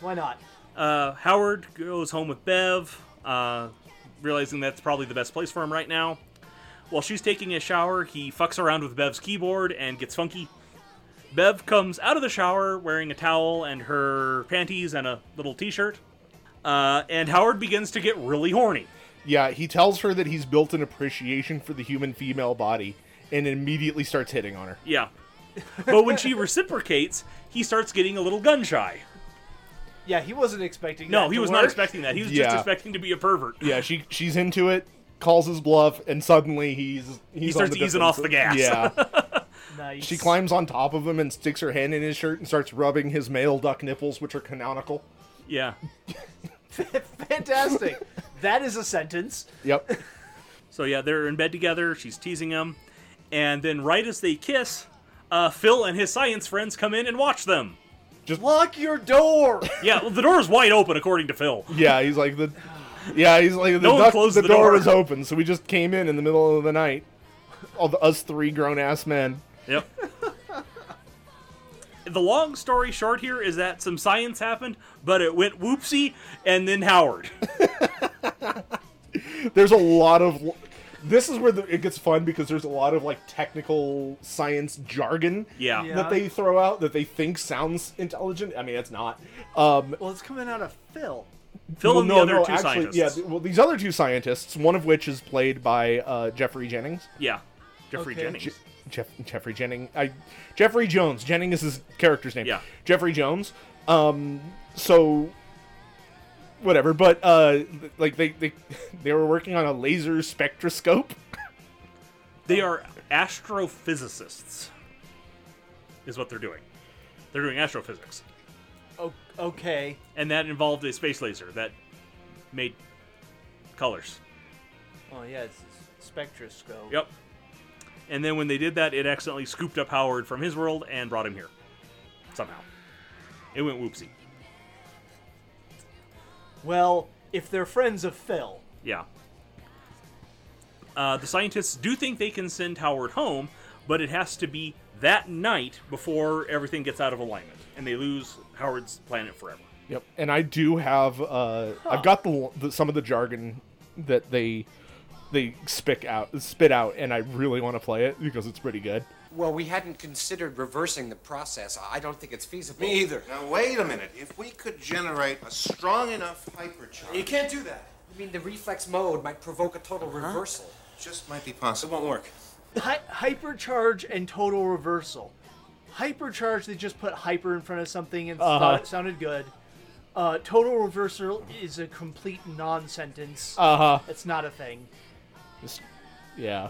[SPEAKER 3] Why not?
[SPEAKER 2] Uh, Howard goes home with Bev, uh, realizing that's probably the best place for him right now. While she's taking a shower, he fucks around with Bev's keyboard and gets funky. Bev comes out of the shower wearing a towel and her panties and a little t shirt. Uh, and Howard begins to get really horny.
[SPEAKER 1] yeah. He tells her that he's built an appreciation for the human female body, and immediately starts hitting on her.
[SPEAKER 2] Yeah. But when she reciprocates, he starts getting a little gun shy.
[SPEAKER 3] Yeah, he wasn't expecting.
[SPEAKER 2] No,
[SPEAKER 3] that
[SPEAKER 2] he
[SPEAKER 3] to
[SPEAKER 2] was not
[SPEAKER 3] work.
[SPEAKER 2] expecting that. He was just
[SPEAKER 1] Yeah.
[SPEAKER 2] expecting to be a pervert.
[SPEAKER 1] Yeah, she she's into it, calls his bluff, and suddenly he's, he's
[SPEAKER 2] starts
[SPEAKER 1] on the
[SPEAKER 2] easing off the
[SPEAKER 1] defensive.
[SPEAKER 2] gas.
[SPEAKER 1] Yeah,
[SPEAKER 3] Nice.
[SPEAKER 1] She climbs on top of him and sticks her hand in his shirt and starts rubbing his male duck nipples, which are canonical.
[SPEAKER 2] Yeah.
[SPEAKER 3] Fantastic. that is a sentence.
[SPEAKER 1] Yep.
[SPEAKER 2] So yeah, they're in bed together. She's teasing him, and then right as they kiss, uh, Phil and his science friends come in and watch them.
[SPEAKER 3] Lock your door.
[SPEAKER 2] Yeah, well, the door is wide open according to Phil.
[SPEAKER 1] Yeah, he's like the. Yeah, he's like the,
[SPEAKER 2] No one
[SPEAKER 1] duck-
[SPEAKER 2] closed
[SPEAKER 1] the,
[SPEAKER 2] the
[SPEAKER 1] door
[SPEAKER 2] door.
[SPEAKER 1] is open, so we just came in in the middle of the night. All the us three grown ass men.
[SPEAKER 2] Yep. the long story short here is that some science happened, but it went whoopsie, and then Howard.
[SPEAKER 1] There's a lot of. This is where the, it gets fun because there's a lot of like technical science jargon
[SPEAKER 2] Yeah.
[SPEAKER 3] Yeah.
[SPEAKER 1] that they throw out that they think sounds intelligent. I mean, it's not. Um,
[SPEAKER 3] Well, it's coming out of Phil.
[SPEAKER 2] Phil
[SPEAKER 1] Well,
[SPEAKER 2] and the other two scientists.
[SPEAKER 1] Yeah, th- well, these other two scientists, one of which is played by uh, Jeffrey Jennings.
[SPEAKER 2] Yeah. Jeffrey
[SPEAKER 3] Okay.
[SPEAKER 2] Jennings.
[SPEAKER 1] Je- Jeff- Jeffrey Jennings. I, Jeffrey Jones. Jennings is his character's name.
[SPEAKER 2] Yeah.
[SPEAKER 1] Jeffrey Jones. Um, so, whatever. But uh, th- like they they they were working on a laser spectroscope.
[SPEAKER 2] They are astrophysicists, is what they're doing. They're doing astrophysics.
[SPEAKER 3] O- okay.
[SPEAKER 2] And that involved a space laser that made colors.
[SPEAKER 3] Oh yeah, it's a spectroscope.
[SPEAKER 2] Yep. And then when they did that, it accidentally scooped up Howard from his world and brought him here. Somehow. It went whoopsie.
[SPEAKER 3] Well, if they're friends of Phil,
[SPEAKER 2] Yeah. Uh, the scientists do think they can send Howard home, but it has to be that night before everything gets out of alignment and they lose Howard's planet forever.
[SPEAKER 1] Yep. And I do have uh, I've got the, the some of the jargon that they they spick out spit out, and I really want to play it because it's pretty good.
[SPEAKER 7] Well, we hadn't considered reversing the process. I don't think it's feasible.
[SPEAKER 8] Me either. Now, wait a minute. If we could generate a strong enough hypercharge,
[SPEAKER 5] You can't do that.
[SPEAKER 7] I mean, the reflex mode might provoke a total
[SPEAKER 8] Uh-huh.
[SPEAKER 7] reversal.
[SPEAKER 8] it just might be possible.
[SPEAKER 5] Won't work.
[SPEAKER 3] Hy- hypercharge and total reversal. Hypercharge, they just put hyper in front of something and
[SPEAKER 2] Uh-huh.
[SPEAKER 3] thought it sounded good. Uh, total reversal is a complete non-sentence.
[SPEAKER 1] Uh
[SPEAKER 2] Uh-huh.
[SPEAKER 1] huh.
[SPEAKER 3] it's not a thing.
[SPEAKER 1] Just- yeah.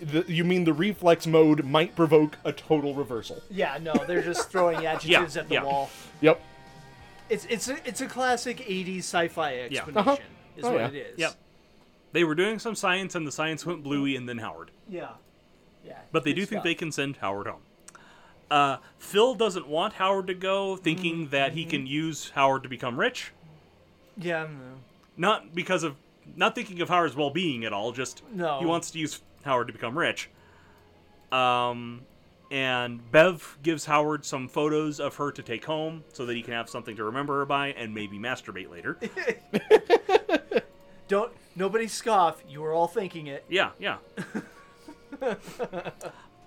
[SPEAKER 1] The, you mean the reflex mode might provoke a total reversal?
[SPEAKER 3] Yeah, no, they're just throwing adjectives at the
[SPEAKER 2] yeah.
[SPEAKER 3] wall.
[SPEAKER 1] Yep.
[SPEAKER 3] It's it's a, it's a classic '80s sci-fi explanation,
[SPEAKER 1] Uh-huh.
[SPEAKER 3] is
[SPEAKER 1] Oh,
[SPEAKER 3] what
[SPEAKER 1] yeah.
[SPEAKER 3] it is.
[SPEAKER 2] Yep. They were doing some science and the science went bluey and then Howard.
[SPEAKER 3] Yeah. Yeah.
[SPEAKER 2] But they do think they can send Howard home. Uh, Phil doesn't want Howard to go, thinking that he can use Howard to become rich.
[SPEAKER 3] Yeah. No.
[SPEAKER 2] Not because of not thinking of Howard's well being at all, just
[SPEAKER 3] No.
[SPEAKER 2] he wants to use Howard to become rich. Um and Bev gives Howard some photos of her to take home so that he can have something to remember her by and maybe masturbate later.
[SPEAKER 3] Don't nobody scoff. You were all thinking it.
[SPEAKER 2] Yeah, yeah.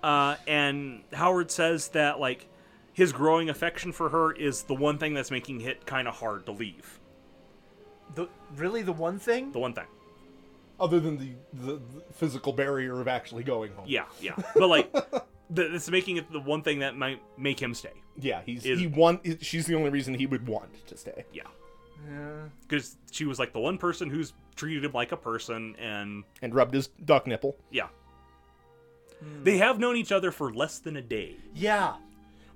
[SPEAKER 2] uh, and Howard says that like his growing affection for her is the one thing that's making it kind of hard to leave.
[SPEAKER 3] The really the one thing.
[SPEAKER 2] The one thing.
[SPEAKER 1] Other than the, the, the physical barrier of actually going home.
[SPEAKER 2] Yeah, yeah. But like th- it's making it the one thing that might make him stay.
[SPEAKER 1] Yeah. He's
[SPEAKER 2] Is-
[SPEAKER 1] he want. She's the only reason he would want to stay.
[SPEAKER 2] Yeah.
[SPEAKER 3] Yeah.
[SPEAKER 2] Cuz she was like the one person who's treated him like a person and
[SPEAKER 1] And rubbed his duck nipple.
[SPEAKER 2] yeah. They have known each other for less than a day.
[SPEAKER 3] Yeah.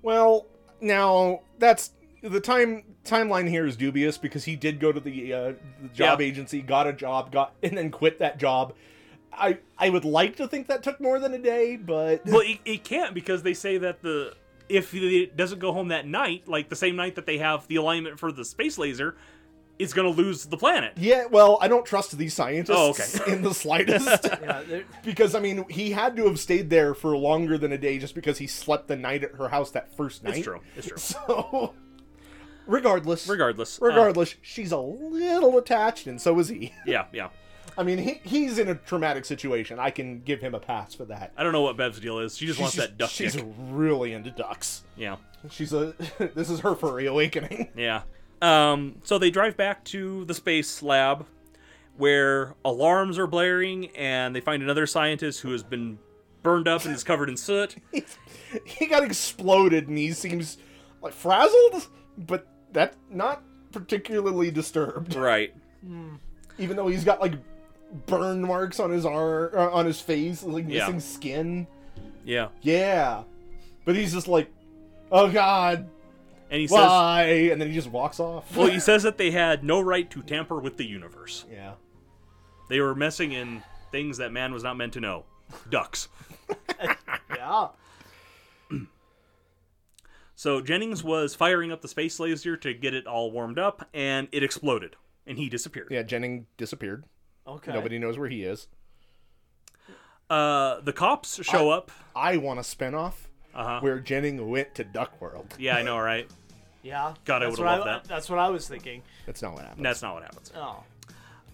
[SPEAKER 1] Well, now that's the time timeline here is dubious because he did go to the, uh, the job
[SPEAKER 2] Yeah.
[SPEAKER 1] agency, got a job, got and then quit that job. I I would like to think that took more than a day, but
[SPEAKER 2] Well, it, it can't because they say that the if it doesn't go home that night, like the same night that they have the alignment for the space laser, it's going to lose the planet.
[SPEAKER 1] yeah. Well, I don't trust these scientists
[SPEAKER 2] Oh, okay.
[SPEAKER 1] in the slightest.
[SPEAKER 3] Yeah. they're-
[SPEAKER 1] Because I mean, he had to have stayed there for longer than a day just because he slept the night at her house that first night.
[SPEAKER 2] It's true. It's true.
[SPEAKER 1] So, regardless,
[SPEAKER 2] Regardless. uh,
[SPEAKER 1] regardless, she's a little attached, and so is he.
[SPEAKER 2] yeah, yeah.
[SPEAKER 1] I mean, he, he's in a traumatic situation. I can give him a pass for that.
[SPEAKER 2] I don't know what Bev's deal is. She just wants
[SPEAKER 1] she's,
[SPEAKER 2] that duck
[SPEAKER 1] She's
[SPEAKER 2] dick.
[SPEAKER 1] really into ducks.
[SPEAKER 2] Yeah.
[SPEAKER 1] She's a. this is her furry awakening.
[SPEAKER 2] Yeah. Um, so they drive back to the space lab where alarms are blaring and they find another scientist who has been burned up and is covered in soot.
[SPEAKER 1] he got exploded, and he seems like frazzled, but that's not particularly disturbed.
[SPEAKER 2] right.
[SPEAKER 1] even though he's got like burn marks on his arm uh, on his face like
[SPEAKER 2] Yeah.
[SPEAKER 1] missing skin
[SPEAKER 2] Yeah.
[SPEAKER 1] Yeah. But he's just like, oh god,
[SPEAKER 2] And he says
[SPEAKER 1] why? And then he just walks off.
[SPEAKER 2] Well, he says that they had no right to tamper with the universe.
[SPEAKER 1] yeah.
[SPEAKER 2] They were messing in things that man was not meant to know. Ducks.
[SPEAKER 1] Yeah.
[SPEAKER 2] So Jennings was firing up the space laser to get it all warmed up, and it exploded, and he disappeared.
[SPEAKER 1] Yeah, Jennings disappeared.
[SPEAKER 3] Okay.
[SPEAKER 1] Nobody knows where he is.
[SPEAKER 2] Uh, the cops show up.
[SPEAKER 1] I want a spinoff
[SPEAKER 2] Uh-huh.
[SPEAKER 1] where Jennings went to Duck World.
[SPEAKER 2] Yeah, I know, right?
[SPEAKER 3] Yeah.
[SPEAKER 2] God, I
[SPEAKER 3] That's
[SPEAKER 2] would've
[SPEAKER 3] what
[SPEAKER 2] loved that.
[SPEAKER 3] That's what I was thinking.
[SPEAKER 1] That's not what happened.
[SPEAKER 2] And that's not what happens.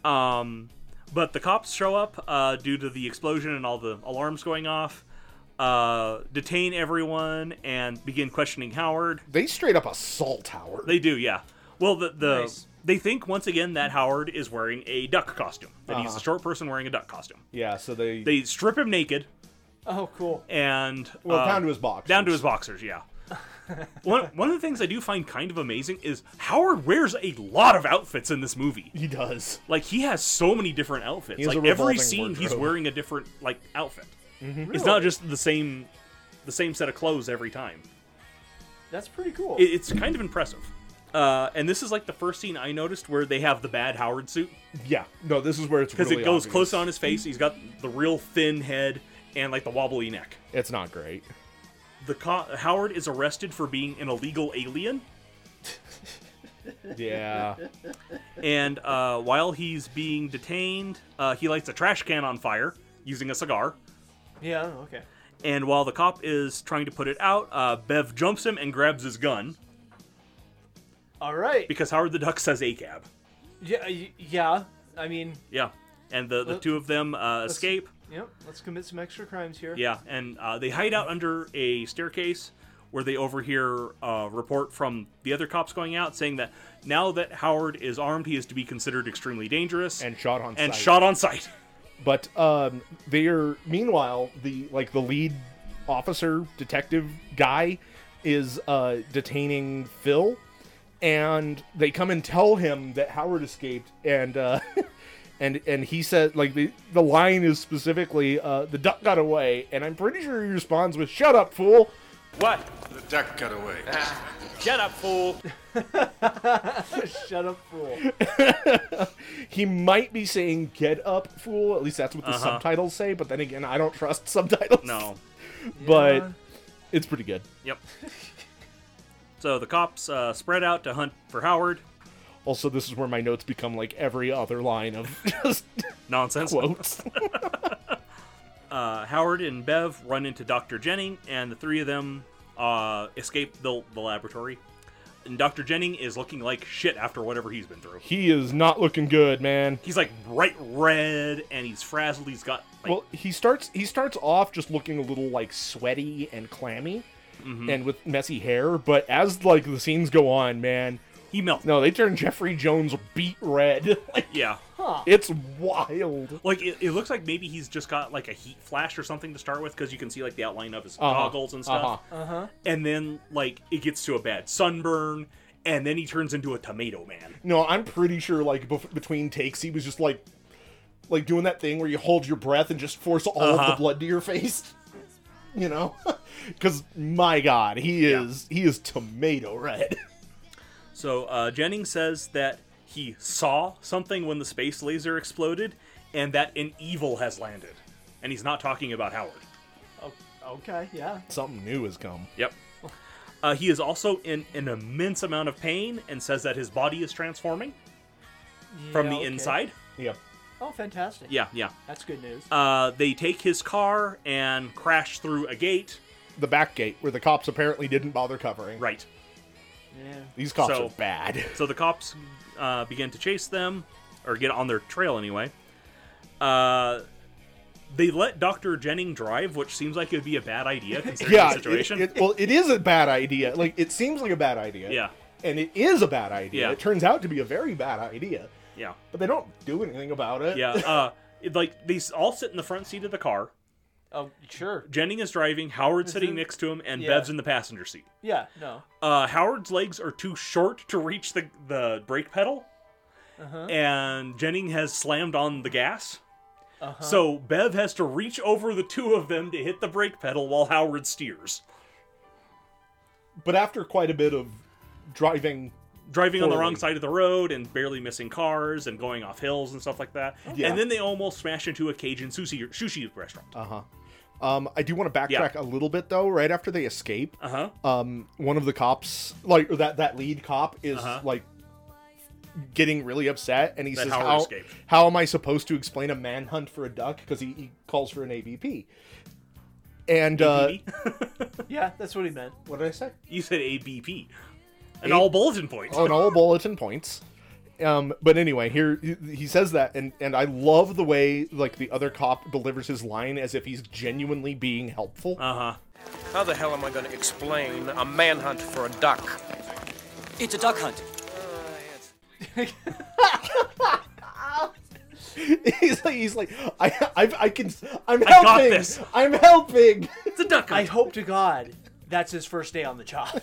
[SPEAKER 3] Oh.
[SPEAKER 2] Um, but the cops show up uh, due to the explosion and all the alarms going off, uh, detain everyone, and begin questioning Howard.
[SPEAKER 1] They straight up assault Howard.
[SPEAKER 2] They do, yeah. Well, the, the
[SPEAKER 3] Nice.
[SPEAKER 2] they think once again that Howard is wearing a duck costume. That
[SPEAKER 1] Uh-huh.
[SPEAKER 2] he's a short person wearing a duck costume.
[SPEAKER 1] yeah, so they,
[SPEAKER 2] They strip him naked
[SPEAKER 3] Oh, cool.
[SPEAKER 2] and
[SPEAKER 1] well
[SPEAKER 2] uh,
[SPEAKER 1] down to his box.
[SPEAKER 2] down to his boxers. Yeah. one one of the things I do find kind of amazing is Howard wears a lot of outfits in this movie.
[SPEAKER 1] He does.
[SPEAKER 2] Like he has so many different outfits.
[SPEAKER 1] He has
[SPEAKER 2] like
[SPEAKER 1] a
[SPEAKER 2] every
[SPEAKER 1] revolving
[SPEAKER 2] scene, he's
[SPEAKER 1] wardrobe. Mm-hmm.
[SPEAKER 2] wearing a different like outfit. It's not just the same, the same set of clothes every time.
[SPEAKER 3] That's pretty cool.
[SPEAKER 2] It, it's kind of impressive. Uh, and this is like the first scene I noticed where they have the bad Howard suit
[SPEAKER 1] Yeah. No, this is where it's
[SPEAKER 2] because
[SPEAKER 1] really
[SPEAKER 2] it goes
[SPEAKER 1] obvious.
[SPEAKER 2] close on his face. He's got the real thin head and like the wobbly neck.
[SPEAKER 1] It's not great.
[SPEAKER 2] The co- Howard is arrested for being an illegal alien,
[SPEAKER 1] Yeah.
[SPEAKER 2] and uh, while he's being detained, uh, he lights a trash can on fire using a cigar.
[SPEAKER 3] yeah. Okay.
[SPEAKER 2] And while the cop is trying to put it out, uh, Bev jumps him and grabs his gun
[SPEAKER 3] All right.
[SPEAKER 2] because Howard the Duck says ACAB.
[SPEAKER 3] Yeah. y- Yeah. I mean,
[SPEAKER 2] Yeah. And the, the
[SPEAKER 3] Uh,
[SPEAKER 2] two of them uh, escape.
[SPEAKER 3] yep. Let's commit some extra crimes here.
[SPEAKER 2] Yeah. And uh, they hide out under a staircase where they overhear a report from the other cops going out saying that now that Howard is armed, he is to be considered extremely dangerous
[SPEAKER 1] and shot on
[SPEAKER 2] and
[SPEAKER 1] sight.
[SPEAKER 2] shot on sight.
[SPEAKER 1] But um, they're meanwhile the like the lead officer detective guy is uh, detaining Phil, and they come and tell him that Howard escaped, and uh, and and he said like the the line is specifically uh, the duck got away, and I'm pretty sure he responds with "Shut up, fool."
[SPEAKER 2] What? Ah.
[SPEAKER 5] The duck got away.
[SPEAKER 2] Shut up, fool.
[SPEAKER 3] Shut up, fool.
[SPEAKER 1] He might be saying "Get up, fool." At least that's what the subtitles say. But then again, I don't trust subtitles.
[SPEAKER 2] No.
[SPEAKER 1] but
[SPEAKER 3] Yeah.
[SPEAKER 1] it's pretty good.
[SPEAKER 2] Yep. So the cops uh, spread out to hunt for Howard.
[SPEAKER 1] Also, this is where my notes become like every other line of just
[SPEAKER 2] Nonsense.
[SPEAKER 1] quotes.
[SPEAKER 2] uh, Howard and Bev run into Dr. Jennings, and the three of them uh, escape the, the laboratory. And Dr. Jennings is looking like shit after whatever he's been through.
[SPEAKER 1] he is not looking good, man.
[SPEAKER 2] He's like bright red, and he's frazzled. He's got like,
[SPEAKER 1] Well, he starts he starts off just looking a little like sweaty and clammy and with messy hair, but as like the scenes go on, man,
[SPEAKER 2] he melts.
[SPEAKER 1] no, they turn Jeffrey Jones beat red. like
[SPEAKER 2] Yeah,
[SPEAKER 1] it's wild.
[SPEAKER 2] like it, it looks like maybe he's just got like a heat flash or something to start with, because you can see like the outline of his
[SPEAKER 1] Uh-huh.
[SPEAKER 2] goggles and stuff.
[SPEAKER 3] Uh-huh.
[SPEAKER 2] And then like it gets to a bad sunburn, and then he turns into a tomato man.
[SPEAKER 1] No, I'm pretty sure like bef- between takes he was just like like doing that thing where you hold your breath and just force all
[SPEAKER 2] Uh-huh.
[SPEAKER 1] of the blood to your face. You know? Cuz my god, he is he is tomato red.
[SPEAKER 2] So uh, Jennings says that he saw something when the space laser exploded, and that an evil has landed. And he's not talking about Howard.
[SPEAKER 3] Oh, okay. Yeah.
[SPEAKER 1] Something new has come.
[SPEAKER 2] Yep. Uh, he is also in an immense amount of pain and says that his body is transforming from
[SPEAKER 3] Mm, Yeah,
[SPEAKER 2] the
[SPEAKER 3] okay.
[SPEAKER 2] inside.
[SPEAKER 1] Yeah.
[SPEAKER 3] Oh, fantastic.
[SPEAKER 2] Yeah, yeah.
[SPEAKER 3] That's good news.
[SPEAKER 2] Uh, they take his car and crash through a gate.
[SPEAKER 1] The back gate where the cops apparently didn't bother covering.
[SPEAKER 2] Right.
[SPEAKER 3] yeah.
[SPEAKER 1] These cops
[SPEAKER 2] So-
[SPEAKER 1] are bad.
[SPEAKER 2] So the cops uh, begin to chase them, or get on their trail anyway. Uh, they let Dr. Jennings drive, which seems like it would be a bad idea considering
[SPEAKER 1] Yeah.
[SPEAKER 2] the
[SPEAKER 1] it-
[SPEAKER 2] situation.
[SPEAKER 1] it- well, it is a bad idea. Like it seems like a bad idea.
[SPEAKER 2] Yeah.
[SPEAKER 1] And it is a bad idea.
[SPEAKER 2] Yeah.
[SPEAKER 1] It turns out to be a very bad idea,
[SPEAKER 2] yeah,
[SPEAKER 1] but they don't do anything about it.
[SPEAKER 2] yeah. Uh, it- like, they s- all sit in the front seat of the car.
[SPEAKER 3] Oh, sure.
[SPEAKER 2] Jennings is driving, Howard's sitting
[SPEAKER 3] it-
[SPEAKER 2] next to him, and
[SPEAKER 3] Yeah.
[SPEAKER 2] Bev's in the passenger seat.
[SPEAKER 3] Yeah. No.
[SPEAKER 2] Uh, Howard's legs are too short to reach the, the brake pedal, and Jennings has slammed on the gas. So Bev has to reach over the two of them to hit the brake pedal while Howard steers,
[SPEAKER 1] But after quite a bit of driving,
[SPEAKER 2] driving on the wrong
[SPEAKER 1] Poorly.
[SPEAKER 2] side of the road and barely missing cars and going off hills and stuff like that.
[SPEAKER 1] Yeah.
[SPEAKER 2] And then they almost smash into a Cajun sushi sushi restaurant.
[SPEAKER 1] um, I do want to backtrack a little bit though. Right after they escape,
[SPEAKER 2] Uh huh.
[SPEAKER 1] um, one of the cops, like or that that lead cop, is like getting really upset, and he
[SPEAKER 2] Uh-huh. That
[SPEAKER 1] says,
[SPEAKER 2] Howard
[SPEAKER 1] "How
[SPEAKER 2] escaped."
[SPEAKER 1] how am I supposed to explain a manhunt for a duck?" Because he, he calls for an ABP. And uh,
[SPEAKER 3] Yeah, that's what he meant.
[SPEAKER 1] what did I say?
[SPEAKER 2] you said ABP, an all bulletin point.
[SPEAKER 1] on oh, all bulletin points. Um, but anyway, here he- he says that, and and I love the way like the other cop delivers his line as if he's genuinely being helpful.
[SPEAKER 2] Uh huh.
[SPEAKER 9] How the hell am I going to explain a manhunt for a duck?
[SPEAKER 6] It's a duck hunt.
[SPEAKER 1] he's like he's like I I, I can I'm
[SPEAKER 2] I got
[SPEAKER 1] helping
[SPEAKER 2] this."
[SPEAKER 1] I'm helping.
[SPEAKER 2] It's a duck.
[SPEAKER 3] I hope to God that's his first day on the job.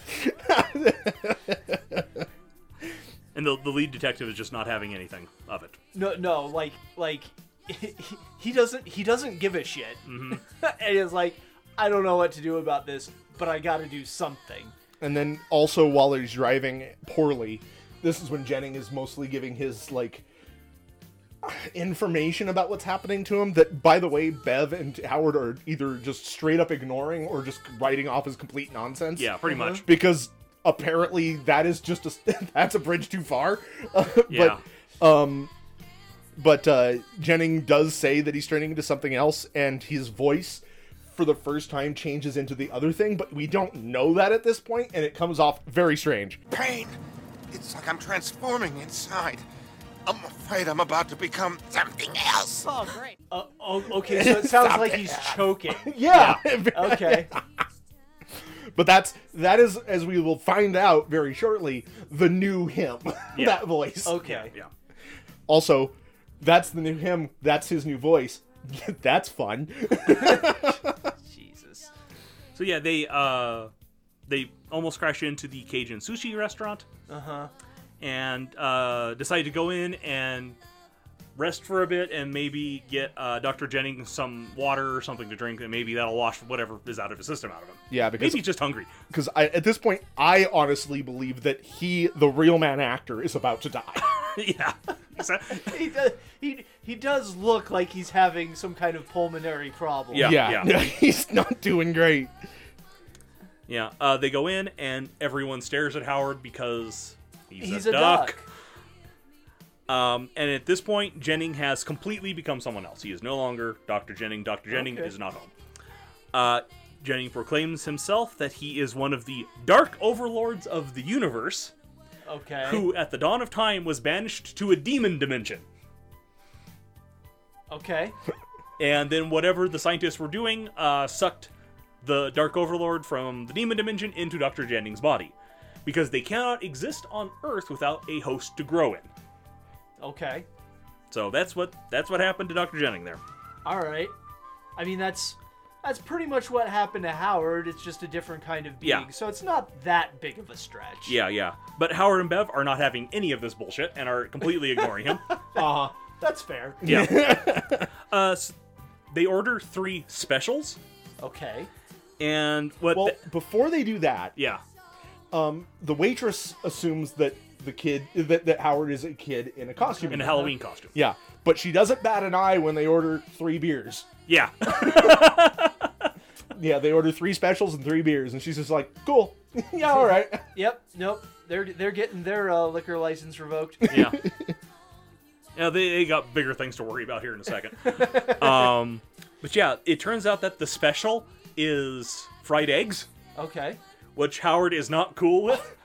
[SPEAKER 2] And the, the lead detective is just not having anything of it.
[SPEAKER 3] No, no, like, like he, he doesn't he doesn't give a shit, and it's like, I don't know what to do about this, but I got to do something.
[SPEAKER 1] And then also while he's driving poorly, this is when Jennings is mostly giving his like information about what's happening to him that by the way Bev and Howard are either just straight up ignoring or just writing off as complete nonsense.
[SPEAKER 2] Yeah, pretty much.
[SPEAKER 1] because apparently that is just a that's a bridge too far. Uh,
[SPEAKER 2] Yeah.
[SPEAKER 1] But um but uh Jennings does say that he's turning into something else and his voice for the first time changes into the other thing, but we don't know that at this point and it comes off very strange.
[SPEAKER 5] Pain! It's like I'm transforming inside. I'm afraid I'm about to become something else.
[SPEAKER 6] Oh, great.
[SPEAKER 3] Uh, oh, okay, so it sounds like he's choking.
[SPEAKER 1] Yeah.
[SPEAKER 3] Okay,
[SPEAKER 1] but that's that is as we will find out very shortly the new him.
[SPEAKER 2] Yeah.
[SPEAKER 1] that voice.
[SPEAKER 3] okay.
[SPEAKER 2] Yeah.
[SPEAKER 1] Also, that's the new him, that's his new voice. that's fun.
[SPEAKER 3] Jesus.
[SPEAKER 2] So yeah, they uh they almost crash into the Cajun sushi restaurant. Uh-huh. And uh decide to go in and rest for a bit and maybe get uh, Dr. Jennings some water or something to drink and maybe that'll wash whatever is out of his system out of him.
[SPEAKER 1] Yeah,
[SPEAKER 2] Maybe
[SPEAKER 1] because
[SPEAKER 2] he's just hungry.
[SPEAKER 1] because I at this point I honestly believe that he, the real man actor, is about to die.
[SPEAKER 2] yeah. So-
[SPEAKER 3] He does, he, he does look like he's having some kind of pulmonary problem.
[SPEAKER 2] Yeah.
[SPEAKER 1] he's not doing great.
[SPEAKER 2] yeah. Uh, they go in and everyone stares at Howard because he's,
[SPEAKER 3] He's
[SPEAKER 2] a,
[SPEAKER 3] a
[SPEAKER 2] duck.
[SPEAKER 3] duck.
[SPEAKER 2] Um, and at this point, Jennings has completely become someone else. He is no longer Dr. Jennings. Dr. Jennings
[SPEAKER 3] Okay.
[SPEAKER 2] is not home. Uh, Jennings proclaims himself that he is one of the dark overlords of the universe,
[SPEAKER 3] Okay.
[SPEAKER 2] who at the dawn of time was banished to a demon dimension.
[SPEAKER 3] Okay.
[SPEAKER 2] And then whatever the scientists were doing uh, sucked the dark overlord from the demon dimension into Dr. Jennings' body. Because they cannot exist on Earth without a host to grow in.
[SPEAKER 3] Okay.
[SPEAKER 2] So that's what that's what happened to Dr. Jennings there.
[SPEAKER 3] All right. I mean, that's that's pretty much what happened to Howard. It's just a different kind of being.
[SPEAKER 2] Yeah.
[SPEAKER 3] So it's not that big of a stretch.
[SPEAKER 2] Yeah, yeah. But Howard and Bev are not having any of this bullshit and are completely ignoring him.
[SPEAKER 3] Uh huh. That's fair.
[SPEAKER 2] Yeah. uh, s- they order three specials,
[SPEAKER 3] Okay.
[SPEAKER 2] and what?
[SPEAKER 1] Well,
[SPEAKER 2] the-
[SPEAKER 1] before they do that,
[SPEAKER 2] yeah,
[SPEAKER 1] um, the waitress assumes that the kid that, that Howard is a kid in a costume.
[SPEAKER 2] in a Halloween costume.
[SPEAKER 1] yeah, but she doesn't bat an eye when they order three beers.
[SPEAKER 2] Yeah,
[SPEAKER 1] Yeah, they order three specials and three beers, and she's just like, "Cool, yeah, all right."
[SPEAKER 3] Yep. Nope. They're they're getting their uh, liquor license revoked.
[SPEAKER 2] yeah. yeah, they, they got bigger things to worry about here in a second. um, but yeah, it turns out that the special is fried eggs,
[SPEAKER 3] Okay.
[SPEAKER 2] which Howard is not cool with.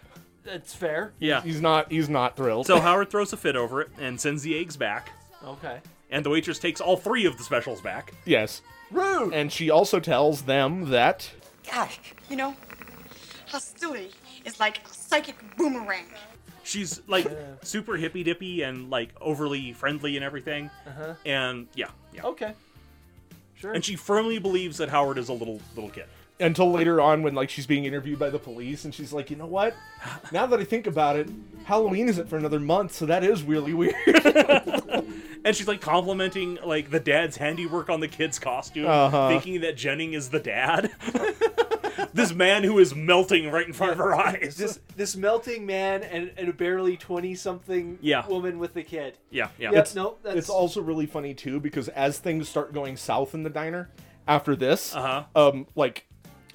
[SPEAKER 3] That's fair.
[SPEAKER 2] Yeah.
[SPEAKER 1] He's not. He's not thrilled.
[SPEAKER 2] So Howard throws a fit over it and sends the eggs back,
[SPEAKER 3] Okay.
[SPEAKER 2] and the waitress takes all three of the specials back.
[SPEAKER 1] yes,
[SPEAKER 3] Rude.
[SPEAKER 1] and she also tells them that
[SPEAKER 10] Gosh, you know, hostility is like a psychic boomerang.
[SPEAKER 2] She's like super hippy dippy and like overly friendly and everything. Uh-huh. And yeah, yeah.
[SPEAKER 3] Okay. Sure.
[SPEAKER 2] And she firmly believes that Howard is a little little kid.
[SPEAKER 1] until later on when like she's being interviewed by the police and she's like, you know what? Now that I think about it, Halloween isn't for another month, so that is really weird.
[SPEAKER 2] And and she's like complimenting like the dad's handiwork on the kid's costume,
[SPEAKER 1] Uh-huh.
[SPEAKER 2] thinking that Jennings is the dad. this man who is melting right in front of her eyes.
[SPEAKER 3] This this melting man and, and a barely twenty something
[SPEAKER 1] Yeah.
[SPEAKER 3] woman with a kid.
[SPEAKER 2] Yeah, yeah.
[SPEAKER 3] Yep, no, that's
[SPEAKER 1] It's also really funny too because as things start going south in the diner after this, uh-huh. um, like,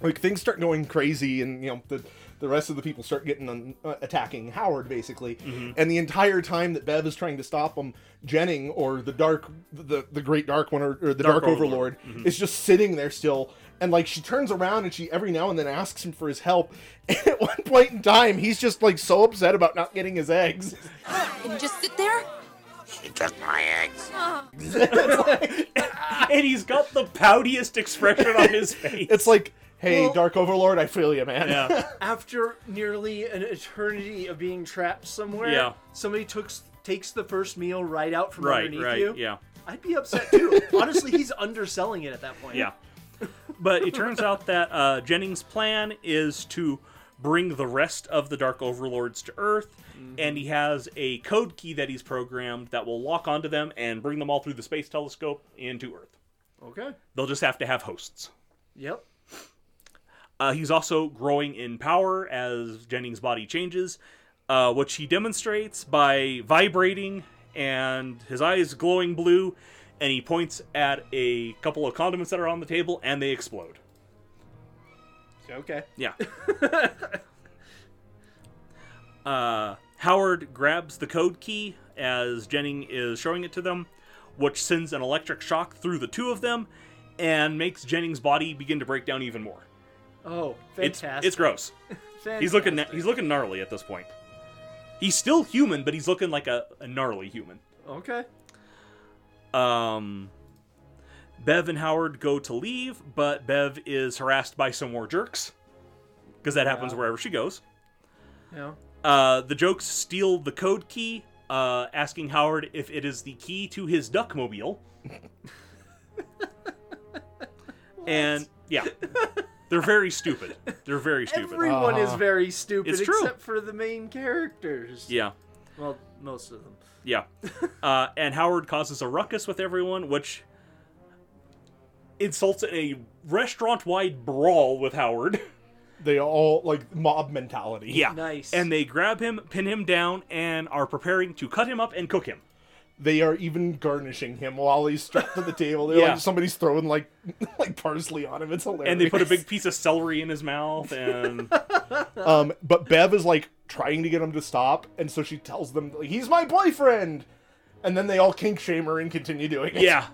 [SPEAKER 1] like things start going crazy, and you know the the rest of the people start getting on uh, attacking Howard basically,
[SPEAKER 11] Mhm.
[SPEAKER 1] and the entire time that Bev is trying to stop him, Jennings or the dark the the great dark one or, or the dark,
[SPEAKER 11] Dark Overlord.
[SPEAKER 1] overlord,
[SPEAKER 11] Mhm.
[SPEAKER 1] is just sitting there still. And like she turns around and she every now and then asks him for his help. And at one point in time, he's just like so upset about not getting his eggs.
[SPEAKER 12] And just sit there?
[SPEAKER 5] She took my eggs.
[SPEAKER 2] and he's got the poutiest expression on his face.
[SPEAKER 1] It's like, hey,
[SPEAKER 3] Well-
[SPEAKER 1] Dark Overlord, I feel you, man.
[SPEAKER 3] after nearly an eternity of being trapped somewhere,
[SPEAKER 1] Yeah.
[SPEAKER 3] somebody took takes the first meal right out from
[SPEAKER 2] Right,
[SPEAKER 3] underneath
[SPEAKER 2] right,
[SPEAKER 3] you.
[SPEAKER 2] yeah.
[SPEAKER 3] I'd be upset too. Honestly, he's underselling it at that point.
[SPEAKER 2] Yeah. But it turns out that uh, Jennings' plan is to bring the rest of the Dark Overlords to Earth, and he has a code key that he's programmed that will lock onto them and bring them all through the space telescope into Earth.
[SPEAKER 3] Okay.
[SPEAKER 2] They'll just have to have hosts.
[SPEAKER 3] Yep.
[SPEAKER 2] Uh, he's also growing in power as Jennings' body changes, uh, which he demonstrates by vibrating and his eyes glowing blue. And he points at a couple of condiments that are on the table and they explode.
[SPEAKER 3] Okay.
[SPEAKER 2] Yeah. uh, Howard grabs the code key as Jennings is showing it to them, which sends an electric shock through the two of them and makes Jennings' body begin to break down even more.
[SPEAKER 3] Oh,
[SPEAKER 2] It's-
[SPEAKER 3] fantastic.
[SPEAKER 2] It's, gross. He's looking na- he's looking gnarly at this point. He's still human, but he's looking like a, a gnarly human.
[SPEAKER 3] Okay.
[SPEAKER 2] Um, Bev and Howard go to leave, but Bev is harassed by some more jerks because that happens
[SPEAKER 3] Yeah.
[SPEAKER 2] wherever she goes.
[SPEAKER 3] Yeah.
[SPEAKER 2] Uh, the jokes steal the code key, uh, asking Howard if it is the key to his duckmobile. and yeah, they're very stupid. They're very stupid.
[SPEAKER 3] Everyone is very stupid
[SPEAKER 2] It's true.
[SPEAKER 3] except for the main characters.
[SPEAKER 2] Yeah.
[SPEAKER 3] Well, most of them.
[SPEAKER 2] Yeah. Uh, and Howard causes a ruckus with everyone, which insults in a restaurant wide brawl with Howard.
[SPEAKER 1] They all like mob mentality.
[SPEAKER 2] Yeah. And they grab him, pin him down, and are preparing to cut him up and cook him.
[SPEAKER 1] They are even garnishing him while he's strapped to the table. They're
[SPEAKER 2] Yeah.
[SPEAKER 1] like somebody's throwing like like parsley on him. It's hilarious.
[SPEAKER 2] And they put a big piece of celery in his mouth, and
[SPEAKER 1] um but Bev is like trying to get him to stop, and so she tells them like, he's my boyfriend. And then they all kink shame her and continue doing it.
[SPEAKER 2] yeah,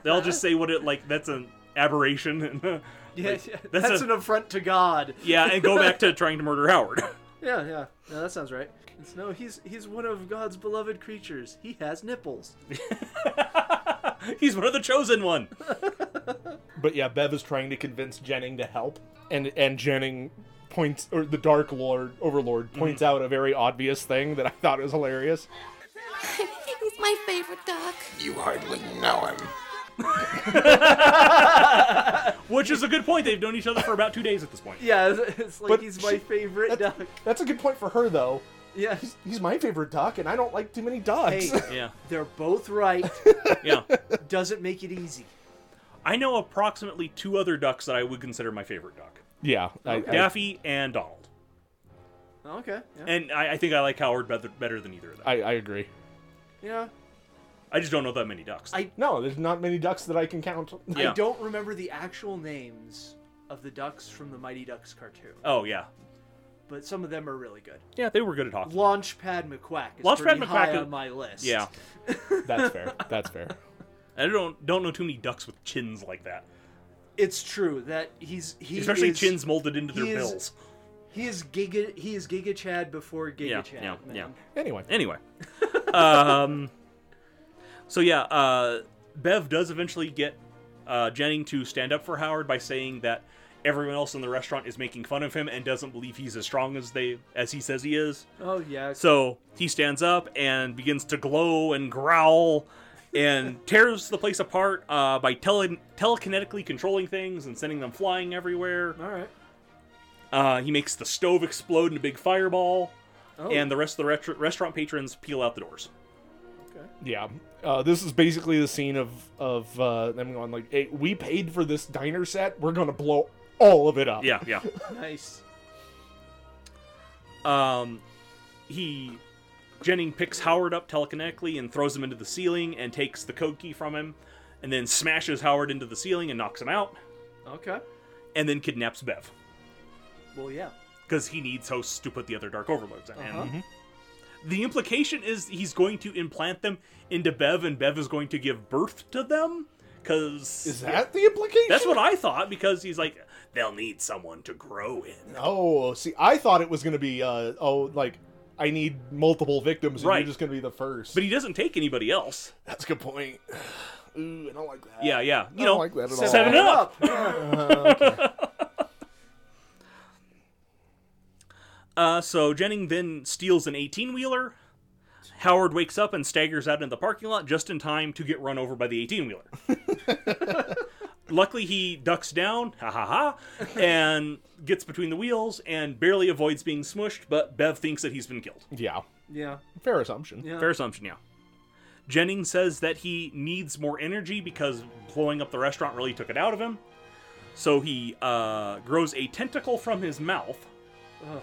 [SPEAKER 2] they'll just say what it like. That's an aberration. And, uh,
[SPEAKER 3] Yeah,
[SPEAKER 2] like,
[SPEAKER 3] yeah,
[SPEAKER 2] that's
[SPEAKER 3] that's,
[SPEAKER 2] a-
[SPEAKER 3] an affront to God.
[SPEAKER 2] yeah, and go back to trying to murder Howard.
[SPEAKER 3] Yeah, yeah. No, that sounds right. It's, no, he's he's one of God's beloved creatures. He has nipples.
[SPEAKER 2] he's one of the chosen one.
[SPEAKER 1] But yeah, Bev is trying to convince Jennings to help, and and Jennings points or the Dark Lord Overlord points
[SPEAKER 2] Mm-hmm.
[SPEAKER 1] out a very obvious thing that I thought was hilarious.
[SPEAKER 12] He's my favorite duck.
[SPEAKER 1] You hardly know him.
[SPEAKER 2] Which is a good point. They've known each other for about two days at this point.
[SPEAKER 3] Yeah, it's, it's like
[SPEAKER 1] But
[SPEAKER 3] he's my
[SPEAKER 1] she-
[SPEAKER 3] favorite duck.
[SPEAKER 1] That's a good point for her though.
[SPEAKER 3] Yeah,
[SPEAKER 1] he's, he's my favorite duck, and I don't like too many ducks.
[SPEAKER 3] Hey,
[SPEAKER 2] Yeah.
[SPEAKER 3] they're both right.
[SPEAKER 2] Yeah.
[SPEAKER 3] Doesn't make it easy.
[SPEAKER 2] I know approximately two other ducks that I would consider my favorite duck
[SPEAKER 1] yeah, I, I-
[SPEAKER 2] Daffy and Donald.
[SPEAKER 3] Okay. Yeah.
[SPEAKER 2] And I, I think I like Howard better, better than either of them.
[SPEAKER 1] I, I agree.
[SPEAKER 3] yeah.
[SPEAKER 2] I just don't know that many ducks.
[SPEAKER 3] I
[SPEAKER 1] no, there's not many ducks that I can count.
[SPEAKER 3] I don't remember the actual names of the ducks from the Mighty Ducks cartoon,
[SPEAKER 2] Oh, yeah.
[SPEAKER 3] but some of them are really good.
[SPEAKER 2] Yeah, they were good at hockey.
[SPEAKER 3] Launchpad McQuack is
[SPEAKER 2] Launchpad
[SPEAKER 3] pretty high
[SPEAKER 2] McQuack is-
[SPEAKER 3] on my list.
[SPEAKER 2] Yeah.
[SPEAKER 1] That's fair. That's fair.
[SPEAKER 2] I don't don't know too many ducks with chins like that.
[SPEAKER 3] It's true that he's he
[SPEAKER 2] Especially
[SPEAKER 3] is-
[SPEAKER 2] chins molded into their
[SPEAKER 3] he is-
[SPEAKER 2] bills.
[SPEAKER 3] He is Giga. He is Giga Chad before Giga
[SPEAKER 2] yeah,
[SPEAKER 3] Chad.
[SPEAKER 2] yeah,
[SPEAKER 3] man.
[SPEAKER 2] yeah.
[SPEAKER 1] Anyway.
[SPEAKER 2] Anyway. um, so yeah, uh, Bev does eventually get uh, Jennings to stand up for Howard by saying that everyone else in the restaurant is making fun of him and doesn't believe he's as strong as they as he says he is.
[SPEAKER 3] Oh yeah.
[SPEAKER 2] So he stands up and begins to glow and growl and tears the place apart uh, by tele- telekinetically controlling things and sending them flying everywhere.
[SPEAKER 3] All right.
[SPEAKER 2] Uh, he makes the stove explode in a big fireball,
[SPEAKER 3] Oh.
[SPEAKER 2] and the rest of the retro- restaurant patrons peel out the doors.
[SPEAKER 3] Okay.
[SPEAKER 1] Yeah. Uh, this is basically the scene of of uh, them going like, "Hey, we paid for this diner set. We're gonna blow all of it up."
[SPEAKER 2] Yeah, yeah.
[SPEAKER 3] nice.
[SPEAKER 2] Um, he Jennings picks Howard up telekinetically and throws him into the ceiling and takes the code key from him, and then smashes Howard into the ceiling and knocks him out,
[SPEAKER 3] Okay.
[SPEAKER 2] and then kidnaps Bev
[SPEAKER 3] Well, yeah.
[SPEAKER 2] because he needs hosts to put the other Dark Overlords in.
[SPEAKER 3] Uh-huh.
[SPEAKER 2] And the implication is he's going to implant them into Bev, and Bev is going to give birth to them. Because
[SPEAKER 1] Is that the implication?
[SPEAKER 2] That's what I thought because he's like, they'll need someone to grow in.
[SPEAKER 1] Oh, see, I thought it was gonna be uh oh like I need multiple victims and
[SPEAKER 2] Right.
[SPEAKER 1] you're just gonna be the first.
[SPEAKER 2] But he doesn't take anybody else.
[SPEAKER 1] That's a good point. Ooh, I don't like that.
[SPEAKER 2] Yeah, yeah.
[SPEAKER 1] I don't
[SPEAKER 2] You know,
[SPEAKER 1] like that at all.
[SPEAKER 2] seven it up. uh, so Jennings then steals an 18 wheeler. Howard wakes up and staggers out in the parking lot just in time to get run over by the 18 wheeler. Luckily, he ducks down, ha ha ha, and gets between the wheels and barely avoids being smushed, but Bev thinks that he's been killed.
[SPEAKER 1] Yeah.
[SPEAKER 3] Yeah.
[SPEAKER 1] Fair assumption.
[SPEAKER 3] Yeah.
[SPEAKER 2] Fair assumption, yeah. Jennings says that he needs more energy because blowing up the restaurant really took it out of him. So he uh, grows a tentacle from his mouth
[SPEAKER 3] Ugh.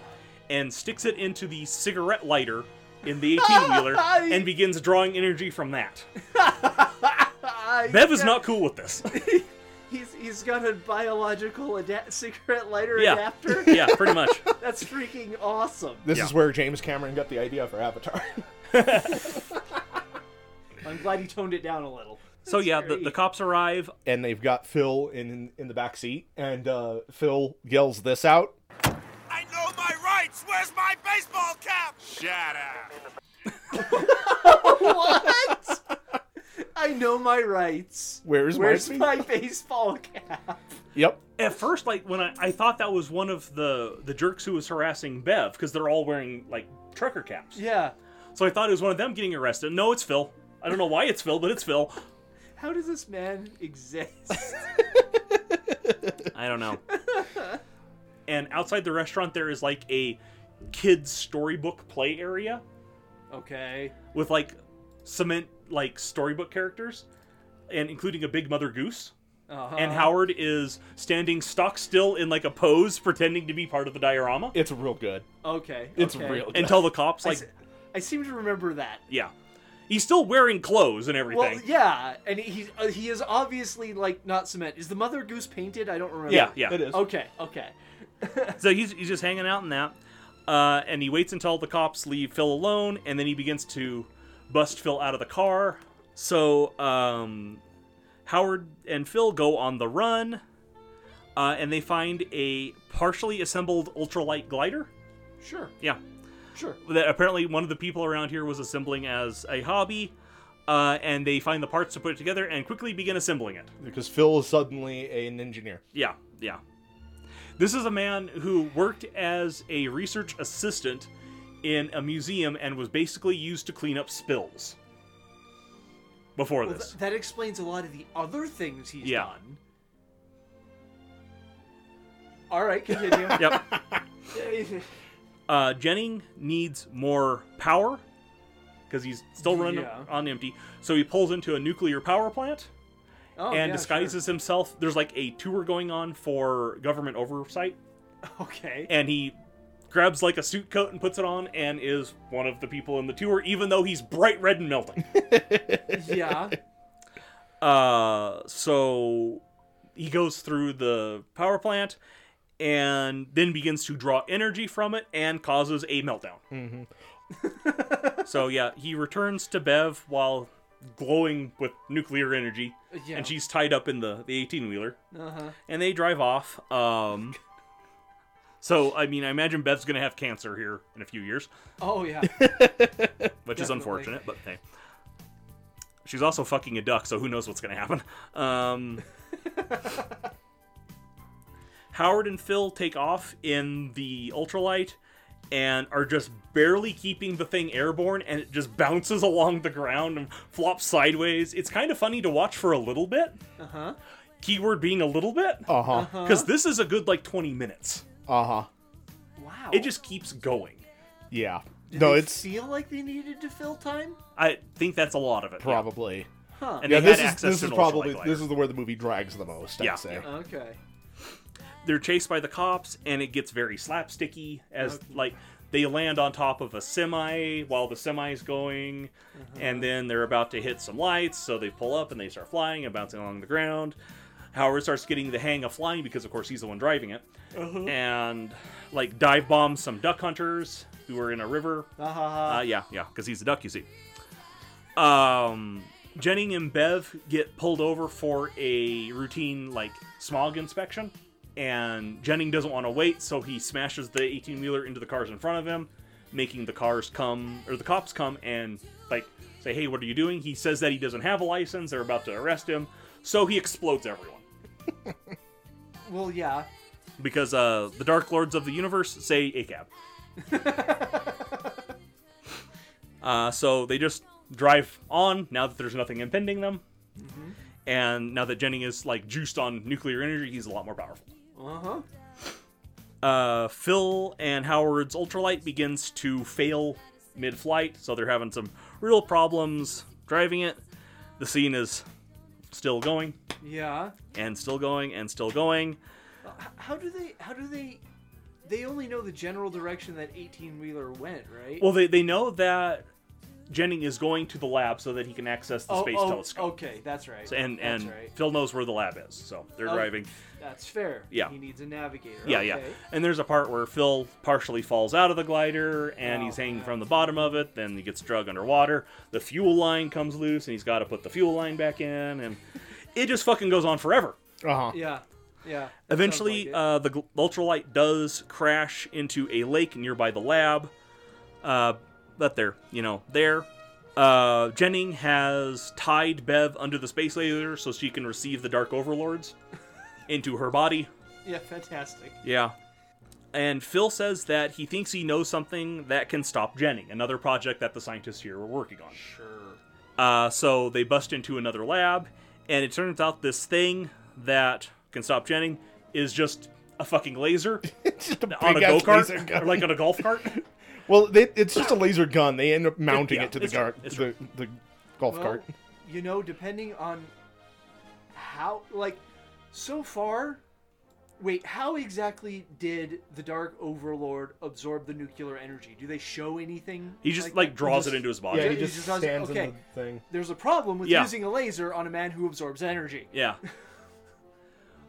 [SPEAKER 2] and sticks it into the cigarette lighter in the 18 wheeler and begins drawing energy from that.
[SPEAKER 3] I-
[SPEAKER 2] Bev is not cool with this.
[SPEAKER 3] He's he's got a biological ada- cigarette lighter
[SPEAKER 2] Yeah.
[SPEAKER 3] adapter.
[SPEAKER 2] yeah, pretty much.
[SPEAKER 3] That's freaking awesome.
[SPEAKER 1] This is where James Cameron got the idea for Avatar.
[SPEAKER 3] I'm glad he toned it down a little.
[SPEAKER 2] So yeah, the, the cops arrive.
[SPEAKER 1] and they've got Phil in in the back seat and uh Phil yells this out.
[SPEAKER 5] I know my rights. Where's my baseball cap? Shut up.
[SPEAKER 3] what? I know my rights.
[SPEAKER 1] Where's my
[SPEAKER 3] Where's
[SPEAKER 1] feet?
[SPEAKER 3] my baseball cap?
[SPEAKER 1] Yep.
[SPEAKER 2] At first, like when I, I thought that was one of the the jerks who was harassing Bev because they're all wearing like trucker caps.
[SPEAKER 3] Yeah.
[SPEAKER 2] So I thought it was one of them getting arrested. No, it's Phil. I don't know why it's Phil, but it's Phil.
[SPEAKER 3] How does this man exist?
[SPEAKER 2] I don't know. and outside the restaurant, there is like a kids' storybook play area
[SPEAKER 3] okay.
[SPEAKER 2] with like cement like storybook characters, and including a big mother goose.
[SPEAKER 3] Uh-huh.
[SPEAKER 2] And Howard is standing stock still in like a pose, pretending to be part of the diorama
[SPEAKER 1] It's real good.
[SPEAKER 3] Okay.
[SPEAKER 1] It's
[SPEAKER 3] okay.
[SPEAKER 1] real good.
[SPEAKER 2] until the cops
[SPEAKER 3] I
[SPEAKER 2] like,
[SPEAKER 3] s- I seem to remember that.
[SPEAKER 2] yeah, he's still wearing clothes and everything.
[SPEAKER 3] Well, yeah, and he uh, he is obviously like not cement. Is the mother goose painted? I don't remember.
[SPEAKER 2] Yeah, yeah.
[SPEAKER 1] It is.
[SPEAKER 3] Okay, okay.
[SPEAKER 2] So he's, he's just hanging out in that, uh, and he waits until the cops leave Phil alone, and then he begins to bust Phil out of the car. So um, Howard and Phil go on the run, uh, and they find a partially assembled ultralight glider.
[SPEAKER 3] Sure,
[SPEAKER 2] Yeah,
[SPEAKER 3] sure.
[SPEAKER 2] that apparently one of the people around here was assembling as a hobby. Uh, and they find the parts to put it together and quickly begin assembling it.
[SPEAKER 1] Because Phil is suddenly an engineer.
[SPEAKER 2] Yeah, yeah. This is a man who worked as a research assistant in a museum and was basically used to clean up spills before
[SPEAKER 3] Well,
[SPEAKER 2] this.
[SPEAKER 3] th- that explains a lot of the other things he's
[SPEAKER 2] Yeah.
[SPEAKER 3] done. All right, continue.
[SPEAKER 2] yep. Uh, Jennings needs more power because he's still running
[SPEAKER 3] Yeah.
[SPEAKER 2] on empty. So he pulls into a nuclear power plant
[SPEAKER 3] Oh,
[SPEAKER 2] and
[SPEAKER 3] yeah,
[SPEAKER 2] disguises himself. There's like a tour going on for government oversight,
[SPEAKER 3] sure. Okay.
[SPEAKER 2] and he grabs like a suit coat and puts it on and is one of the people in the tour, even though he's bright red and melting.
[SPEAKER 3] yeah.
[SPEAKER 2] Uh, so he goes through the power plant and then begins to draw energy from it and causes a meltdown.
[SPEAKER 3] Mm-hmm.
[SPEAKER 2] so yeah, he returns to Bev while glowing with nuclear energy,
[SPEAKER 3] Yeah.
[SPEAKER 2] and she's tied up in the the eighteen wheeler,
[SPEAKER 3] Uh-huh.
[SPEAKER 2] and they drive off. Um. So I mean, I imagine Bev's gonna have cancer here in a few years
[SPEAKER 3] Oh yeah.
[SPEAKER 2] which is
[SPEAKER 3] Definitely.
[SPEAKER 2] unfortunate, but hey. She's also fucking a duck, so who knows what's going to happen. Um, Howard and Phil take off in the ultralight and are just barely keeping the thing airborne, and it just bounces along the ground and flops sideways. It's kind of funny to watch for a little bit.
[SPEAKER 3] Uh
[SPEAKER 1] Uh-huh.
[SPEAKER 3] huh.
[SPEAKER 2] Keyword being a little bit,
[SPEAKER 1] Uh huh.
[SPEAKER 2] because this is a good like 20 minutes.
[SPEAKER 1] Uh huh.
[SPEAKER 3] Wow.
[SPEAKER 2] It just keeps going.
[SPEAKER 1] Yeah.
[SPEAKER 3] Did
[SPEAKER 1] no,
[SPEAKER 3] they
[SPEAKER 1] it's
[SPEAKER 3] feel like they needed to fill time.
[SPEAKER 2] I think that's a lot of it. yeah.
[SPEAKER 1] probably.
[SPEAKER 3] Huh.
[SPEAKER 2] And
[SPEAKER 1] yeah,
[SPEAKER 2] they
[SPEAKER 1] this
[SPEAKER 2] had
[SPEAKER 1] is,
[SPEAKER 2] access
[SPEAKER 1] this
[SPEAKER 2] to
[SPEAKER 1] is
[SPEAKER 2] an
[SPEAKER 1] probably
[SPEAKER 2] ultralight
[SPEAKER 1] this is the where the movie drags the most.
[SPEAKER 2] Yeah.
[SPEAKER 1] I'd say.
[SPEAKER 3] Okay.
[SPEAKER 2] They're chased by the cops, and it gets very slapsticky as like they land on top of a semi while the semi is going, and then they're about to hit some lights, so they pull up and they start flying and bouncing along the ground. Howard starts getting the hang of flying because, of course, he's the one driving it,
[SPEAKER 3] Uh-huh.
[SPEAKER 2] and like dive bombs some duck hunters who are in a river.
[SPEAKER 3] Ah.
[SPEAKER 2] Uh, yeah, yeah, because he's a duck, you see. Um, Jenning and Bev get pulled over for a routine like smog inspection, and Jenning doesn't want to wait, so he smashes the 18 wheeler into the cars in front of him, making the cars come or the cops come and like say, "Hey, what are you doing?" He says that he doesn't have a license. They're about to arrest him, so he explodes everyone
[SPEAKER 3] Well, yeah.
[SPEAKER 2] because uh, the Dark Lords of the Universe say ACAB. uh, so they just drive on now that there's nothing impending them. And now that Jenny is like juiced on nuclear energy, he's a lot more powerful.
[SPEAKER 3] Uh huh.
[SPEAKER 2] Uh, Phil and Howard's ultralight begins to fail mid flight, so they're having some real problems driving it. The scene is still going
[SPEAKER 3] Yeah.
[SPEAKER 2] and still going and still going.
[SPEAKER 3] H- How do they? How do they? They only know the general direction that eighteen wheeler went, right?
[SPEAKER 2] Well, they, they know that Jennings is going to the lab so that he can access the
[SPEAKER 3] oh,
[SPEAKER 2] space
[SPEAKER 3] oh,
[SPEAKER 2] telescope.
[SPEAKER 3] Okay, that's right.
[SPEAKER 2] So- and
[SPEAKER 3] that's
[SPEAKER 2] and
[SPEAKER 3] right.
[SPEAKER 2] Phil knows where the lab is, so they're
[SPEAKER 3] Oh,
[SPEAKER 2] driving.
[SPEAKER 3] That's fair.
[SPEAKER 2] Yeah.
[SPEAKER 3] He needs a navigator.
[SPEAKER 2] Yeah,
[SPEAKER 3] okay.
[SPEAKER 2] yeah. And there's a part where Phil partially falls out of the glider and he's
[SPEAKER 3] Oh,
[SPEAKER 2] hanging from the bottom of it. Then he gets dragged underwater. The fuel line comes loose and he's got to put the fuel line back in, and it just fucking goes on forever.
[SPEAKER 1] Uh huh.
[SPEAKER 3] Yeah. Yeah.
[SPEAKER 2] Eventually, uh, the gl- ultralight does crash into a lake nearby the lab. Uh, but they're, you know, there. Uh, Jenning has tied Bev under the space laser so she can receive the Dark Overlords into her body.
[SPEAKER 3] Yeah, fantastic.
[SPEAKER 2] Yeah. And Phil says that he thinks he knows something that can stop Jenning, another project that the scientists here were working on.
[SPEAKER 3] Sure.
[SPEAKER 2] Uh, so they bust into another lab, and it turns out this thing that can stop Jenning is just a fucking laser on a
[SPEAKER 1] big-ass
[SPEAKER 2] go
[SPEAKER 1] laser
[SPEAKER 2] kart,
[SPEAKER 1] gun.
[SPEAKER 2] or like on a golf cart.
[SPEAKER 1] Well, they, it's just a laser gun. They end up mounting
[SPEAKER 2] yeah,
[SPEAKER 1] it to the
[SPEAKER 2] it's true,
[SPEAKER 1] gar- the, the golf
[SPEAKER 3] Well,
[SPEAKER 1] cart.
[SPEAKER 3] You know, depending on how, like, so far. Wait, how exactly did the Dark Overlord absorb the nuclear energy? Do they show anything?
[SPEAKER 2] He just,
[SPEAKER 3] that?
[SPEAKER 2] like, draws it into his body. Yeah, he just
[SPEAKER 3] draws it-
[SPEAKER 2] stands in
[SPEAKER 3] okay.
[SPEAKER 2] the thing.
[SPEAKER 3] There's a problem with
[SPEAKER 2] Yeah.
[SPEAKER 3] using a laser on a man who absorbs energy.
[SPEAKER 2] Yeah.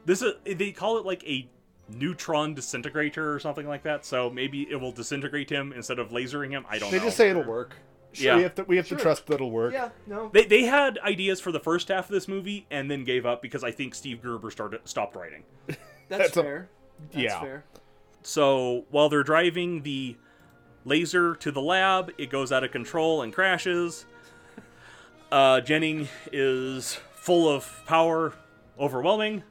[SPEAKER 2] This is they call it like a neutron disintegrator or something like that. So maybe it will disintegrate him instead of lasering him. I don't
[SPEAKER 1] They
[SPEAKER 2] know.
[SPEAKER 1] just say it'll work. So
[SPEAKER 2] Yeah.
[SPEAKER 1] We have to we have
[SPEAKER 2] Sure.
[SPEAKER 1] to trust that it'll work.
[SPEAKER 3] Yeah, no.
[SPEAKER 2] They, they had ideas for the first half of this movie and then gave up because I think Steve Gerber started stopped writing.
[SPEAKER 3] That's,
[SPEAKER 1] That's a-
[SPEAKER 3] fair. That's
[SPEAKER 2] yeah.
[SPEAKER 3] fair.
[SPEAKER 2] So while they're driving the laser to the lab, it goes out of control and crashes. Uh, Jennings is full of power, overwhelming.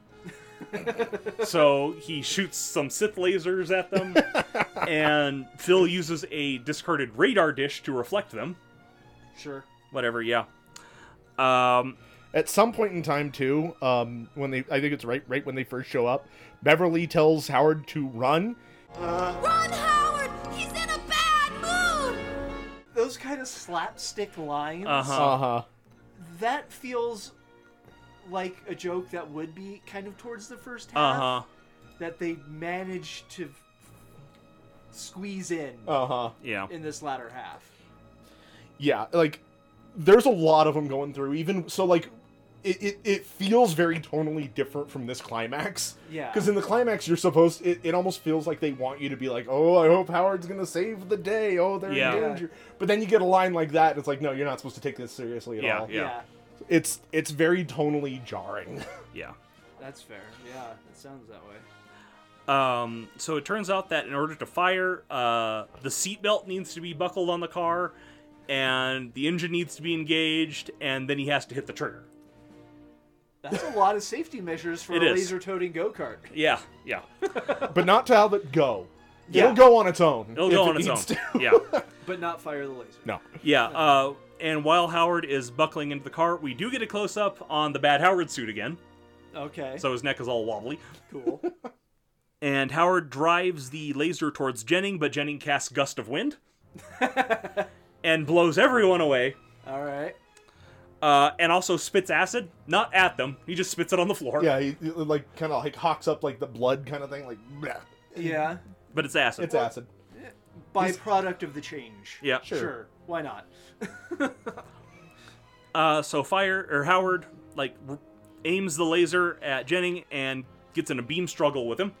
[SPEAKER 2] so he shoots some Sith lasers at them, and Phil uses a discarded radar dish to reflect them.
[SPEAKER 3] Sure.
[SPEAKER 2] Whatever, yeah. Um,
[SPEAKER 1] At some point in time, too, um, when they I think it's right right when they first show up, Beverly tells Howard to run.
[SPEAKER 12] Run, Howard! He's in a bad mood!
[SPEAKER 3] Those kind of slapstick lines.
[SPEAKER 2] Uh-huh.
[SPEAKER 1] Uh huh.
[SPEAKER 3] That feels like a joke that would be kind of towards the first half.
[SPEAKER 2] uh huh.
[SPEAKER 3] That they managed to f- squeeze in.
[SPEAKER 1] Uh huh.
[SPEAKER 2] Yeah.
[SPEAKER 3] In this latter half.
[SPEAKER 1] Yeah. Like there's a lot of them going through. Even so, like it it, it feels very tonally different from this climax.
[SPEAKER 3] Yeah.
[SPEAKER 1] Because in the climax, you're supposed it, it almost feels like they want you to be like, oh, I hope Howard's gonna save the day. Oh, they're
[SPEAKER 2] Yeah.
[SPEAKER 1] in danger. But then you get a line like that, and it's like, no, you're not supposed to take this seriously at
[SPEAKER 2] Yeah,
[SPEAKER 1] all.
[SPEAKER 2] yeah. Yeah.
[SPEAKER 1] It's it's very tonally jarring.
[SPEAKER 2] Yeah.
[SPEAKER 3] That's fair. Yeah, it sounds that way.
[SPEAKER 2] Um, so it turns out that in order to fire, uh, the seatbelt needs to be buckled on the car, and the engine needs to be engaged, and then he has to hit the trigger.
[SPEAKER 3] That's a lot of safety measures for
[SPEAKER 2] It
[SPEAKER 3] a
[SPEAKER 2] is.
[SPEAKER 3] laser toting go kart.
[SPEAKER 2] Yeah, yeah.
[SPEAKER 1] but not to have it go.
[SPEAKER 2] Yeah.
[SPEAKER 1] It'll go on its own.
[SPEAKER 2] It'll
[SPEAKER 1] if
[SPEAKER 2] go
[SPEAKER 1] it
[SPEAKER 2] on its own.
[SPEAKER 1] needs to.
[SPEAKER 2] Yeah,
[SPEAKER 3] But not fire the laser.
[SPEAKER 1] No.
[SPEAKER 2] yeah. Uh, and while Howard is buckling into the car, we do get a close up on the bad Howard suit again.
[SPEAKER 3] Okay.
[SPEAKER 2] So his neck is all wobbly.
[SPEAKER 3] cool.
[SPEAKER 2] And Howard drives the laser towards Jennings, but Jennings casts Gust of Wind. and blows everyone away.
[SPEAKER 3] All right.
[SPEAKER 2] Uh, and also spits acid, not at them. He just spits it on the floor.
[SPEAKER 1] Yeah, he, he, like kind of like hawks up like the blood kind of thing, like bleh.
[SPEAKER 3] Yeah.
[SPEAKER 2] But it's acid.
[SPEAKER 1] It's acid.
[SPEAKER 3] Byproduct of the change.
[SPEAKER 2] Yeah.
[SPEAKER 3] Sure. Why not?
[SPEAKER 2] Uh, so fire or Howard like r- aims the laser at Jennings and gets in a beam struggle with him.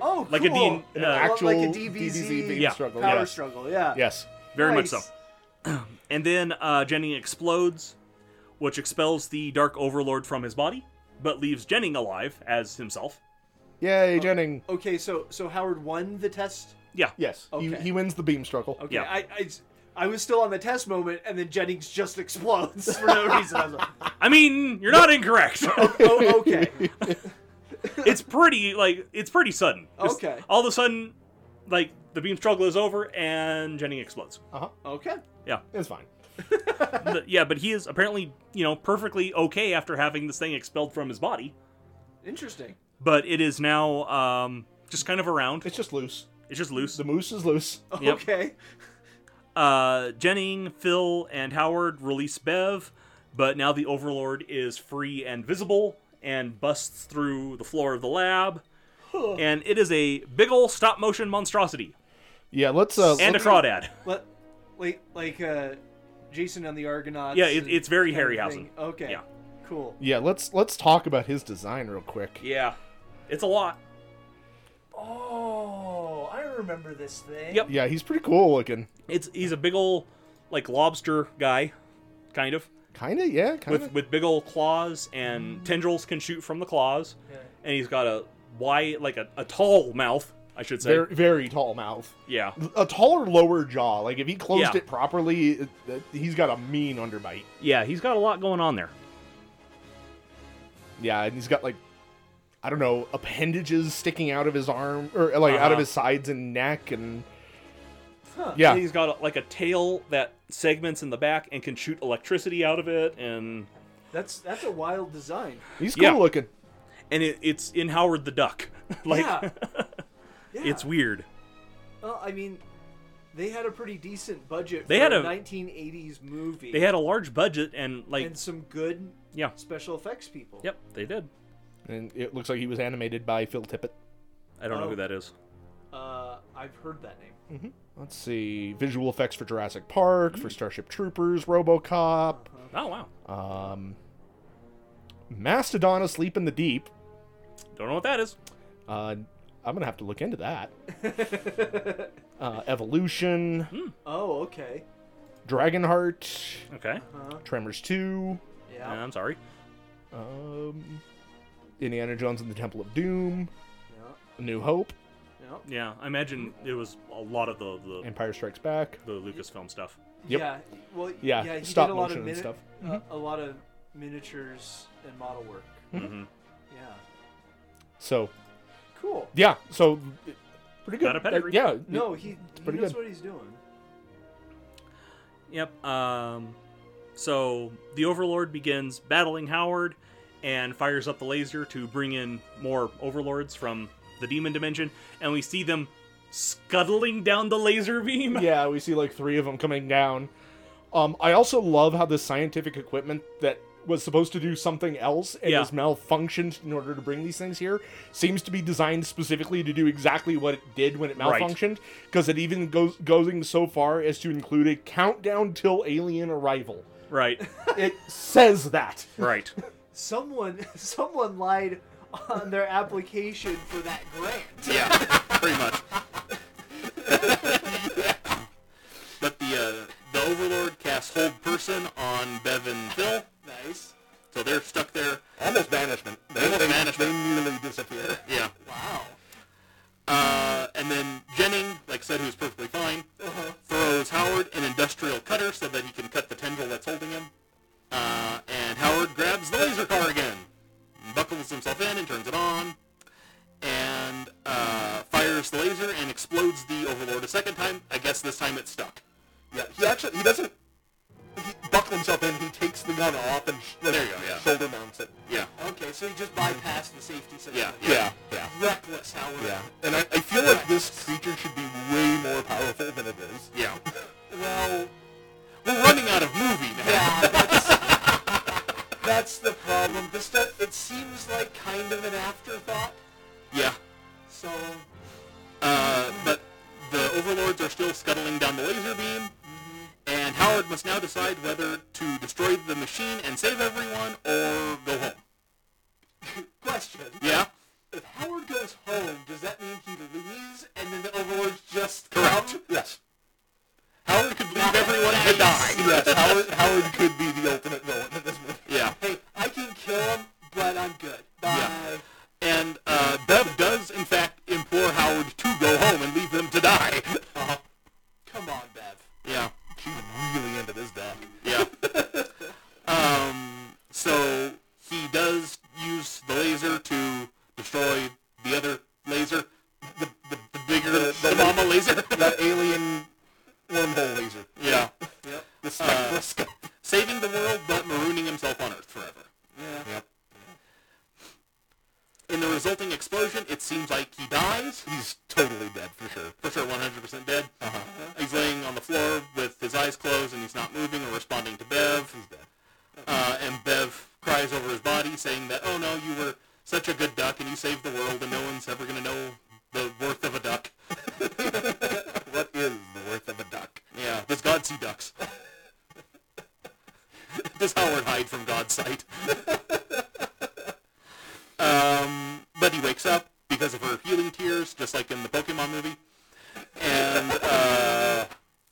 [SPEAKER 3] Oh,
[SPEAKER 2] Like a
[SPEAKER 3] cool.
[SPEAKER 2] Dean, An uh, actual
[SPEAKER 3] like a DBZ,
[SPEAKER 1] DBZ beam
[SPEAKER 2] Yeah.
[SPEAKER 1] struggle.
[SPEAKER 3] power
[SPEAKER 1] Yes.
[SPEAKER 3] struggle. Yeah.
[SPEAKER 1] Yes.
[SPEAKER 2] Very
[SPEAKER 3] Nice.
[SPEAKER 2] much so. and then uh, Jennings explodes, which expels the Dark Overlord from his body, but leaves Jennings alive as himself.
[SPEAKER 1] Yay, Jennings.
[SPEAKER 3] Okay, so so Howard won the test.
[SPEAKER 2] Yeah.
[SPEAKER 1] Yes. He,
[SPEAKER 3] Okay.
[SPEAKER 1] he wins the beam struggle.
[SPEAKER 3] Okay, I, I I was still on the test moment, and then Jennings just explodes for no reason. I was like,
[SPEAKER 2] I mean, you're not incorrect.
[SPEAKER 3] oh, okay.
[SPEAKER 2] it's pretty like it's pretty sudden. Just
[SPEAKER 3] Okay.
[SPEAKER 2] All of a sudden, like the beam struggle is over and Jennings explodes.
[SPEAKER 1] Uh-huh.
[SPEAKER 3] Okay.
[SPEAKER 2] Yeah.
[SPEAKER 1] It's fine.
[SPEAKER 2] But- yeah, but he is apparently, you know, perfectly okay after having this thing expelled from his body.
[SPEAKER 3] Interesting.
[SPEAKER 2] But it is now um, just kind of around. It's
[SPEAKER 1] just loose.
[SPEAKER 2] It's just loose. The
[SPEAKER 1] moose is loose.
[SPEAKER 2] Yep.
[SPEAKER 3] Okay.
[SPEAKER 2] Uh, Jennings, Phil, and Howard release Bev, but now the Overlord is free and visible and busts through the floor of the lab.
[SPEAKER 3] Huh.
[SPEAKER 2] And it is a big ol' stop motion monstrosity.
[SPEAKER 1] Yeah, let's uh
[SPEAKER 2] and a
[SPEAKER 1] let's-
[SPEAKER 2] crawdad.
[SPEAKER 3] Let, like like uh, Jason on the Argonauts.
[SPEAKER 2] Yeah, it- it's very
[SPEAKER 3] kind of
[SPEAKER 2] Harryhausen.
[SPEAKER 3] thing. Okay.
[SPEAKER 2] Yeah.
[SPEAKER 3] Cool.
[SPEAKER 1] Yeah, let's let's talk about his design real quick.
[SPEAKER 2] Yeah. It's a lot.
[SPEAKER 3] Oh, I remember this thing.
[SPEAKER 2] Yep.
[SPEAKER 1] Yeah, he's pretty cool looking.
[SPEAKER 2] It's he's a big ol' like lobster guy, kind of.
[SPEAKER 1] Kinda, yeah, kinda.
[SPEAKER 2] with with big old claws and tendrils can shoot from the claws, and he's got a wide like a, a tall mouth, I should say.
[SPEAKER 1] very, very tall mouth.
[SPEAKER 2] yeah,
[SPEAKER 1] A taller lower jaw. Like if he closed
[SPEAKER 2] Yeah.
[SPEAKER 1] it properly, it, it- he's got a mean underbite.
[SPEAKER 2] yeah, he's got a lot going on there.
[SPEAKER 1] Yeah, and he's got like I don't know, appendages sticking out of his arm or like out
[SPEAKER 2] Uh-huh.
[SPEAKER 1] of his sides and neck and
[SPEAKER 3] Huh.
[SPEAKER 1] Yeah.
[SPEAKER 2] And he's got a, like a tail that segments in the back and can shoot electricity out of it, and
[SPEAKER 3] That's that's a wild design.
[SPEAKER 1] he's cool
[SPEAKER 2] Yeah.
[SPEAKER 1] looking.
[SPEAKER 2] and it, it's in Howard the Duck. like
[SPEAKER 3] yeah. yeah.
[SPEAKER 2] it's weird.
[SPEAKER 3] Well, I mean, they had a pretty decent budget.
[SPEAKER 2] They
[SPEAKER 3] for
[SPEAKER 2] had a-
[SPEAKER 3] 1980s movie.
[SPEAKER 2] They had a large budget and like
[SPEAKER 3] and some good
[SPEAKER 2] yeah,
[SPEAKER 3] special effects people.
[SPEAKER 2] yep, they did.
[SPEAKER 1] And it looks like he was animated by Phil Tippett.
[SPEAKER 2] I don't know
[SPEAKER 3] Oh.
[SPEAKER 2] who that is.
[SPEAKER 3] Uh, I've heard that name.
[SPEAKER 1] Let's see. Visual effects for Jurassic Park,
[SPEAKER 2] Mm-hmm.
[SPEAKER 1] for Starship Troopers, Robocop,
[SPEAKER 2] Oh wow,
[SPEAKER 1] um, Mastodon Asleep in the Deep.
[SPEAKER 2] don't know what that is.
[SPEAKER 1] Uh, I'm going to have to look into that. uh, Evolution,
[SPEAKER 2] Mm-hmm.
[SPEAKER 3] Oh, okay.
[SPEAKER 1] Dragonheart,
[SPEAKER 2] Okay,
[SPEAKER 1] Tremors 2,
[SPEAKER 2] Uh,
[SPEAKER 3] Yeah.
[SPEAKER 2] I'm sorry.
[SPEAKER 1] um, Indiana Jones and the Temple of Doom,
[SPEAKER 3] Yeah.
[SPEAKER 1] A New Hope,
[SPEAKER 3] Yeah.
[SPEAKER 2] Yeah, I imagine it was a lot of the the,
[SPEAKER 1] Empire Strikes Back.
[SPEAKER 2] the Lucasfilm stuff.
[SPEAKER 1] Yep.
[SPEAKER 3] Yeah. Well,
[SPEAKER 1] Yeah,
[SPEAKER 3] yeah he
[SPEAKER 1] stop
[SPEAKER 3] did a lot
[SPEAKER 1] motion and
[SPEAKER 3] of mini-
[SPEAKER 1] stuff.
[SPEAKER 3] a- A lot of miniatures and model work.
[SPEAKER 2] Mm-hmm.
[SPEAKER 3] Yeah.
[SPEAKER 1] So,
[SPEAKER 3] Cool.
[SPEAKER 1] yeah, so pretty good.
[SPEAKER 2] Got a pedigree.
[SPEAKER 1] Uh, yeah.
[SPEAKER 3] No, he, he
[SPEAKER 1] pretty
[SPEAKER 3] knows
[SPEAKER 1] good.
[SPEAKER 3] what he's doing.
[SPEAKER 2] Yep. Um, so the Overlord begins battling Howard and fires up the laser to bring in more Overlords from the Demon Dimension, and we see them scuttling down the laser beam.
[SPEAKER 1] yeah, we see like three of them coming down. Um, I also love how the scientific equipment that was supposed to do something else and
[SPEAKER 2] Yeah.
[SPEAKER 1] is malfunctioned in order to bring these things here seems to be designed specifically to do exactly what it did when it
[SPEAKER 2] Right.
[SPEAKER 1] malfunctioned because it even goes going so far as to include a countdown till alien arrival.
[SPEAKER 2] Right.
[SPEAKER 1] It says that.
[SPEAKER 2] Right.
[SPEAKER 3] Someone, someone lied on their application for that grant.
[SPEAKER 11] Yeah, pretty much. but the uh, the Overlord casts Hold Person on Bev and Phil,
[SPEAKER 3] Nice.
[SPEAKER 11] so they're stuck there.
[SPEAKER 8] Almost banishment. They,
[SPEAKER 11] Almost
[SPEAKER 8] they,
[SPEAKER 11] banishment.
[SPEAKER 8] They nearly disappear.
[SPEAKER 11] Yeah.
[SPEAKER 3] Wow.
[SPEAKER 11] Uh, and then Jennings, like I said, who's perfectly fine,
[SPEAKER 8] Uh-huh.
[SPEAKER 11] throws Howard an industrial cutter so that he can cut the tendril that's holding him. Uh, and Howard grabs the laser car again, buckles himself in and turns it on, and uh, fires the laser and explodes the Overlord a second time. I guess this time it's stuck.
[SPEAKER 8] Yeah, he actually he doesn't
[SPEAKER 11] he buckled himself in. He takes the gun off and sh- There you go, yeah. shoulder mounts it. Yeah.
[SPEAKER 6] Okay, so he just bypassed the safety system.
[SPEAKER 11] Yeah, yeah, yeah.
[SPEAKER 6] Reckless, Howard.
[SPEAKER 11] Yeah. And I, I feel like this creature should be way more powerful than it is. Yeah.
[SPEAKER 6] Well,
[SPEAKER 11] We're running out of movie now.
[SPEAKER 6] that's the problem. This stuff, it seems like kind of an afterthought.
[SPEAKER 11] Yeah.
[SPEAKER 6] So,
[SPEAKER 11] Uh, but the overlords are still scuttling down the laser beam, and Howard must now decide whether to destroy the machine and save everyone or go home.
[SPEAKER 6] question.
[SPEAKER 11] Yeah?
[SPEAKER 6] If Howard goes home, does that mean he leaves and then the overlords just
[SPEAKER 11] Correct. Yes. Howard could leave everyone to die. Yes, Howard, Howard could be the ultimate villain in this movie. Yeah.
[SPEAKER 6] Hey, I can kill him, but I'm good. Bye.
[SPEAKER 11] And uh, Bev does, in fact, implore Howard to go home and leave them to die.
[SPEAKER 6] Uh-huh. Come on, Bev.
[SPEAKER 11] Yeah. She's really into this duck. Yeah. um, so he does use the laser to destroy the other laser. The, the, the bigger, the, mama laser. the alien wormhole laser. Yeah.
[SPEAKER 6] Yep.
[SPEAKER 11] The spectroscope. saving the world, but marooning himself on Earth forever.
[SPEAKER 6] Yeah.
[SPEAKER 11] Yep. In the resulting explosion, it seems like he dies. He's totally dead for sure. For sure, 100% dead. Uh-huh. He's laying on the floor with his eyes closed and he's not moving or responding to Bev. He's dead. Uh, and Bev cries over his body saying that, oh no, you were such a good duck and you saved the world and no one's ever going to know the worth of a duck. what is the worth of a duck? Yeah, does God see ducks? does Howard hide from God's sight? Um, but he wakes up because of her healing tears, just like in the Pokemon movie. And uh,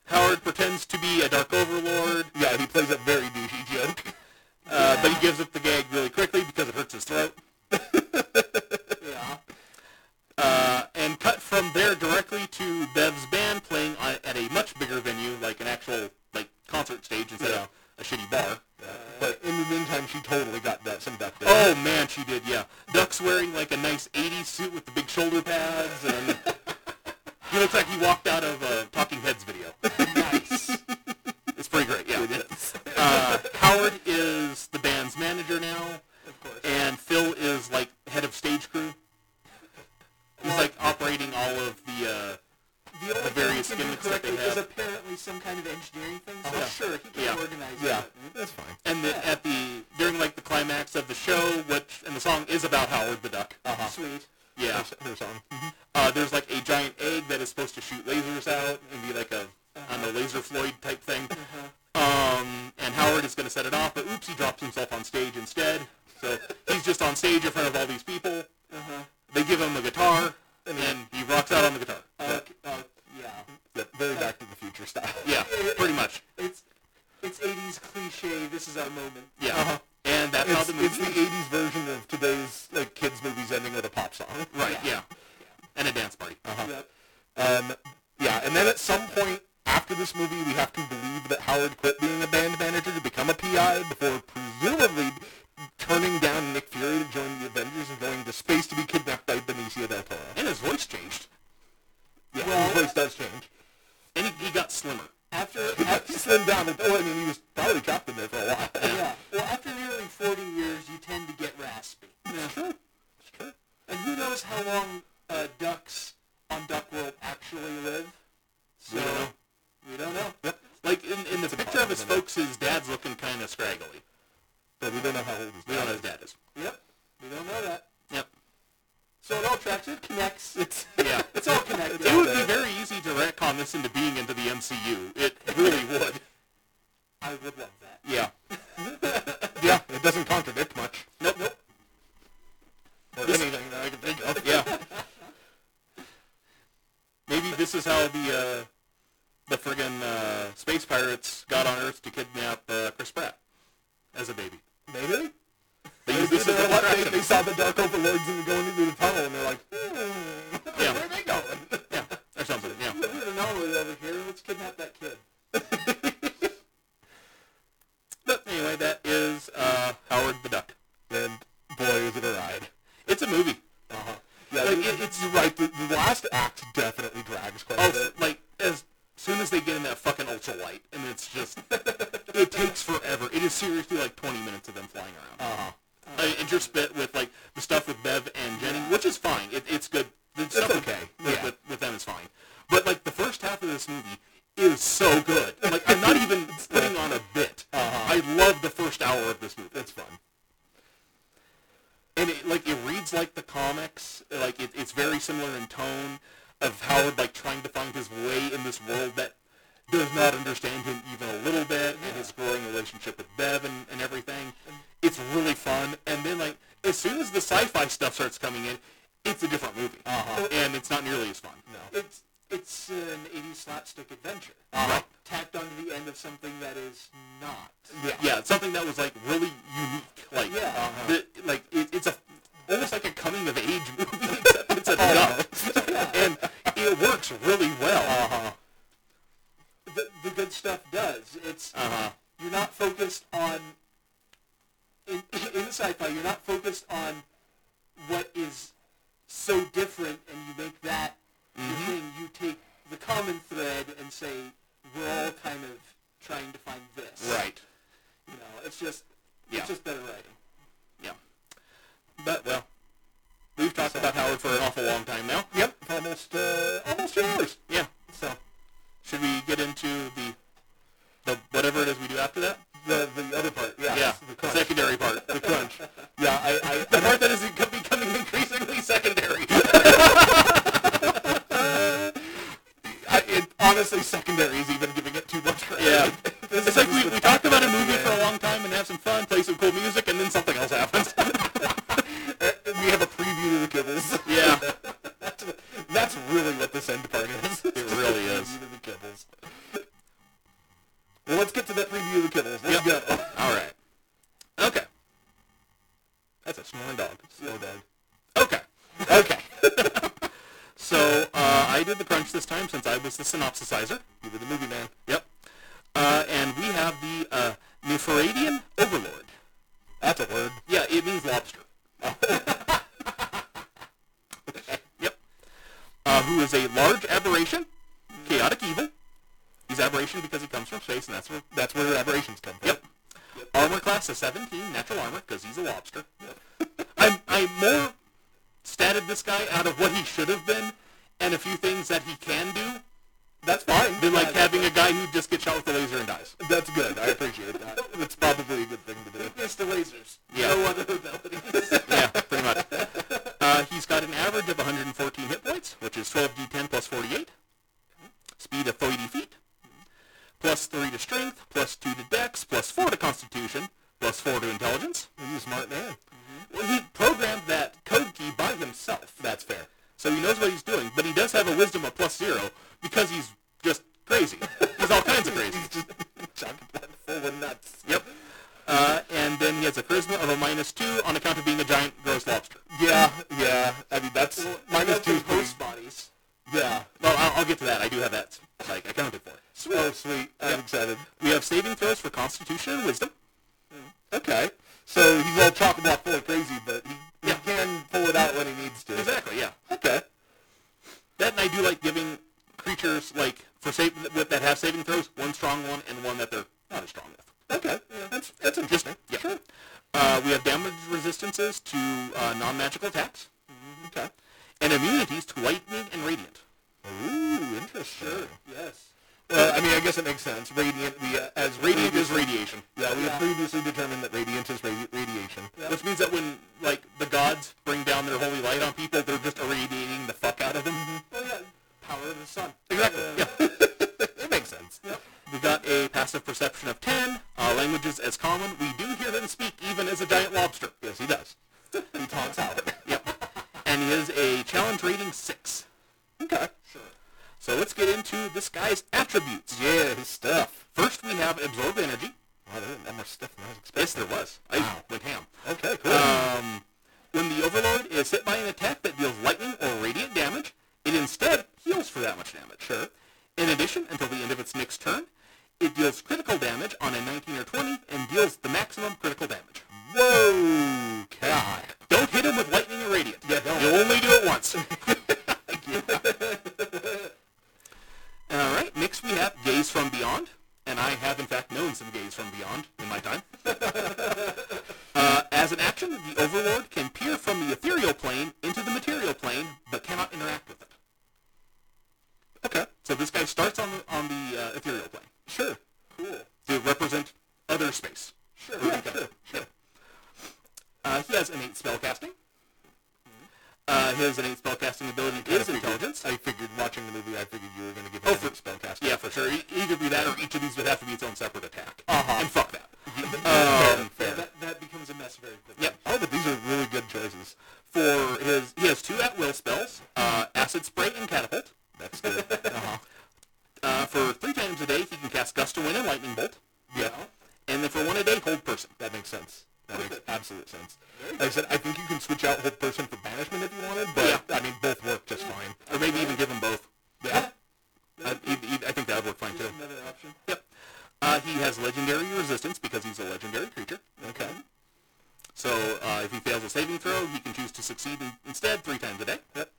[SPEAKER 11] Howard pretends to be a Dark Overlord. Yeah, he plays a very douchey joke. Uh, But he gives up the gag really quickly because it hurts his throat.
[SPEAKER 6] Yeah.
[SPEAKER 11] Uh, and cut from there directly to Bev's band playing on, at a much bigger venue, like an actual like concert stage instead of a shitty bar.
[SPEAKER 1] Uh, But in the meantime, she totally got that some duck.
[SPEAKER 11] Oh man, she did. Yeah, Duck's wearing like a nice '80s suit with the big shoulder pads, and he looks like he walked out of a Talking Heads video.
[SPEAKER 6] Nice.
[SPEAKER 11] It's pretty great. Yeah, Uh, Howard is the band's manager now,
[SPEAKER 6] Of course.
[SPEAKER 11] and Phil is like head of stage crew. He's like operating all of the. Uh,
[SPEAKER 6] The only
[SPEAKER 11] The various
[SPEAKER 6] thing he can do
[SPEAKER 11] gimmicks that
[SPEAKER 6] correctly
[SPEAKER 11] they
[SPEAKER 6] is
[SPEAKER 11] have.
[SPEAKER 6] apparently some kind of engineering thing. So
[SPEAKER 11] Uh-huh.
[SPEAKER 6] sure, he can
[SPEAKER 11] Yeah.
[SPEAKER 6] organize
[SPEAKER 11] Yeah.
[SPEAKER 6] it. Hmm?
[SPEAKER 1] That's fine.
[SPEAKER 11] and the, at the during like the climax of the show, which and the song is about Howard the Duck. Uh-huh.
[SPEAKER 6] Sweet.
[SPEAKER 11] Yeah.
[SPEAKER 1] Her song.
[SPEAKER 11] Uh, there's like a giant egg that is supposed to shoot lasers out and be like a
[SPEAKER 6] Uh-huh.
[SPEAKER 11] I don't know, laser Floyd type thing. Um, and Howard is going to set it off, but oops, he drops himself on stage instead. So he's just on stage in front of all these people.
[SPEAKER 6] Uh-huh.
[SPEAKER 11] They give him a guitar, and then he rocks out on the guitar.
[SPEAKER 6] Okay, uh, yeah.
[SPEAKER 1] Yep, very Back to the Future style.
[SPEAKER 11] Yeah, pretty much.
[SPEAKER 6] It's it's 80s cliche. This is our moment.
[SPEAKER 11] Yeah. And that's how
[SPEAKER 1] Uh-huh. It's,
[SPEAKER 11] the movie
[SPEAKER 1] it's the '80s version of today's like kids movies ending with a pop song.
[SPEAKER 11] Right, yeah. And a dance party.
[SPEAKER 6] Yep.
[SPEAKER 1] Um, yeah, and then at some point after this movie, we have to believe that Howard quit being a band manager to become a PI before presumably turning down Nick Fury to join the Avengers and going to space to be kidnapped by Benicio del Toro.
[SPEAKER 11] And his voice changed.
[SPEAKER 1] Yeah,
[SPEAKER 6] Well-
[SPEAKER 1] his voice does change.
[SPEAKER 11] And he, he got slimmer.
[SPEAKER 6] After,
[SPEAKER 1] He
[SPEAKER 6] after
[SPEAKER 1] slimmed down. and- Oh, I mean, he was probably trapped in there for a while.
[SPEAKER 6] yeah. Well, after nearly 40 years, you tend to get raspy.
[SPEAKER 1] It's true. It's true.
[SPEAKER 6] And who knows how long uh, ducks on Duck World actually live? So
[SPEAKER 11] We don't know.
[SPEAKER 6] we don't know.
[SPEAKER 11] Like in, in the picture of his folks, his dad's looking kind of scraggly.
[SPEAKER 1] But we don't know how old his
[SPEAKER 11] We
[SPEAKER 1] dad
[SPEAKER 11] don't know
[SPEAKER 1] is.
[SPEAKER 11] his dad is.
[SPEAKER 6] Yep. We don't know that.
[SPEAKER 11] Yep.
[SPEAKER 6] So it all tracks. It connects. It's
[SPEAKER 11] Yeah.
[SPEAKER 6] it's all connected.
[SPEAKER 11] It would be very easy to retcon this into being into the MCU. It really would.
[SPEAKER 6] I would love that.
[SPEAKER 11] Yeah.
[SPEAKER 1] Yeah, it doesn't contradict much.
[SPEAKER 11] Nope. Nope.
[SPEAKER 1] Or
[SPEAKER 11] This-
[SPEAKER 1] anything that I can think of.
[SPEAKER 11] Yeah. Maybe this is how the uh, the friggin' uh, space pirates got on Earth to kidnap uh, Chris Pratt as a baby.
[SPEAKER 1] Maybe.
[SPEAKER 11] They
[SPEAKER 1] Maybe
[SPEAKER 11] used this as
[SPEAKER 1] they're
[SPEAKER 11] a
[SPEAKER 1] like- they,
[SPEAKER 11] distraction.
[SPEAKER 1] they saw the Dark Overlords and going into the tunnel, and they're like, hmm,
[SPEAKER 11] Yeah.
[SPEAKER 1] where are they going?
[SPEAKER 11] Yeah. Or something. Yeah.
[SPEAKER 6] There's an anomaly over here. Let's kidnap that kid.
[SPEAKER 11] But anyway, that is uh, Howard the Duck.
[SPEAKER 1] And boy, is it a ride.
[SPEAKER 11] It's a movie.
[SPEAKER 1] Uh-huh. Yeah,
[SPEAKER 11] Like,
[SPEAKER 1] like,
[SPEAKER 11] it-
[SPEAKER 1] it's you're right. The, the last act definitely drags quite
[SPEAKER 11] Oh,
[SPEAKER 1] a bit.
[SPEAKER 11] s- like as soon as they get in that fucking ultralight, and it's just it it takes forever. It is seriously like 20 minutes of them flying around. Uh,
[SPEAKER 6] Uh-huh.
[SPEAKER 11] I mean, interspit with like the stuff with Bev and Jenny, which is fine. It, it's good. The
[SPEAKER 6] It's
[SPEAKER 11] stuff
[SPEAKER 6] okay.
[SPEAKER 11] With, with-
[SPEAKER 6] Yeah.
[SPEAKER 11] with, with them is fine. But like the first half of this movie is so good. Like I'm not even putting on a bit.
[SPEAKER 6] Uh-huh.
[SPEAKER 11] I love the first hour of this movie. It's fun. And it like it reads like the comics. Like it, it's very similar in tone of Howard like trying to find his way in this world that does not understand him even a little bit and his growing relationship with Bev and, and everything. It's really fun. And then like as soon as the sci-fi stuff starts coming in, it's a different movie.
[SPEAKER 6] Uh-huh.
[SPEAKER 11] And it's not nearly as fun.
[SPEAKER 6] It's it's an 80s slapstick adventure.
[SPEAKER 11] Right.
[SPEAKER 6] Tacked onto the end of something that is not.
[SPEAKER 11] Yeah. yeah, something that was like really unique. Like,
[SPEAKER 6] Yeah. Uh-huh.
[SPEAKER 11] the, like it, it's a almost like a coming of age movie, except it's a
[SPEAKER 6] Oh,
[SPEAKER 11] duck, and it works really well. Uh-huh.
[SPEAKER 6] The, the good stuff does. It's
[SPEAKER 11] Uh-huh.
[SPEAKER 6] you're not focused on in, in sci-fi. You're not focused on what is so different, and you make that
[SPEAKER 11] Mm-hmm.
[SPEAKER 6] your thing. You take the common thread and say we're all kind of trying to find this.
[SPEAKER 11] Right.
[SPEAKER 6] You know, it's just
[SPEAKER 11] Yeah.
[SPEAKER 6] it's just better writing.
[SPEAKER 11] Yeah. But well, we've talked about Howard for an awful long time now. Yep, almost uh, almost two hours. Yeah. So, should we get into the the whatever it is we do after that? The the other part.
[SPEAKER 6] yeah,
[SPEAKER 11] Yeah.
[SPEAKER 6] the
[SPEAKER 11] The
[SPEAKER 6] crunch.
[SPEAKER 11] secondary part. The crunch.
[SPEAKER 6] Yeah, I,
[SPEAKER 11] the part that is becoming increasingly secondary. I, it, honestly, secondary is even giving it too much credit. Yeah. It's like we, we talked about a movie for a long time and have some fun, play some cool music, and then something else happens. we have a preview of the kibbles. Yeah. that's, that's really what this end part is. It really is. the kibbles. Well, let's get to that preview of the kibbles. Let's go. All right. Okay. That's a snoring dog. Slow dog. Okay. Okay. so uh, I did the crunch this time since I was the synopsisizer. You were the movie man. Yep. Uh, and we have the uh, Neferadian Overlord. That's a word. Yeah, it means lobster. yep. Uh, who is a large aberration, chaotic evil. He's aberration because he comes from space, and that's where that's where aberrations come from. Yep. Armor class is 17, natural armor, because he's a lobster. I'm, I more statted this guy out of what he should have been and a few things that he can do. That's fine. Than like having a guy who just gets shot with a laser and dies. That's good. I appreciate that. That's probably a good thing to do.
[SPEAKER 6] It's the lasers.
[SPEAKER 11] Yeah.
[SPEAKER 6] No other abilities.
[SPEAKER 11] yeah, pretty much. Uh, he's got an average of 114 hit points, which is 12d10 plus 48. Speed of 30 feet. Plus 3 to strength, plus 2 to dex, plus 4 to constitution, plus 4 to intelligence. He's a smart man. Well, he programmed that code key by himself. That's fair. So he knows what he's doing, but he does have a wisdom of plus 0 because he's just crazy. he's all kinds of crazy. he's just chocolate full of nuts. Yep. Uh, and then he has a charisma of a minus two on account of being a giant gross lobster. Yeah, yeah. I mean that's minus two host bodies. Yeah. Well, I'll, I'll get to that. I do have that like accounted for. Sweet. Oh, sweet. I'm excited. We have saving throws for Constitution and Wisdom. Mm. Okay. So he's all chopping up full of crazy, but he, can pull it out when he needs to. Exactly. Yeah. Okay. That and I do like giving creatures like for save with that have saving throws one strong one and one that they're not as strong with. Okay, that's that's interesting. Yeah. Sure. Uh, we have damage resistances to uh, non-magical attacks. Mm-hmm. Okay. And immunities to lightning and radiant. Ooh, interesting.
[SPEAKER 6] yes.
[SPEAKER 11] Well, I mean, I guess it makes sense. Radiant, we uh, as radiant is radiation. Yeah, we
[SPEAKER 6] Yeah.
[SPEAKER 11] had previously determined that radiant is radi- radiation, which means that when like the gods bring down their holy light on people, they're just irradiating the fuck out of them.
[SPEAKER 6] Well, Mm-hmm. Oh, yeah. Power of the sun. Uh,
[SPEAKER 11] Exactly. Yeah. it makes sense. We got a passive perception of 10. Uh, languages as common. We do hear him speak even as a giant lobster. Yes, he does. he talks out. Yep. And he is a challenge rating 6. Okay. Sure. So let's get into this guy's attributes. Yeah, his stuff. First, we have absorb energy. Wow, there that much stuff than I was expecting. Yes, there was. I went ham. Okay, cool. Um, when the Overlord is hit by an attack that deals lightning or radiant damage, it instead heals for that much damage. Sure. In addition, until the end of its next turn, it deals critical damage on a 19 or 20 and deals the maximum critical damage. Whoa! God. Don't hit him with lightning or radiant. Yeah, don't. You only do it once. All right, next we have Gaze from Beyond, and I I have in fact known some gays from beyond in my time. uh, as an action, the Overlord can peer from the ethereal plane into the material plane, but cannot interact with it. Okay, so this guy starts on the, on the uh, ethereal plane. Sure. Cool. To represent other space. Sure. sure. sure. Uh, he has innate spellcasting. Uh, his innate spellcasting ability is intelligence.
[SPEAKER 13] I figured watching the movie, I figured you were going to give
[SPEAKER 11] Oh,
[SPEAKER 13] him
[SPEAKER 11] for-
[SPEAKER 13] a spell cast.
[SPEAKER 11] Yeah, for sure. E- Either be that, or each of these would have to be its own separate attack. Uh-huh. And fuck that. Um,
[SPEAKER 6] Yeah, that, that becomes a mess very quickly.
[SPEAKER 11] Yep. Oh, but these are really good choices. For his, he has two at will spells: uh, acid spray and catapult. That's good. uh-huh. Uh, for three times a day, he can cast gust of wind and lightning bolt. Yeah. And then for one a day, hold person. That makes sense.
[SPEAKER 13] That makes absolute sense.
[SPEAKER 11] Very
[SPEAKER 13] Like I said, I think you can switch out whole person for banishment if you wanted, but I mean, both work just fine.
[SPEAKER 11] Or maybe even give them both. Yeah. I, e- e- I think that would work fine too.
[SPEAKER 6] Another option.
[SPEAKER 11] Uh, he has legendary resistance because he's a legendary creature. Okay. So uh, if he fails a saving throw, he can choose to succeed in, instead three times a day. Yep.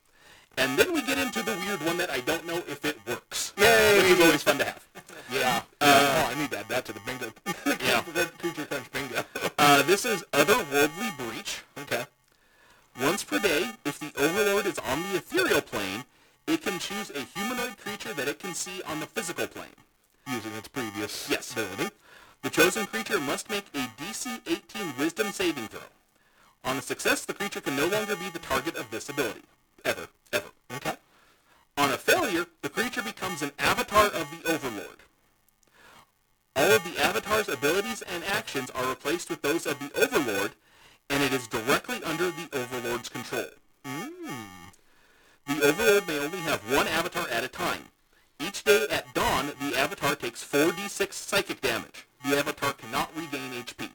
[SPEAKER 11] And then we get into the weird one that I don't know if it works. Yay! Which is always fun to have. yeah. Uh, oh, I need to add that to the bingo. yeah. Creature crunch bingo. uh, this is otherworldly breach. Okay. Once per day, if the overlord is on the ethereal plane, it can choose a humanoid creature that it can see on the physical plane
[SPEAKER 13] Using its previous
[SPEAKER 11] yes. ability. The chosen creature must make a DC 18 Wisdom saving throw. On a success, the creature can no longer be the target of this ability. Ever. Ever. Okay. On a failure, the creature becomes an avatar of the Overlord. All of the avatar's abilities and actions are replaced with those of the Overlord, and it is directly under the Overlord's control. Hmm. The Overlord may only have one avatar at a time. Each day at dawn, the avatar takes 4d6 psychic damage. The avatar cannot regain HP.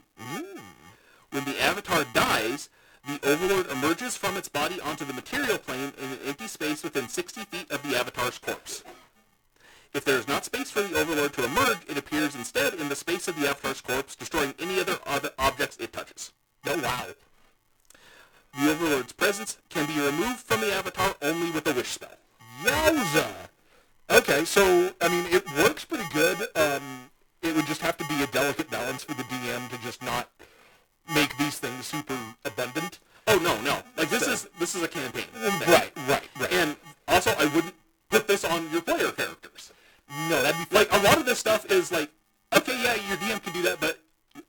[SPEAKER 11] When the avatar dies, the Overlord emerges from its body onto the material plane in an empty space within 60 feet of the avatar's corpse. If there is not space for the Overlord to emerge, it appears instead in the space of the avatar's corpse, destroying any other, other objects it touches. Oh, wow. The Overlord's presence can be removed from the avatar only with a wish spell.
[SPEAKER 13] Yowza! Okay, so I mean, it works pretty good. Um, it would just have to be a delicate balance for the DM to just not make these things super abundant.
[SPEAKER 11] Oh no, no! Like this is this is a campaign.
[SPEAKER 13] Right, right, right.
[SPEAKER 11] And also, I wouldn't put this on your player characters.
[SPEAKER 13] No, that'd be
[SPEAKER 11] like a lot of this stuff is like, okay, yeah, your DM can do that, but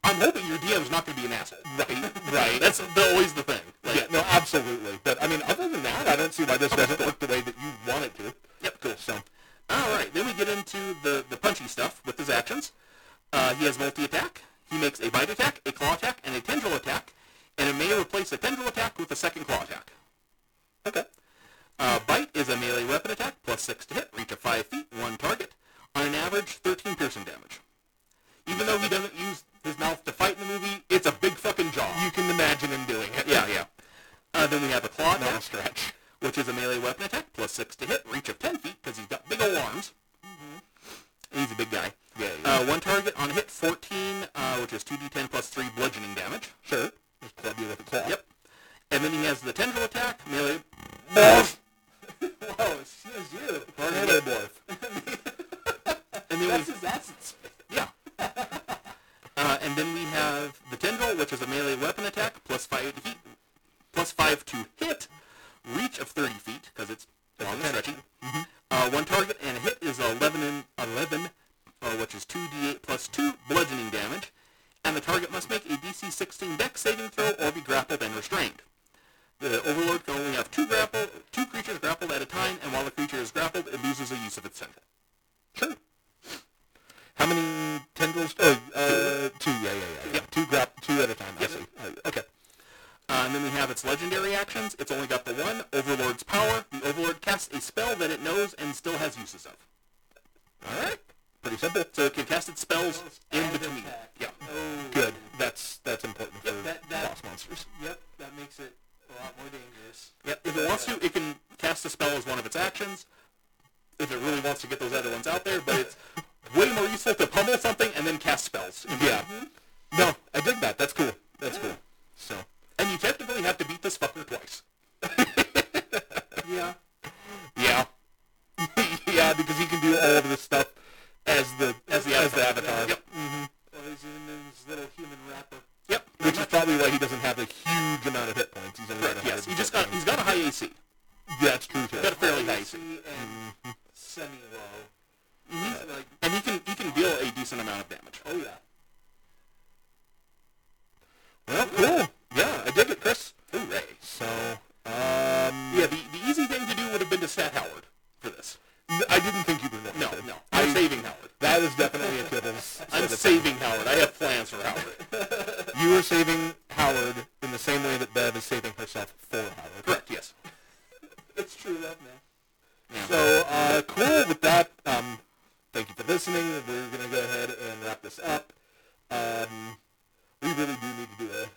[SPEAKER 11] I'm hoping your DM's not going to be an asshole. Right,
[SPEAKER 13] right.
[SPEAKER 11] That's the, always the thing. Like,
[SPEAKER 13] yeah, no, absolutely. But I mean, other than that, I don't see why this doesn't work the way that you want it to.
[SPEAKER 11] Yep, cool. So, all right, then we get into the the punchy stuff with his actions. Uh, he has multi attack. He makes a bite attack, a claw attack, and a tendril attack, and it may replace a tendril attack with a second claw attack. Okay. Uh, bite is a melee weapon attack, plus six to hit, reach of five feet, one target, on an average, thirteen piercing damage. Even though he doesn't use his mouth to fight in the movie, it's a big fucking jaw.
[SPEAKER 13] You can imagine him doing it.
[SPEAKER 11] Yeah, yeah. Uh, then we have a claw attack, stretch, which is a melee weapon attack, plus six to hit, reach of ten feet, because he's got big old arms. And He's a big guy.
[SPEAKER 13] Yeah,
[SPEAKER 11] Uh, one target on hit, 14, uh, which is 2d10 plus 3 bludgeoning damage. Sure. Just club you with a claw. Yep. And then he has the tendril attack, melee.
[SPEAKER 6] Whoa, it's just you.
[SPEAKER 11] Tornado morph. and then
[SPEAKER 6] That's
[SPEAKER 11] we,
[SPEAKER 6] his essence.
[SPEAKER 11] uh, and then we have the tendril, which is a melee weapon attack, plus 5 to heat, plus 5 to hit, reach of 30 feet, because it's long and stretchy.
[SPEAKER 13] Mm-hmm.
[SPEAKER 11] Uh, one target and a hit is 11, and 11 uh, which is 2d8 plus 2 bludgeoning damage, and the target must make a DC 16 dex saving throw or be grappled and restrained. The Overlord can only have two grapple, two creatures grappled at a time, and while the creature is grappled, it loses a use of its tendril.
[SPEAKER 13] How many tendrils? Oh, uh, two. Yeah, yeah, yeah. yeah. Two grab, two at a time. I see. Uh, okay.
[SPEAKER 11] Uh, and then we have its legendary actions. It's only got the one, Overlord's Power. The Overlord casts a spell that it knows and still has uses of. Alright. Pretty simple. So it can cast its spells in between. Yeah.
[SPEAKER 13] Good. That's that's important for
[SPEAKER 6] Oh. That, that,
[SPEAKER 13] boss monsters.
[SPEAKER 6] yep, that makes it a lot more dangerous.
[SPEAKER 11] Yep. If it wants to, it can cast a spell as one of its actions. If it really wants to get those other ones out there, but it's way more useful to pummel something and then cast spells.
[SPEAKER 13] Yeah. No, I dig that. That's cool. That's cool.
[SPEAKER 11] So. And you technically have to beat this fucker twice.
[SPEAKER 6] Yeah.
[SPEAKER 13] Yeah. yeah, because he can do all of this stuff as the as the, as the avatar. Mm-hmm.
[SPEAKER 11] Mm-hmm.
[SPEAKER 14] He's like,
[SPEAKER 15] Mm-hmm. and he can he can deal a decent amount of damage.
[SPEAKER 14] oh yeah.
[SPEAKER 15] Well, cool. Yeah, I dig it, Chris. Hooray. So, um... Yeah, the, the easy thing to do would have been to stat Howard for this. I didn't think you would have No, no. I'm saving Howard.
[SPEAKER 11] That is definitely a kibbles.
[SPEAKER 15] I'm saving Howard. I have plans for Howard.
[SPEAKER 11] You are saving Howard in the same way that Bev is saving herself for Howard.
[SPEAKER 15] Correct, yes.
[SPEAKER 14] It's true love, man.
[SPEAKER 11] So, uh, cool. With that, um, thank you for listening. We're going to go ahead and wrap this up. Um, we really do need to do a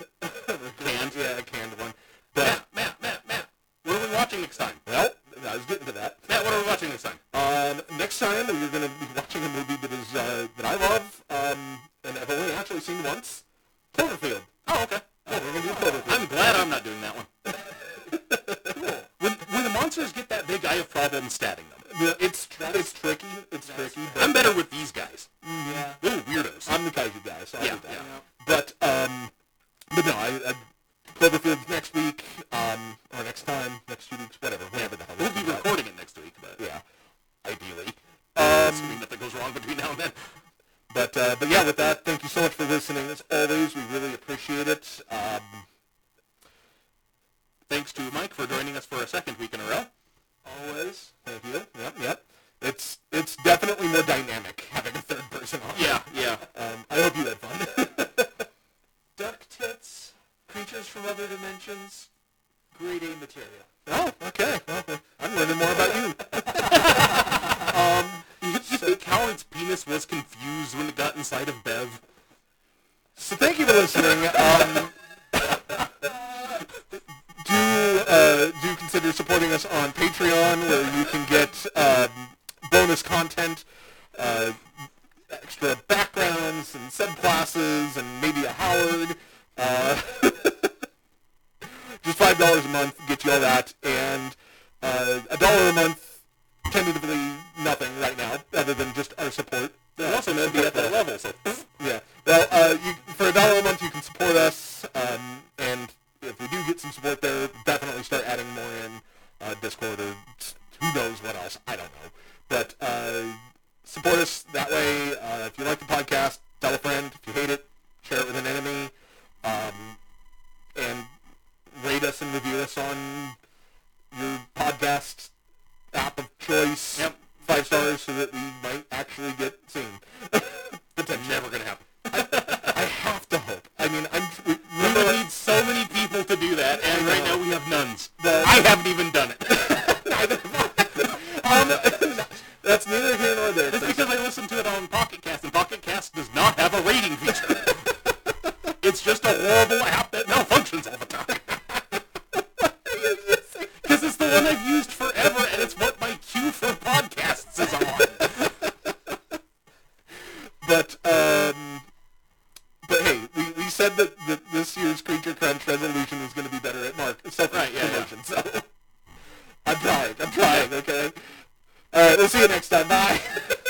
[SPEAKER 11] canned, yeah, a canned one. But Matt, Matt, Matt, Matt, what are we watching next time? Well, I was getting to that. Matt, what are we watching next time? Um, next time we're going to be watching a movie that is uh, that I love, um, and I've only actually seen once. Cloverfield. Oh, okay. we're going to do Cloverfield.
[SPEAKER 15] I'm glad I'm not doing that one. when, when the monsters get that big, I have problems stabbing them.
[SPEAKER 11] Yeah, it's it's tricky. It's tricky. But Mm,
[SPEAKER 15] I'm better with these guys.
[SPEAKER 14] Yeah.
[SPEAKER 15] Little weirdos.
[SPEAKER 11] I'm the kaiju guy, so I'll
[SPEAKER 15] Yeah,
[SPEAKER 11] do that.
[SPEAKER 15] yeah.
[SPEAKER 11] But um, but no, I, I Cloverfield's next week, um, or next time, next few weeks, whatever, whenever the hell.
[SPEAKER 15] We'll be recording it next week, but
[SPEAKER 11] Yeah.
[SPEAKER 15] ideally,
[SPEAKER 11] Um,
[SPEAKER 15] assuming nothing goes wrong between now and then.
[SPEAKER 11] but uh, but yeah, with that, thank you so much for listening. As always, we really appreciate it. Um,
[SPEAKER 15] Thanks to Mike for joining us for a second week in a row.
[SPEAKER 14] Always.
[SPEAKER 11] thank you. Yep, yep. It's it's definitely more dynamic having a third person on.
[SPEAKER 15] Yeah, yeah.
[SPEAKER 11] Um, I hope you had fun.
[SPEAKER 14] Duck tits, creatures from other dimensions, grade A material.
[SPEAKER 11] oh, okay. Well, I'm learning more about you. Um,
[SPEAKER 15] You think Howard's penis was confused when it got inside of Bev?
[SPEAKER 11] So thank you for listening. Um, do uh, do consider supporting us on Patreon, where you can get um, bonus content, uh, extra backgrounds and subclasses, and maybe a Howard. Uh, just five dollars a month get you all that, and uh, a dollar a month, tentatively nothing right now, other than just our support. Uh,
[SPEAKER 15] There's also no be at that level, so
[SPEAKER 11] Yeah. Well, uh, you, for a dollar a month, you can support us, um, and if we do get some support there, definitely start adding more in uh, Discord or s- who knows what else. I don't know, but uh, support us that way. Uh, if you like the podcast, tell a friend. If you hate it, share it with an enemy, um, and rate us and review us on your podcast app of choice.
[SPEAKER 15] Yep.
[SPEAKER 11] Five stars so that we might actually get seen. Potentially.
[SPEAKER 15] never gonna happen.
[SPEAKER 11] I have to hope. I mean, I'm. we-
[SPEAKER 15] We
[SPEAKER 11] Remember,
[SPEAKER 15] would need so many people to do that, and right now we have nuns.
[SPEAKER 11] uh, The-
[SPEAKER 15] I haven't even done it.
[SPEAKER 11] um, that's neither here nor there.
[SPEAKER 15] That's because I listen to it on Pocket Cast, and Pocket Cast does not have a rating feature. it's just a horrible app that malfunctions all the time. Because it's the one I've used forever, and it's what my cue for podcasts is on.
[SPEAKER 11] But um, but hey, we, we said that, that this year's Creature Crunch resolution was going to be better at mark self
[SPEAKER 15] Right, yeah, yeah.
[SPEAKER 11] promotion.
[SPEAKER 15] Uh,
[SPEAKER 11] So I'm trying. I'm trying. Okay. All right. We'll see you next time. Bye.